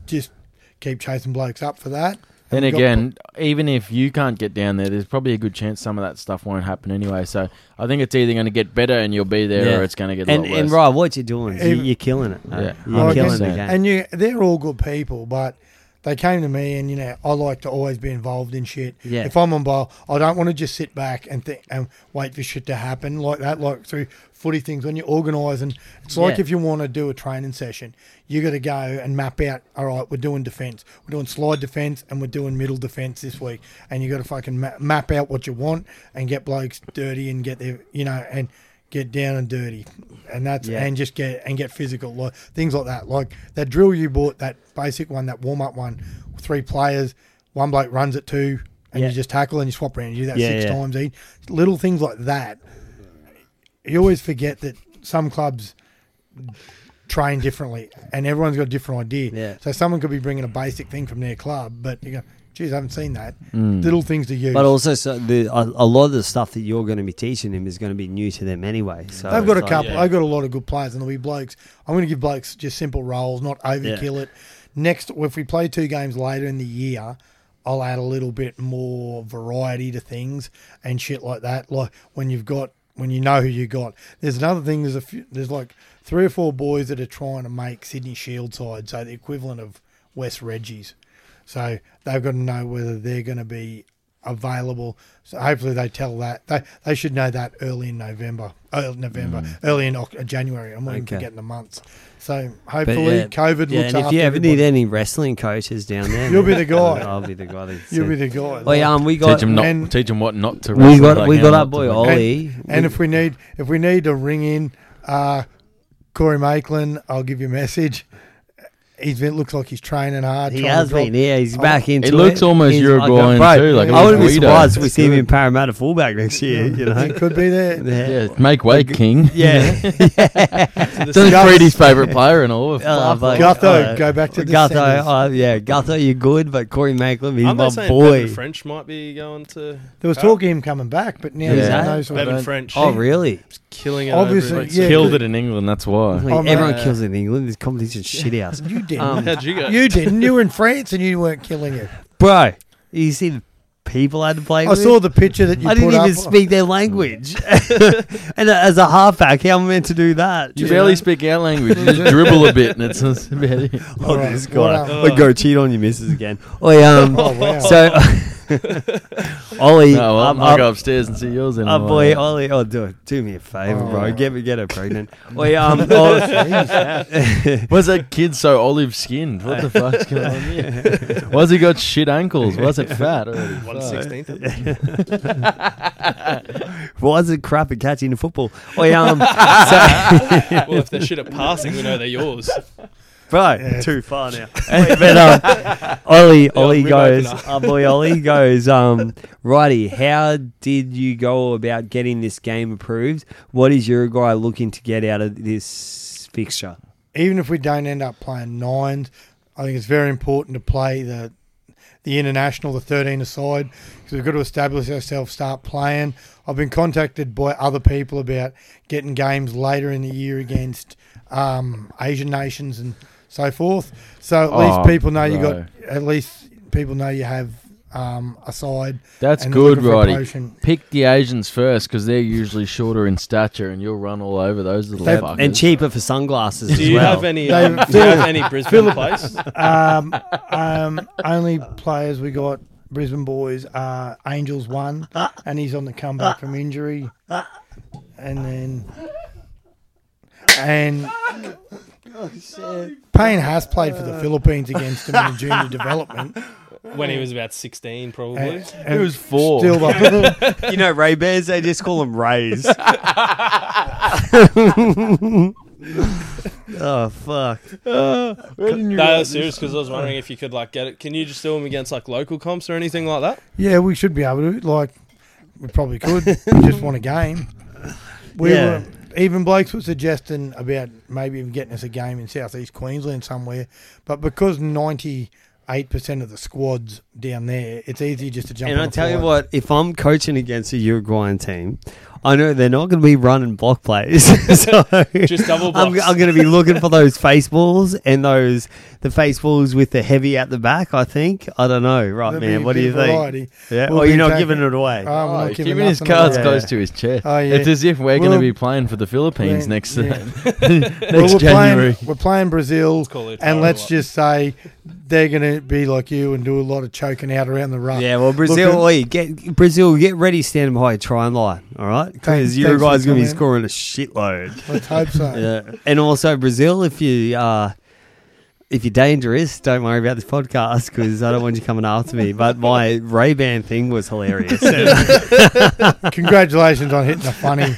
[SPEAKER 2] just keep chasing blokes up for that.
[SPEAKER 4] Then
[SPEAKER 2] we got-
[SPEAKER 4] again, even if you can't get down there, there's probably a good chance some of that stuff won't happen anyway. So I think it's either going to get better and you'll be there,
[SPEAKER 3] Yeah.
[SPEAKER 4] or it's going to get a
[SPEAKER 3] And,
[SPEAKER 4] lot worse.
[SPEAKER 3] and Rob, what you doing? You,
[SPEAKER 2] Even-
[SPEAKER 3] you're killing it.
[SPEAKER 4] Yeah,
[SPEAKER 3] mate. you're
[SPEAKER 2] Like,
[SPEAKER 3] killing the
[SPEAKER 4] 100%.
[SPEAKER 3] game.
[SPEAKER 2] And you, they're all good people, but they came to me, and you know, I like to always be involved in shit.
[SPEAKER 3] Yeah.
[SPEAKER 2] If I'm on bowl, I don't want to just sit back and think and wait for shit to happen like that, like through footy things when you organise. And it's like
[SPEAKER 3] Yeah.
[SPEAKER 2] if you want to do a training session, you got to go and map out. All right, we're doing defence, we're doing slide defence, and we're doing middle defence this week. And you got to fucking ma- map out what you want and get blokes dirty and get their, you know, and get down and dirty, and that's
[SPEAKER 3] Yeah.
[SPEAKER 2] and just get and get physical, like things like that. Like that drill you bought, that basic one, that warm up one, three players, one bloke runs at two, and
[SPEAKER 3] Yeah.
[SPEAKER 2] you just tackle and you swap around. You do that
[SPEAKER 3] Yeah,
[SPEAKER 2] six
[SPEAKER 3] yeah.
[SPEAKER 2] times each. Little things like that. You always forget that some clubs train differently, and everyone's got a different idea.
[SPEAKER 3] Yeah.
[SPEAKER 2] So someone could be bringing a basic thing from their club, but you go, "Geez, I haven't seen that." Little things to use.
[SPEAKER 3] Mm. But also, so the, a, a lot of the stuff that you're going to be teaching them is going to be new to them anyway. So
[SPEAKER 2] They've got a
[SPEAKER 3] it's like-
[SPEAKER 2] couple.
[SPEAKER 5] yeah.
[SPEAKER 2] I've got a lot of good players, and there'll be blokes. I'm going to give blokes just simple roles, not overkill it. Next, if we play two games later in the year, I'll add a little bit more variety to things and shit like that. Like when you've got when you know who you got. There's another thing. There's a few. There's like three or four boys that are trying to make Sydney Shield side, so the equivalent of West Reggie's. So they've got to know whether they're going to be available. So hopefully they tell that they they should know that early in November, early November, early in Oc- uh, January. I'm not even
[SPEAKER 3] Mm. Okay.
[SPEAKER 2] forgetting the months. So
[SPEAKER 3] But
[SPEAKER 2] hopefully
[SPEAKER 3] yeah,
[SPEAKER 2] COVID
[SPEAKER 3] yeah,
[SPEAKER 2] looks
[SPEAKER 3] and if
[SPEAKER 2] after
[SPEAKER 3] you ever need
[SPEAKER 2] everybody.
[SPEAKER 3] any wrestling coaches down there,
[SPEAKER 2] You'll be
[SPEAKER 3] mate,
[SPEAKER 2] the guy.
[SPEAKER 3] I'll be the guy. that's-
[SPEAKER 2] You'll be the guy.
[SPEAKER 3] Well, yeah, um, we
[SPEAKER 4] teach
[SPEAKER 3] got
[SPEAKER 4] them
[SPEAKER 2] men-
[SPEAKER 4] not, teach them what not to.
[SPEAKER 3] we
[SPEAKER 4] wrestle,
[SPEAKER 3] got
[SPEAKER 4] like,
[SPEAKER 3] we
[SPEAKER 4] how
[SPEAKER 3] got
[SPEAKER 4] not
[SPEAKER 3] our
[SPEAKER 4] to
[SPEAKER 3] boy
[SPEAKER 4] fucking-
[SPEAKER 3] Ollie.
[SPEAKER 2] and if we need if we need to ring in uh, Corey Maitland, I'll give you a message. He's been looks like he's training hard.
[SPEAKER 3] he
[SPEAKER 2] trying to
[SPEAKER 3] has
[SPEAKER 2] drop-
[SPEAKER 3] been. Yeah, he's
[SPEAKER 2] Oh.
[SPEAKER 3] back into it.
[SPEAKER 4] looks almost
[SPEAKER 3] He's-
[SPEAKER 4] Uruguayan
[SPEAKER 3] I
[SPEAKER 4] too, like, it
[SPEAKER 3] I
[SPEAKER 4] looks
[SPEAKER 3] wouldn't be
[SPEAKER 4] Guido.
[SPEAKER 3] surprised if we
[SPEAKER 4] That's
[SPEAKER 3] see him
[SPEAKER 4] good.
[SPEAKER 3] in Parramatta fullback next year. You know,
[SPEAKER 2] He could be there.
[SPEAKER 3] yeah,
[SPEAKER 4] Yeah, make way, King.
[SPEAKER 3] yeah.
[SPEAKER 4] Don't read his favourite player and all.
[SPEAKER 3] Oh,
[SPEAKER 4] Fuck.
[SPEAKER 3] but,
[SPEAKER 2] Gutho, go back to the centres.
[SPEAKER 3] Gutho, uh, yeah, Gutho, you're good, but Corey Macklin, he's
[SPEAKER 5] Aren't they
[SPEAKER 3] my
[SPEAKER 5] saying
[SPEAKER 3] boy.
[SPEAKER 5] Bevan French might be going to.
[SPEAKER 2] There was talk of him coming back, but now
[SPEAKER 4] Yeah.
[SPEAKER 2] he's
[SPEAKER 3] Yeah.
[SPEAKER 2] on those. sort of-
[SPEAKER 5] Bevan French.
[SPEAKER 3] Oh, really?
[SPEAKER 5] He's killing it.
[SPEAKER 2] Obviously,
[SPEAKER 5] over it.
[SPEAKER 2] yeah,
[SPEAKER 4] Killed
[SPEAKER 2] good.
[SPEAKER 4] it in England. That's why.
[SPEAKER 3] Like,
[SPEAKER 2] Oh, man.
[SPEAKER 3] everyone
[SPEAKER 5] Yeah.
[SPEAKER 3] kills in England. This competition's shit house.
[SPEAKER 2] You didn't.
[SPEAKER 3] Um,
[SPEAKER 5] How'd you go?
[SPEAKER 2] you didn't. You were in France and you weren't killing it.
[SPEAKER 3] Bro, you see the people I had to play
[SPEAKER 2] I
[SPEAKER 3] with?
[SPEAKER 2] saw the picture that you
[SPEAKER 3] I
[SPEAKER 2] put
[SPEAKER 3] didn't
[SPEAKER 2] up.
[SPEAKER 3] even speak their language. and uh, as a halfback, how am I meant to do that?
[SPEAKER 4] You barely speak our language. You just dribble a bit, and it's that's about it.
[SPEAKER 3] Oh, this
[SPEAKER 2] All right,
[SPEAKER 3] guy.
[SPEAKER 2] what,
[SPEAKER 3] Like, go cheat on your missus again. Oi, um,
[SPEAKER 2] Oh, wow.
[SPEAKER 3] so, Ollie,
[SPEAKER 4] No, well,
[SPEAKER 3] um,
[SPEAKER 4] I might
[SPEAKER 3] um,
[SPEAKER 4] go upstairs and see yours. in a
[SPEAKER 3] Oh
[SPEAKER 4] while.
[SPEAKER 3] boy, Ollie, oh do it. Do me a favor,
[SPEAKER 2] Oh.
[SPEAKER 3] bro. Get me, get her pregnant. Oi, um, oh,
[SPEAKER 4] Why's that kid so olive skinned? What the fuck's going on here? Why's he got shit ankles? Why's it fat already?
[SPEAKER 5] One
[SPEAKER 4] Fuck.
[SPEAKER 5] sixteenth.
[SPEAKER 3] why is it crap at catching the football? Oi, um, so,
[SPEAKER 5] Well, if they're shit at passing, we know they're yours.
[SPEAKER 3] bro, too far now. but um, Ollie, Ollie
[SPEAKER 5] rib
[SPEAKER 3] goes,
[SPEAKER 5] opener.
[SPEAKER 3] our boy Ollie goes, um, righty, how did you go about getting this game approved? What is Uruguay looking to get out of this fixture?
[SPEAKER 2] even if we don't end up playing nines, I think it's very important to play the the international, the 13 aside, because we've got to establish ourselves, start playing. I've been contacted by other people about getting games later in the year against um, Asian nations and so forth. So at least
[SPEAKER 4] Oh,
[SPEAKER 2] people know you
[SPEAKER 4] no.
[SPEAKER 2] got, at least people know you have um, a side.
[SPEAKER 4] That's
[SPEAKER 2] and they're
[SPEAKER 4] good,
[SPEAKER 2] looking for
[SPEAKER 4] Roddy.
[SPEAKER 2] promotion.
[SPEAKER 4] Pick the Asians first because they're usually shorter in stature, and you'll run all over those little
[SPEAKER 2] They-
[SPEAKER 4] fuckers.
[SPEAKER 3] And cheaper for sunglasses
[SPEAKER 5] Do
[SPEAKER 3] as
[SPEAKER 5] you
[SPEAKER 3] well.
[SPEAKER 5] have any?
[SPEAKER 2] They-
[SPEAKER 5] Um, do you have any Brisbane place?
[SPEAKER 2] um, um, only players we got Brisbane boys are Angels one, and he's on the comeback from injury, and then and Payne has played for the Philippines against him in the junior development.
[SPEAKER 5] When he was about sixteen, probably.
[SPEAKER 2] And-
[SPEAKER 4] It
[SPEAKER 2] and
[SPEAKER 4] was four.
[SPEAKER 2] Still up.
[SPEAKER 3] you know, Ray Bears, they just call them Rays. oh, fuck.
[SPEAKER 5] No, that's serious because I was wondering if you could like get it. Can you just do them against like local comps or anything like that?
[SPEAKER 2] yeah, we should be able to. Like, we probably could. We just won a game. We
[SPEAKER 3] Yeah.
[SPEAKER 2] were. Even Blake's was suggesting about maybe even getting us a game in southeast Queensland somewhere, but because ninety eight percent of the squads down there, it's easy just to jump.
[SPEAKER 3] And
[SPEAKER 2] on
[SPEAKER 3] I
[SPEAKER 2] a
[SPEAKER 3] tell you
[SPEAKER 2] flight.
[SPEAKER 3] what, if I'm coaching against a Uruguayan team, I know they're not going to be running block plays. so
[SPEAKER 5] Just double
[SPEAKER 3] I'm,
[SPEAKER 5] blocks.
[SPEAKER 3] I'm going to be looking for those face balls and those the face balls with the heavy at the back. I think. I don't know, right,
[SPEAKER 2] There'll
[SPEAKER 3] man?
[SPEAKER 2] be a
[SPEAKER 3] What do
[SPEAKER 2] bit
[SPEAKER 3] you
[SPEAKER 2] of
[SPEAKER 3] think?
[SPEAKER 2] variety.
[SPEAKER 3] Yeah.
[SPEAKER 2] We'll
[SPEAKER 3] oh,
[SPEAKER 2] be
[SPEAKER 3] you're not
[SPEAKER 2] back-
[SPEAKER 3] giving it away.
[SPEAKER 2] Oh, we're
[SPEAKER 4] Oh,
[SPEAKER 2] not
[SPEAKER 4] keeping
[SPEAKER 2] giving
[SPEAKER 4] his
[SPEAKER 2] nothing
[SPEAKER 4] cards
[SPEAKER 2] away.
[SPEAKER 4] close to his chest.
[SPEAKER 2] Oh, yeah.
[SPEAKER 4] It's as if we're going
[SPEAKER 2] Well,
[SPEAKER 4] to be playing for the Philippines
[SPEAKER 2] Yeah,
[SPEAKER 4] next
[SPEAKER 2] yeah.
[SPEAKER 4] next
[SPEAKER 2] we're
[SPEAKER 4] January.
[SPEAKER 2] Playing, we're playing Brazil,
[SPEAKER 5] call it
[SPEAKER 2] and
[SPEAKER 5] Taiwan.
[SPEAKER 2] let's just say they're going to be like you and do a lot of choking out around the rough.
[SPEAKER 3] Yeah, well, Brazil,
[SPEAKER 2] Look, uh,
[SPEAKER 3] oi, get Brazil, get ready, standing behind a try and line, all right?
[SPEAKER 2] Thanks-
[SPEAKER 3] Because you
[SPEAKER 2] thanks for
[SPEAKER 3] guys going to be
[SPEAKER 2] coming.
[SPEAKER 3] scoring a shitload.
[SPEAKER 2] Let's hope so.
[SPEAKER 3] yeah, Uh, and also Brazil, if you uh, if you're dangerous, don't worry about this podcast because I don't want you coming after me. But my Ray Ban thing was hilarious.
[SPEAKER 2] Congratulations on hitting a funny.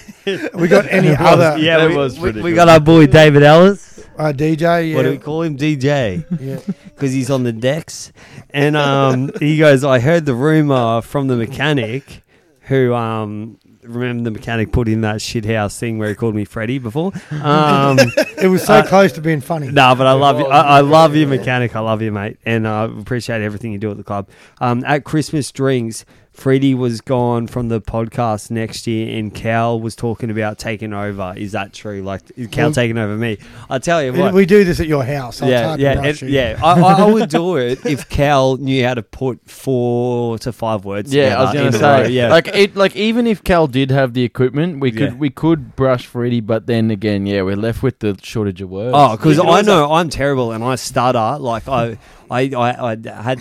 [SPEAKER 2] We got any other
[SPEAKER 3] yeah,
[SPEAKER 4] That
[SPEAKER 3] we,
[SPEAKER 4] was
[SPEAKER 3] we,
[SPEAKER 4] pretty
[SPEAKER 3] we
[SPEAKER 4] good.
[SPEAKER 3] got our boy David Ellis.
[SPEAKER 2] uh, DJ? Yeah.
[SPEAKER 3] What do we call him, DJ?
[SPEAKER 2] yeah.
[SPEAKER 3] because he's on the decks. And um, he goes, I heard the rumor from the mechanic who, um, remember the mechanic put in that shithouse thing where he called me Freddy before? Um,
[SPEAKER 2] It was so close to being funny.
[SPEAKER 3] nah, but I love you. I, I love you, mechanic. I love you, mate. And I appreciate everything you do at the club. Um, at Christmas Drinks, Freddy was gone from the podcast next year, and Cal was talking about taking over. Is that true? Like, is Cal
[SPEAKER 2] Well-
[SPEAKER 3] taking over me? I tell you what
[SPEAKER 2] We do this at your house. I'll
[SPEAKER 3] yeah,
[SPEAKER 2] target
[SPEAKER 3] yeah,
[SPEAKER 2] brush
[SPEAKER 3] it-
[SPEAKER 2] you.
[SPEAKER 3] yeah. I, I, I would do it if Cal knew how to put four to five words.
[SPEAKER 4] Yeah, I was
[SPEAKER 3] together
[SPEAKER 4] going to
[SPEAKER 3] in a row,
[SPEAKER 4] say,
[SPEAKER 3] yeah,
[SPEAKER 4] like it, like even if Cal did have the equipment, we could
[SPEAKER 3] Yeah.
[SPEAKER 4] we could brush Freddy, but then again, yeah, we're left with the shortage of words.
[SPEAKER 3] oh, because
[SPEAKER 5] You can
[SPEAKER 3] I
[SPEAKER 5] always-
[SPEAKER 3] know I'm terrible and I stutter. Like I, I, I, I had.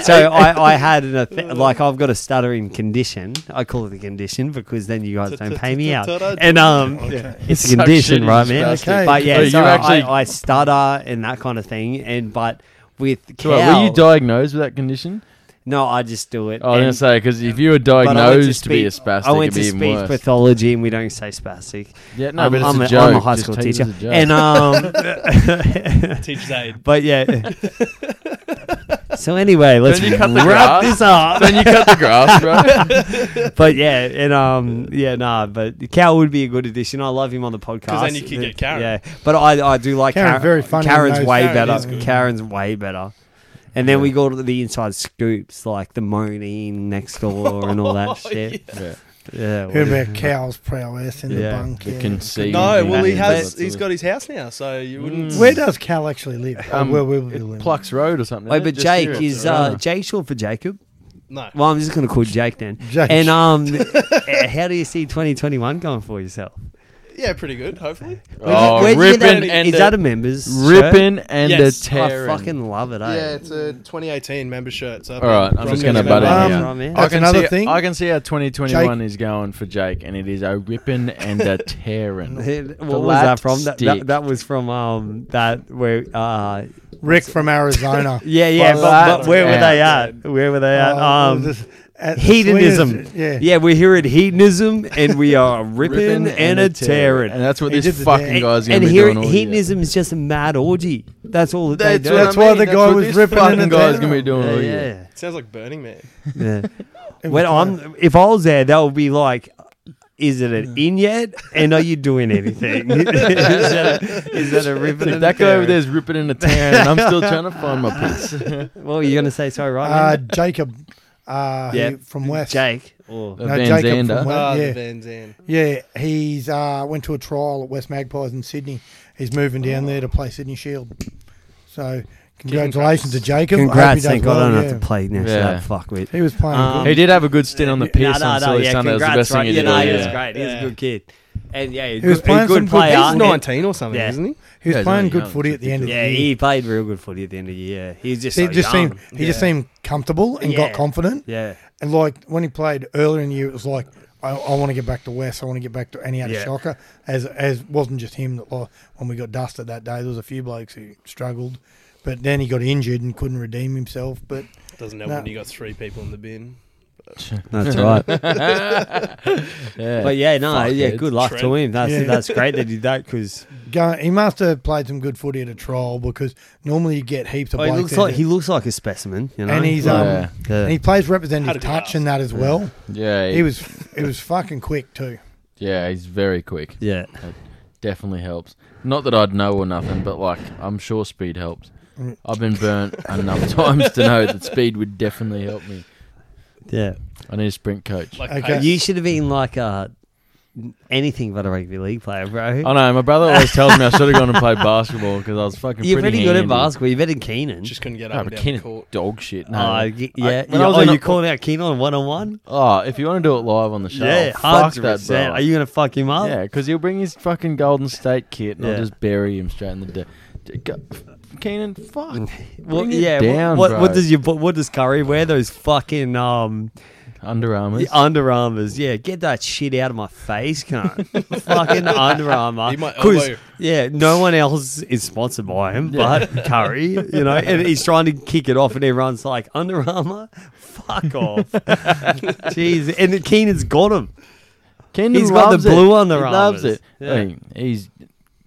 [SPEAKER 3] Yeah. So I, I had an affa- like I've got a stuttering condition. I call it a condition because then you guys don't pay me out. And um, it's a
[SPEAKER 4] Suck
[SPEAKER 3] condition,
[SPEAKER 4] shit,
[SPEAKER 3] right,
[SPEAKER 4] you
[SPEAKER 3] man?
[SPEAKER 4] bastard.
[SPEAKER 2] Okay.
[SPEAKER 3] But yeah,
[SPEAKER 4] Wait,
[SPEAKER 3] so
[SPEAKER 4] you
[SPEAKER 3] I-
[SPEAKER 4] actually-
[SPEAKER 3] I, stutter and that kind of thing. And but with
[SPEAKER 4] So
[SPEAKER 3] Cal,
[SPEAKER 4] what, were you diagnosed with that condition?
[SPEAKER 3] no, I just do it.
[SPEAKER 4] I was going
[SPEAKER 3] And-
[SPEAKER 4] to say because if you were
[SPEAKER 3] But I went
[SPEAKER 4] diagnosed to, be a
[SPEAKER 3] speech-
[SPEAKER 4] spastic,
[SPEAKER 3] I went
[SPEAKER 4] it'd
[SPEAKER 3] to
[SPEAKER 4] be even
[SPEAKER 3] speech
[SPEAKER 4] worse.
[SPEAKER 3] pathology, and we don't say spastic.
[SPEAKER 4] yeah, no,
[SPEAKER 3] I'm,
[SPEAKER 4] but it's
[SPEAKER 3] I'm
[SPEAKER 4] a
[SPEAKER 3] a-
[SPEAKER 4] joke.
[SPEAKER 3] I'm a high
[SPEAKER 4] Just
[SPEAKER 3] school
[SPEAKER 4] take it
[SPEAKER 3] teacher,
[SPEAKER 4] as a joke.
[SPEAKER 3] and um,
[SPEAKER 5] Teach Zaid.
[SPEAKER 3] but yeah. so anyway, let's
[SPEAKER 4] Don't you cut the
[SPEAKER 3] wrap
[SPEAKER 4] grass?
[SPEAKER 3] this up.
[SPEAKER 4] then you cut the grass, bro.
[SPEAKER 3] but yeah, and um, yeah, nah. But Cal would be a good addition. I love him on the podcast.
[SPEAKER 5] 'Cause then you could get Karen.
[SPEAKER 3] Yeah, but I, I do like
[SPEAKER 2] Karen's
[SPEAKER 3] Karen.
[SPEAKER 2] very funny
[SPEAKER 3] Karen's
[SPEAKER 2] and
[SPEAKER 3] way
[SPEAKER 2] knows-
[SPEAKER 5] Karen is
[SPEAKER 3] better.
[SPEAKER 5] good.
[SPEAKER 3] Karen's way better. And then we got the inside scoops, like the moaning next door and all that shit.
[SPEAKER 4] yeah.
[SPEAKER 3] Yeah, what
[SPEAKER 2] Heard
[SPEAKER 3] is-
[SPEAKER 2] about Cal's prowess in the
[SPEAKER 3] Yeah.
[SPEAKER 2] bunk.
[SPEAKER 4] You
[SPEAKER 2] yeah.
[SPEAKER 4] can see.
[SPEAKER 5] No, well, he
[SPEAKER 3] But-
[SPEAKER 5] has. He's got his house now, so you wouldn't.
[SPEAKER 2] Mm. Where does Cal actually live? Oh,
[SPEAKER 4] Um,
[SPEAKER 2] where will we
[SPEAKER 4] it
[SPEAKER 2] live?
[SPEAKER 4] Plucks Road or something.
[SPEAKER 3] Oh,
[SPEAKER 4] isn't it? Oh.
[SPEAKER 3] but
[SPEAKER 4] Just
[SPEAKER 3] Jake
[SPEAKER 4] here, it's
[SPEAKER 3] is uh,
[SPEAKER 4] around.
[SPEAKER 3] Jake short for Jacob.
[SPEAKER 5] No.
[SPEAKER 3] Well, I'm just going to call Jake then.
[SPEAKER 2] Jake.
[SPEAKER 3] And um, eh, how do you see 2021 going for yourself?
[SPEAKER 5] Yeah, pretty good. Hopefully.
[SPEAKER 4] Oh,
[SPEAKER 3] Where'd you get that-
[SPEAKER 4] ripping and
[SPEAKER 3] is
[SPEAKER 4] a-
[SPEAKER 3] that a members
[SPEAKER 4] ripping and
[SPEAKER 5] Yes,
[SPEAKER 4] a
[SPEAKER 5] I
[SPEAKER 3] Shirt? I
[SPEAKER 4] tearing.
[SPEAKER 3] fucking love it. Eh?
[SPEAKER 5] Yeah, it's a 2018 member shirt. So
[SPEAKER 4] All right, I'm just gonna butt in
[SPEAKER 2] Um,
[SPEAKER 4] here.
[SPEAKER 3] Right, man.
[SPEAKER 4] I
[SPEAKER 2] That's
[SPEAKER 4] can
[SPEAKER 2] another
[SPEAKER 4] see,
[SPEAKER 2] thing.
[SPEAKER 4] I can see how 2021 is going for Jake, and it is a ripping and a tearing.
[SPEAKER 3] Eh, What was that from? That, that,
[SPEAKER 4] Slapstick.
[SPEAKER 3] that was from um that where uh
[SPEAKER 2] Rick from Arizona.
[SPEAKER 3] yeah yeah but, but where were
[SPEAKER 4] Slapstick.
[SPEAKER 3] they at? Where were they at?
[SPEAKER 2] Uh,
[SPEAKER 3] Um,
[SPEAKER 2] this- at the
[SPEAKER 3] hedonism.
[SPEAKER 2] Swingers,
[SPEAKER 3] Yeah.
[SPEAKER 2] Yeah.
[SPEAKER 3] we're here at hedonism, and we are ripping, and a tearing.
[SPEAKER 4] and that's what
[SPEAKER 2] He
[SPEAKER 4] this
[SPEAKER 2] did the
[SPEAKER 4] fucking
[SPEAKER 2] tearing.
[SPEAKER 4] guy's gonna
[SPEAKER 3] and
[SPEAKER 4] be
[SPEAKER 3] here,
[SPEAKER 4] doing all year.
[SPEAKER 3] hedonism is just a mad orgy. That's all that
[SPEAKER 4] That's
[SPEAKER 3] they do.
[SPEAKER 4] what
[SPEAKER 2] That's
[SPEAKER 4] I mean,
[SPEAKER 2] why the
[SPEAKER 4] that's
[SPEAKER 2] guy
[SPEAKER 4] what
[SPEAKER 2] was
[SPEAKER 4] this
[SPEAKER 2] ripping
[SPEAKER 4] fucking
[SPEAKER 2] and a
[SPEAKER 4] guy's
[SPEAKER 2] tearing.
[SPEAKER 4] gonna be doing all year.
[SPEAKER 3] yeah,
[SPEAKER 5] Sounds like Burning Man.
[SPEAKER 3] yeah.
[SPEAKER 2] It
[SPEAKER 3] when
[SPEAKER 2] was fun.
[SPEAKER 3] I'm, if I was there, that would be like, is it an in yet? And are you doing anything? is, that a, is that a ribbon?
[SPEAKER 4] Dude,
[SPEAKER 3] and
[SPEAKER 4] that
[SPEAKER 3] a
[SPEAKER 4] guy over
[SPEAKER 3] tearing?
[SPEAKER 4] there's ripping in a tearing, and I'm still trying to find my piece.
[SPEAKER 3] Well, you're gonna say sorry, right?
[SPEAKER 2] uh,
[SPEAKER 3] man?
[SPEAKER 2] Jacob uh,
[SPEAKER 3] Yeah.
[SPEAKER 2] who- from West.
[SPEAKER 3] Jake. Or,
[SPEAKER 4] Uh,
[SPEAKER 2] No,
[SPEAKER 4] Van
[SPEAKER 2] Jacob
[SPEAKER 4] Zander.
[SPEAKER 2] from
[SPEAKER 3] Oh,
[SPEAKER 5] Ah,
[SPEAKER 2] West.
[SPEAKER 5] the
[SPEAKER 2] yeah.
[SPEAKER 5] Van Zandt.
[SPEAKER 2] Yeah, he's uh, went to a trial at West Magpies in Sydney. He's moving
[SPEAKER 3] Oh.
[SPEAKER 2] down there to play Sydney Shield. So congratulations to Jacob. I hope he
[SPEAKER 3] congrats!
[SPEAKER 2] does
[SPEAKER 3] Thank
[SPEAKER 2] well,
[SPEAKER 3] God I don't
[SPEAKER 2] yeah.
[SPEAKER 3] have to play next to
[SPEAKER 4] Yeah.
[SPEAKER 3] that fuckwit.
[SPEAKER 2] He was playing.
[SPEAKER 3] Um,
[SPEAKER 4] He did have a good stint on the
[SPEAKER 3] No,
[SPEAKER 4] piece
[SPEAKER 3] no,
[SPEAKER 4] on
[SPEAKER 3] no,
[SPEAKER 4] Silly Sunday. That was the best thing he
[SPEAKER 3] yeah,
[SPEAKER 4] did.
[SPEAKER 3] no,
[SPEAKER 4] all
[SPEAKER 3] he was
[SPEAKER 4] year.
[SPEAKER 3] great. He was a
[SPEAKER 5] Yeah.
[SPEAKER 3] good kid, and yeah, he
[SPEAKER 2] was
[SPEAKER 3] was
[SPEAKER 2] playing
[SPEAKER 3] a good
[SPEAKER 2] some good-
[SPEAKER 3] player.
[SPEAKER 2] he's
[SPEAKER 3] And-
[SPEAKER 5] 19 or something,
[SPEAKER 3] Yeah.
[SPEAKER 5] isn't he?
[SPEAKER 2] he was
[SPEAKER 4] Yeah, he's
[SPEAKER 2] playing
[SPEAKER 4] only
[SPEAKER 2] good
[SPEAKER 4] young,
[SPEAKER 2] footy at the end of the
[SPEAKER 3] Yeah,
[SPEAKER 2] year.
[SPEAKER 3] he played real good footy at the end of the year. He was just
[SPEAKER 2] he
[SPEAKER 3] so
[SPEAKER 2] just
[SPEAKER 3] young.
[SPEAKER 2] seemed he just seemed comfortable and
[SPEAKER 3] Yeah.
[SPEAKER 2] got confident.
[SPEAKER 3] yeah.
[SPEAKER 2] And like when he played earlier in the year, it was like I, I want to get back to West. I want to get back to any other
[SPEAKER 3] Yeah.
[SPEAKER 2] shocker. As as wasn't just him that like, when we got dusted that day, there was a few blokes who struggled, but then he got injured and couldn't redeem himself. But
[SPEAKER 5] Doesn't help
[SPEAKER 2] No.
[SPEAKER 5] when you got three people in the bin.
[SPEAKER 3] That's right.
[SPEAKER 4] Yeah.
[SPEAKER 3] but yeah, no, yeah,
[SPEAKER 4] Fuckheads.
[SPEAKER 3] good luck to
[SPEAKER 5] Trent.
[SPEAKER 3] him. That's
[SPEAKER 2] Yeah.
[SPEAKER 3] that's great they did that because
[SPEAKER 2] go, he must have played some good footy at a trial because normally you get heaps of.
[SPEAKER 3] Oh, he
[SPEAKER 2] blokes
[SPEAKER 3] looks
[SPEAKER 2] there
[SPEAKER 3] like he
[SPEAKER 2] that-
[SPEAKER 3] looks like a specimen, you know.
[SPEAKER 2] and he's um
[SPEAKER 4] Yeah.
[SPEAKER 3] Yeah.
[SPEAKER 2] and he plays representative
[SPEAKER 5] Had a good
[SPEAKER 2] touch
[SPEAKER 5] half.
[SPEAKER 2] in that as well.
[SPEAKER 4] yeah,
[SPEAKER 2] He was it was fucking quick too.
[SPEAKER 4] Yeah, he's very quick.
[SPEAKER 3] yeah,
[SPEAKER 4] Definitely helps. Not that I'd know or nothing, but like I'm sure speed helps. I've been burnt enough times to know that speed would definitely help me.
[SPEAKER 3] Yeah.
[SPEAKER 4] I need a sprint coach.
[SPEAKER 5] Like,
[SPEAKER 2] Okay.
[SPEAKER 5] hey,
[SPEAKER 3] You should have been like a anything but a rugby league player, bro.
[SPEAKER 4] I know my brother always tells me I should have gone and played basketball because I was fucking.
[SPEAKER 3] You're pretty,
[SPEAKER 4] pretty
[SPEAKER 3] good at
[SPEAKER 4] handy.
[SPEAKER 3] basketball. You're better than Keenan.
[SPEAKER 5] just couldn't get
[SPEAKER 4] No,
[SPEAKER 5] up and
[SPEAKER 4] but
[SPEAKER 5] down the
[SPEAKER 4] Keenan,
[SPEAKER 5] court.
[SPEAKER 4] dog shit. No,
[SPEAKER 3] Oh, y- yeah.
[SPEAKER 4] when
[SPEAKER 3] You-
[SPEAKER 4] I was
[SPEAKER 3] oh,
[SPEAKER 4] in
[SPEAKER 3] you're
[SPEAKER 4] a-
[SPEAKER 3] calling out Keenan one on one?
[SPEAKER 4] Oh, if you want to do it live on the show,
[SPEAKER 3] Yeah,
[SPEAKER 4] fuck
[SPEAKER 3] hundred
[SPEAKER 4] that,
[SPEAKER 3] percent.
[SPEAKER 4] bro.
[SPEAKER 3] Are you gonna fuck him up?
[SPEAKER 4] Yeah, because he'll bring his fucking Golden State kit and
[SPEAKER 3] Yeah.
[SPEAKER 4] I'll just bury him straight in the dirt. D- go- Keenan, fuck.
[SPEAKER 3] Well,
[SPEAKER 4] Bring it
[SPEAKER 3] yeah.
[SPEAKER 4] down,
[SPEAKER 3] what, what, what
[SPEAKER 4] bro.
[SPEAKER 3] does your what does Curry wear? Those fucking um
[SPEAKER 4] Under Armour.
[SPEAKER 3] the Under Armours. Yeah, get that shit out of my face, cunt. fucking Under Armour.
[SPEAKER 5] He might
[SPEAKER 3] 'Cause,
[SPEAKER 5] elbow you.
[SPEAKER 3] yeah, no one else is sponsored by him, but Curry. You know, and he's trying to kick it off, and everyone's like, Under Armour, fuck off. Jeez, and then Keenan's got him.
[SPEAKER 4] Keenan
[SPEAKER 3] He's got the
[SPEAKER 4] loves
[SPEAKER 3] blue
[SPEAKER 4] it.
[SPEAKER 3] Under
[SPEAKER 4] He loves
[SPEAKER 3] Armours.
[SPEAKER 4] it. I mean, he's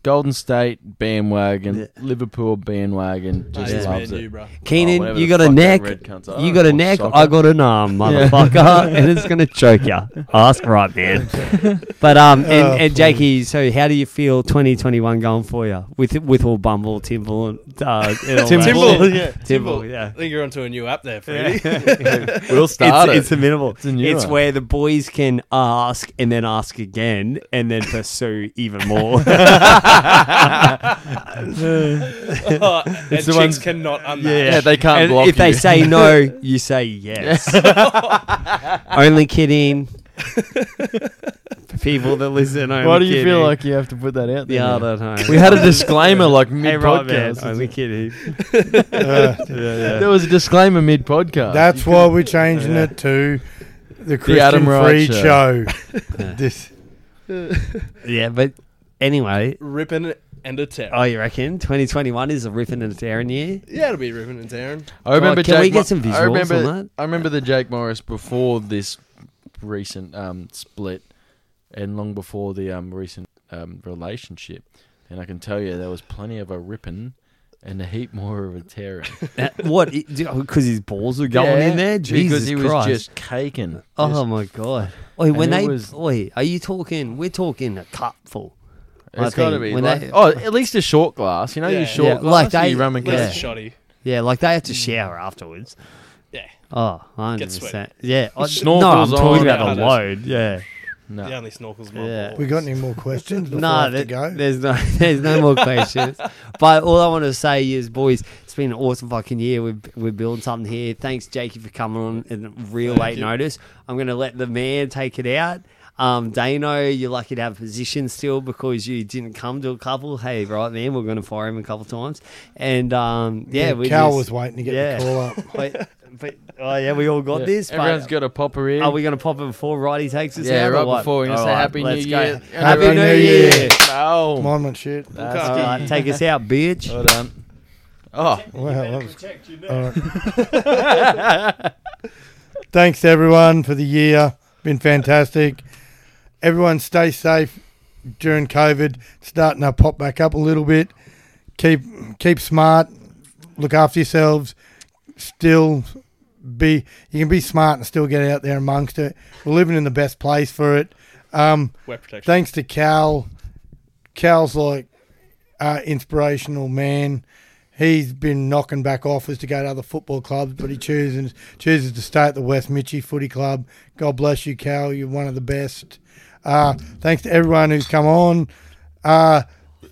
[SPEAKER 4] Golden State bandwagon,
[SPEAKER 3] Yeah.
[SPEAKER 4] Liverpool bandwagon.
[SPEAKER 5] Nah,
[SPEAKER 4] Just
[SPEAKER 5] he's
[SPEAKER 4] loves
[SPEAKER 5] Man
[SPEAKER 4] it.
[SPEAKER 5] U, bro.
[SPEAKER 3] Keenan,
[SPEAKER 4] whatever
[SPEAKER 3] you
[SPEAKER 4] the
[SPEAKER 3] got a
[SPEAKER 4] fuck that
[SPEAKER 3] neck.
[SPEAKER 4] red cunt's-
[SPEAKER 3] You
[SPEAKER 4] I don't
[SPEAKER 3] got a
[SPEAKER 4] watch
[SPEAKER 3] neck.
[SPEAKER 4] soccer.
[SPEAKER 3] I got an arm, motherfucker, and it's gonna choke ya. Ask right, man. But um, and,
[SPEAKER 2] Oh,
[SPEAKER 3] and Jakey, so how do you feel 2021 going for you with with all Bumble, Timble, and uh, and all that
[SPEAKER 5] Timble,
[SPEAKER 3] shit?
[SPEAKER 5] yeah,
[SPEAKER 3] Timble,
[SPEAKER 5] Timble.
[SPEAKER 3] yeah.
[SPEAKER 5] I think you're onto a new app there, Freddie.
[SPEAKER 4] We'll
[SPEAKER 3] It's,
[SPEAKER 4] start
[SPEAKER 3] it's
[SPEAKER 4] it.
[SPEAKER 3] a minimal. It's,
[SPEAKER 4] a new one.
[SPEAKER 3] where the boys can ask and then ask again and then pursue even more.
[SPEAKER 5] Oh, and
[SPEAKER 4] It's the
[SPEAKER 5] chicks
[SPEAKER 4] ones-
[SPEAKER 5] cannot unmatch.
[SPEAKER 4] Yeah, they can't
[SPEAKER 3] And
[SPEAKER 4] block
[SPEAKER 3] If they
[SPEAKER 4] you.
[SPEAKER 3] say no, you say yes. only kidding. People that listen, only
[SPEAKER 4] Why do you feel
[SPEAKER 3] kidding.
[SPEAKER 4] like you have to put that out there?
[SPEAKER 3] Yeah, I
[SPEAKER 4] now?
[SPEAKER 3] don't know.
[SPEAKER 4] we had a disclaimer like
[SPEAKER 3] hey,
[SPEAKER 4] mid
[SPEAKER 3] right, man.
[SPEAKER 4] podcast.
[SPEAKER 3] Only kidding.
[SPEAKER 2] Uh,
[SPEAKER 4] There was a disclaimer mid podcast.
[SPEAKER 2] that's why we're changing it to the Christian
[SPEAKER 4] Adam
[SPEAKER 2] Free
[SPEAKER 4] Wright Show.
[SPEAKER 2] Show. this
[SPEAKER 3] Yeah, but anyway.
[SPEAKER 5] Ripping and a tear.
[SPEAKER 3] Oh, you reckon 2021 is a ripping and a tearing year?
[SPEAKER 5] Uh, yeah, it'll be ripping and tearing.
[SPEAKER 4] I remember.
[SPEAKER 3] can we
[SPEAKER 4] Jake
[SPEAKER 3] get
[SPEAKER 4] Mo-
[SPEAKER 3] some visuals
[SPEAKER 4] I remember,
[SPEAKER 3] on that?
[SPEAKER 4] I remember the Jake Morris before this recent um, split, and long before the um, recent um, relationship. And I can tell you, there was plenty of a ripping and a heap more of a tearing.
[SPEAKER 3] Uh, what? Because his balls were going
[SPEAKER 4] Yeah,
[SPEAKER 3] in there. Jesus
[SPEAKER 4] because he
[SPEAKER 3] Christ.
[SPEAKER 4] was just caking.
[SPEAKER 3] Oh my god! Oi, when
[SPEAKER 4] And
[SPEAKER 3] they,
[SPEAKER 4] it was-
[SPEAKER 3] oi, are you talking? We're talking a cupful. I
[SPEAKER 4] it's got to
[SPEAKER 3] think
[SPEAKER 4] be.
[SPEAKER 3] when
[SPEAKER 4] Like,
[SPEAKER 3] they-
[SPEAKER 4] oh, at least a short glass. You know,
[SPEAKER 5] Yeah.
[SPEAKER 4] your short
[SPEAKER 3] Yeah,
[SPEAKER 4] glass.
[SPEAKER 3] like
[SPEAKER 4] and
[SPEAKER 3] they-
[SPEAKER 4] you rum and
[SPEAKER 5] Less
[SPEAKER 3] Yeah.
[SPEAKER 4] coke.
[SPEAKER 5] shoddy.
[SPEAKER 3] Yeah, like they have to shower afterwards.
[SPEAKER 5] Yeah,
[SPEAKER 3] Oh, 100
[SPEAKER 5] Get
[SPEAKER 3] percent.
[SPEAKER 5] sweaty.
[SPEAKER 3] Yeah, I,
[SPEAKER 4] Snorkels
[SPEAKER 3] no, I'm
[SPEAKER 4] on
[SPEAKER 3] talking about
[SPEAKER 5] and-
[SPEAKER 3] the load. Yeah,
[SPEAKER 4] No.
[SPEAKER 5] the only snorkels. my
[SPEAKER 3] Yeah.
[SPEAKER 2] we got any more questions before I
[SPEAKER 3] no,
[SPEAKER 2] have to
[SPEAKER 3] th-
[SPEAKER 2] go?
[SPEAKER 3] there's no, there's no more questions. But all I want to say is, boys, it's been an awesome fucking year. We're we're building something here. Thanks, Jakey, for coming on in real late notice. I'm gonna let the man take it out. Um, Dano, you're lucky to have a position still because you didn't come to a couple. Hey, right, man, we're going to fire him a couple times. And um, yeah, we
[SPEAKER 2] Cal
[SPEAKER 3] just-
[SPEAKER 2] was waiting to get
[SPEAKER 3] yeah.
[SPEAKER 2] the call up.
[SPEAKER 3] but, but, oh yeah, we all got
[SPEAKER 4] Yeah.
[SPEAKER 3] this.
[SPEAKER 4] Everyone's
[SPEAKER 3] but
[SPEAKER 4] got a popper here.
[SPEAKER 3] Are we going to pop it before Righty takes us
[SPEAKER 4] yeah,
[SPEAKER 3] out? or
[SPEAKER 4] right
[SPEAKER 3] what?
[SPEAKER 4] before we're gonna
[SPEAKER 3] All
[SPEAKER 4] say
[SPEAKER 3] right,
[SPEAKER 4] Happy Oh,
[SPEAKER 3] let's
[SPEAKER 4] New
[SPEAKER 3] go.
[SPEAKER 4] Year.
[SPEAKER 3] Happy New Year.
[SPEAKER 4] No.
[SPEAKER 2] Mine went shit.
[SPEAKER 4] That's
[SPEAKER 3] All right, take us out, bitch.
[SPEAKER 4] Hold on. Oh,
[SPEAKER 2] Wow, that was- all right. Thanks to everyone for the year. Been fantastic. Everyone stay safe during COVID. Starting to pop back up a little bit. Keep keep smart. Look after yourselves. Still be you can be smart and still get out there amongst it. We're living in the best place for it. Um,
[SPEAKER 5] Wet protection.
[SPEAKER 2] thanks to Cal. Cal's like uh, inspirational man. He's been knocking back offers to go to other football clubs, but he chooses chooses to stay at the West Mitchie Footy Club. God bless you, Cal. You're one of the best. Uh, thanks to everyone who's come on. Uh,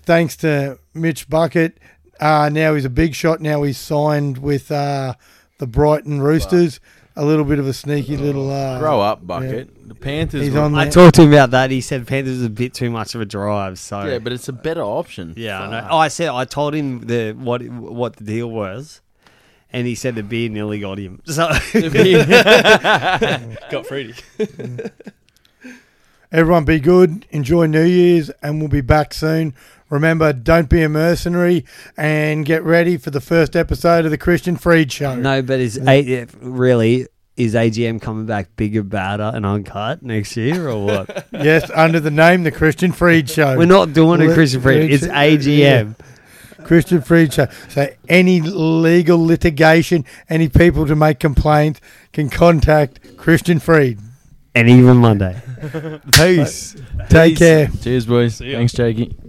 [SPEAKER 2] thanks to Mitch Bucket. Uh, now he's a big shot. Now he's signed with uh, the Brighton Roosters. A little bit of a sneaky little uh,
[SPEAKER 4] grow up, bucket. The Panthers.
[SPEAKER 2] He's
[SPEAKER 4] were-
[SPEAKER 2] on
[SPEAKER 3] I
[SPEAKER 2] there.
[SPEAKER 3] talked to him about that. He said Panthers was a bit too much of a drive. So
[SPEAKER 4] Yeah, but it's a better option.
[SPEAKER 3] Yeah, I know. Oh, I said I told him the what what the deal was, and he said the beer nearly got him. So
[SPEAKER 5] Got Freddie.
[SPEAKER 2] Everyone be good, enjoy New Year's, and we'll be back soon. Remember, don't be a mercenary and get ready for the first episode of the Christian Freed Show.
[SPEAKER 3] no, but is A- really is AGM coming back bigger, badder, and uncut next year or what?
[SPEAKER 2] Yes, under the name the Christian Freed Show.
[SPEAKER 3] We're not doing a
[SPEAKER 2] Well,
[SPEAKER 3] Christian Freed. It's
[SPEAKER 2] yeah.
[SPEAKER 3] AGM.
[SPEAKER 2] Christian Freed Show. So any legal litigation, any people to make complaints can contact Christian Freed.
[SPEAKER 3] and even Monday. Peace.
[SPEAKER 2] Take care.
[SPEAKER 4] Cheers, boys.
[SPEAKER 5] ya.
[SPEAKER 4] Thanks, Jakey.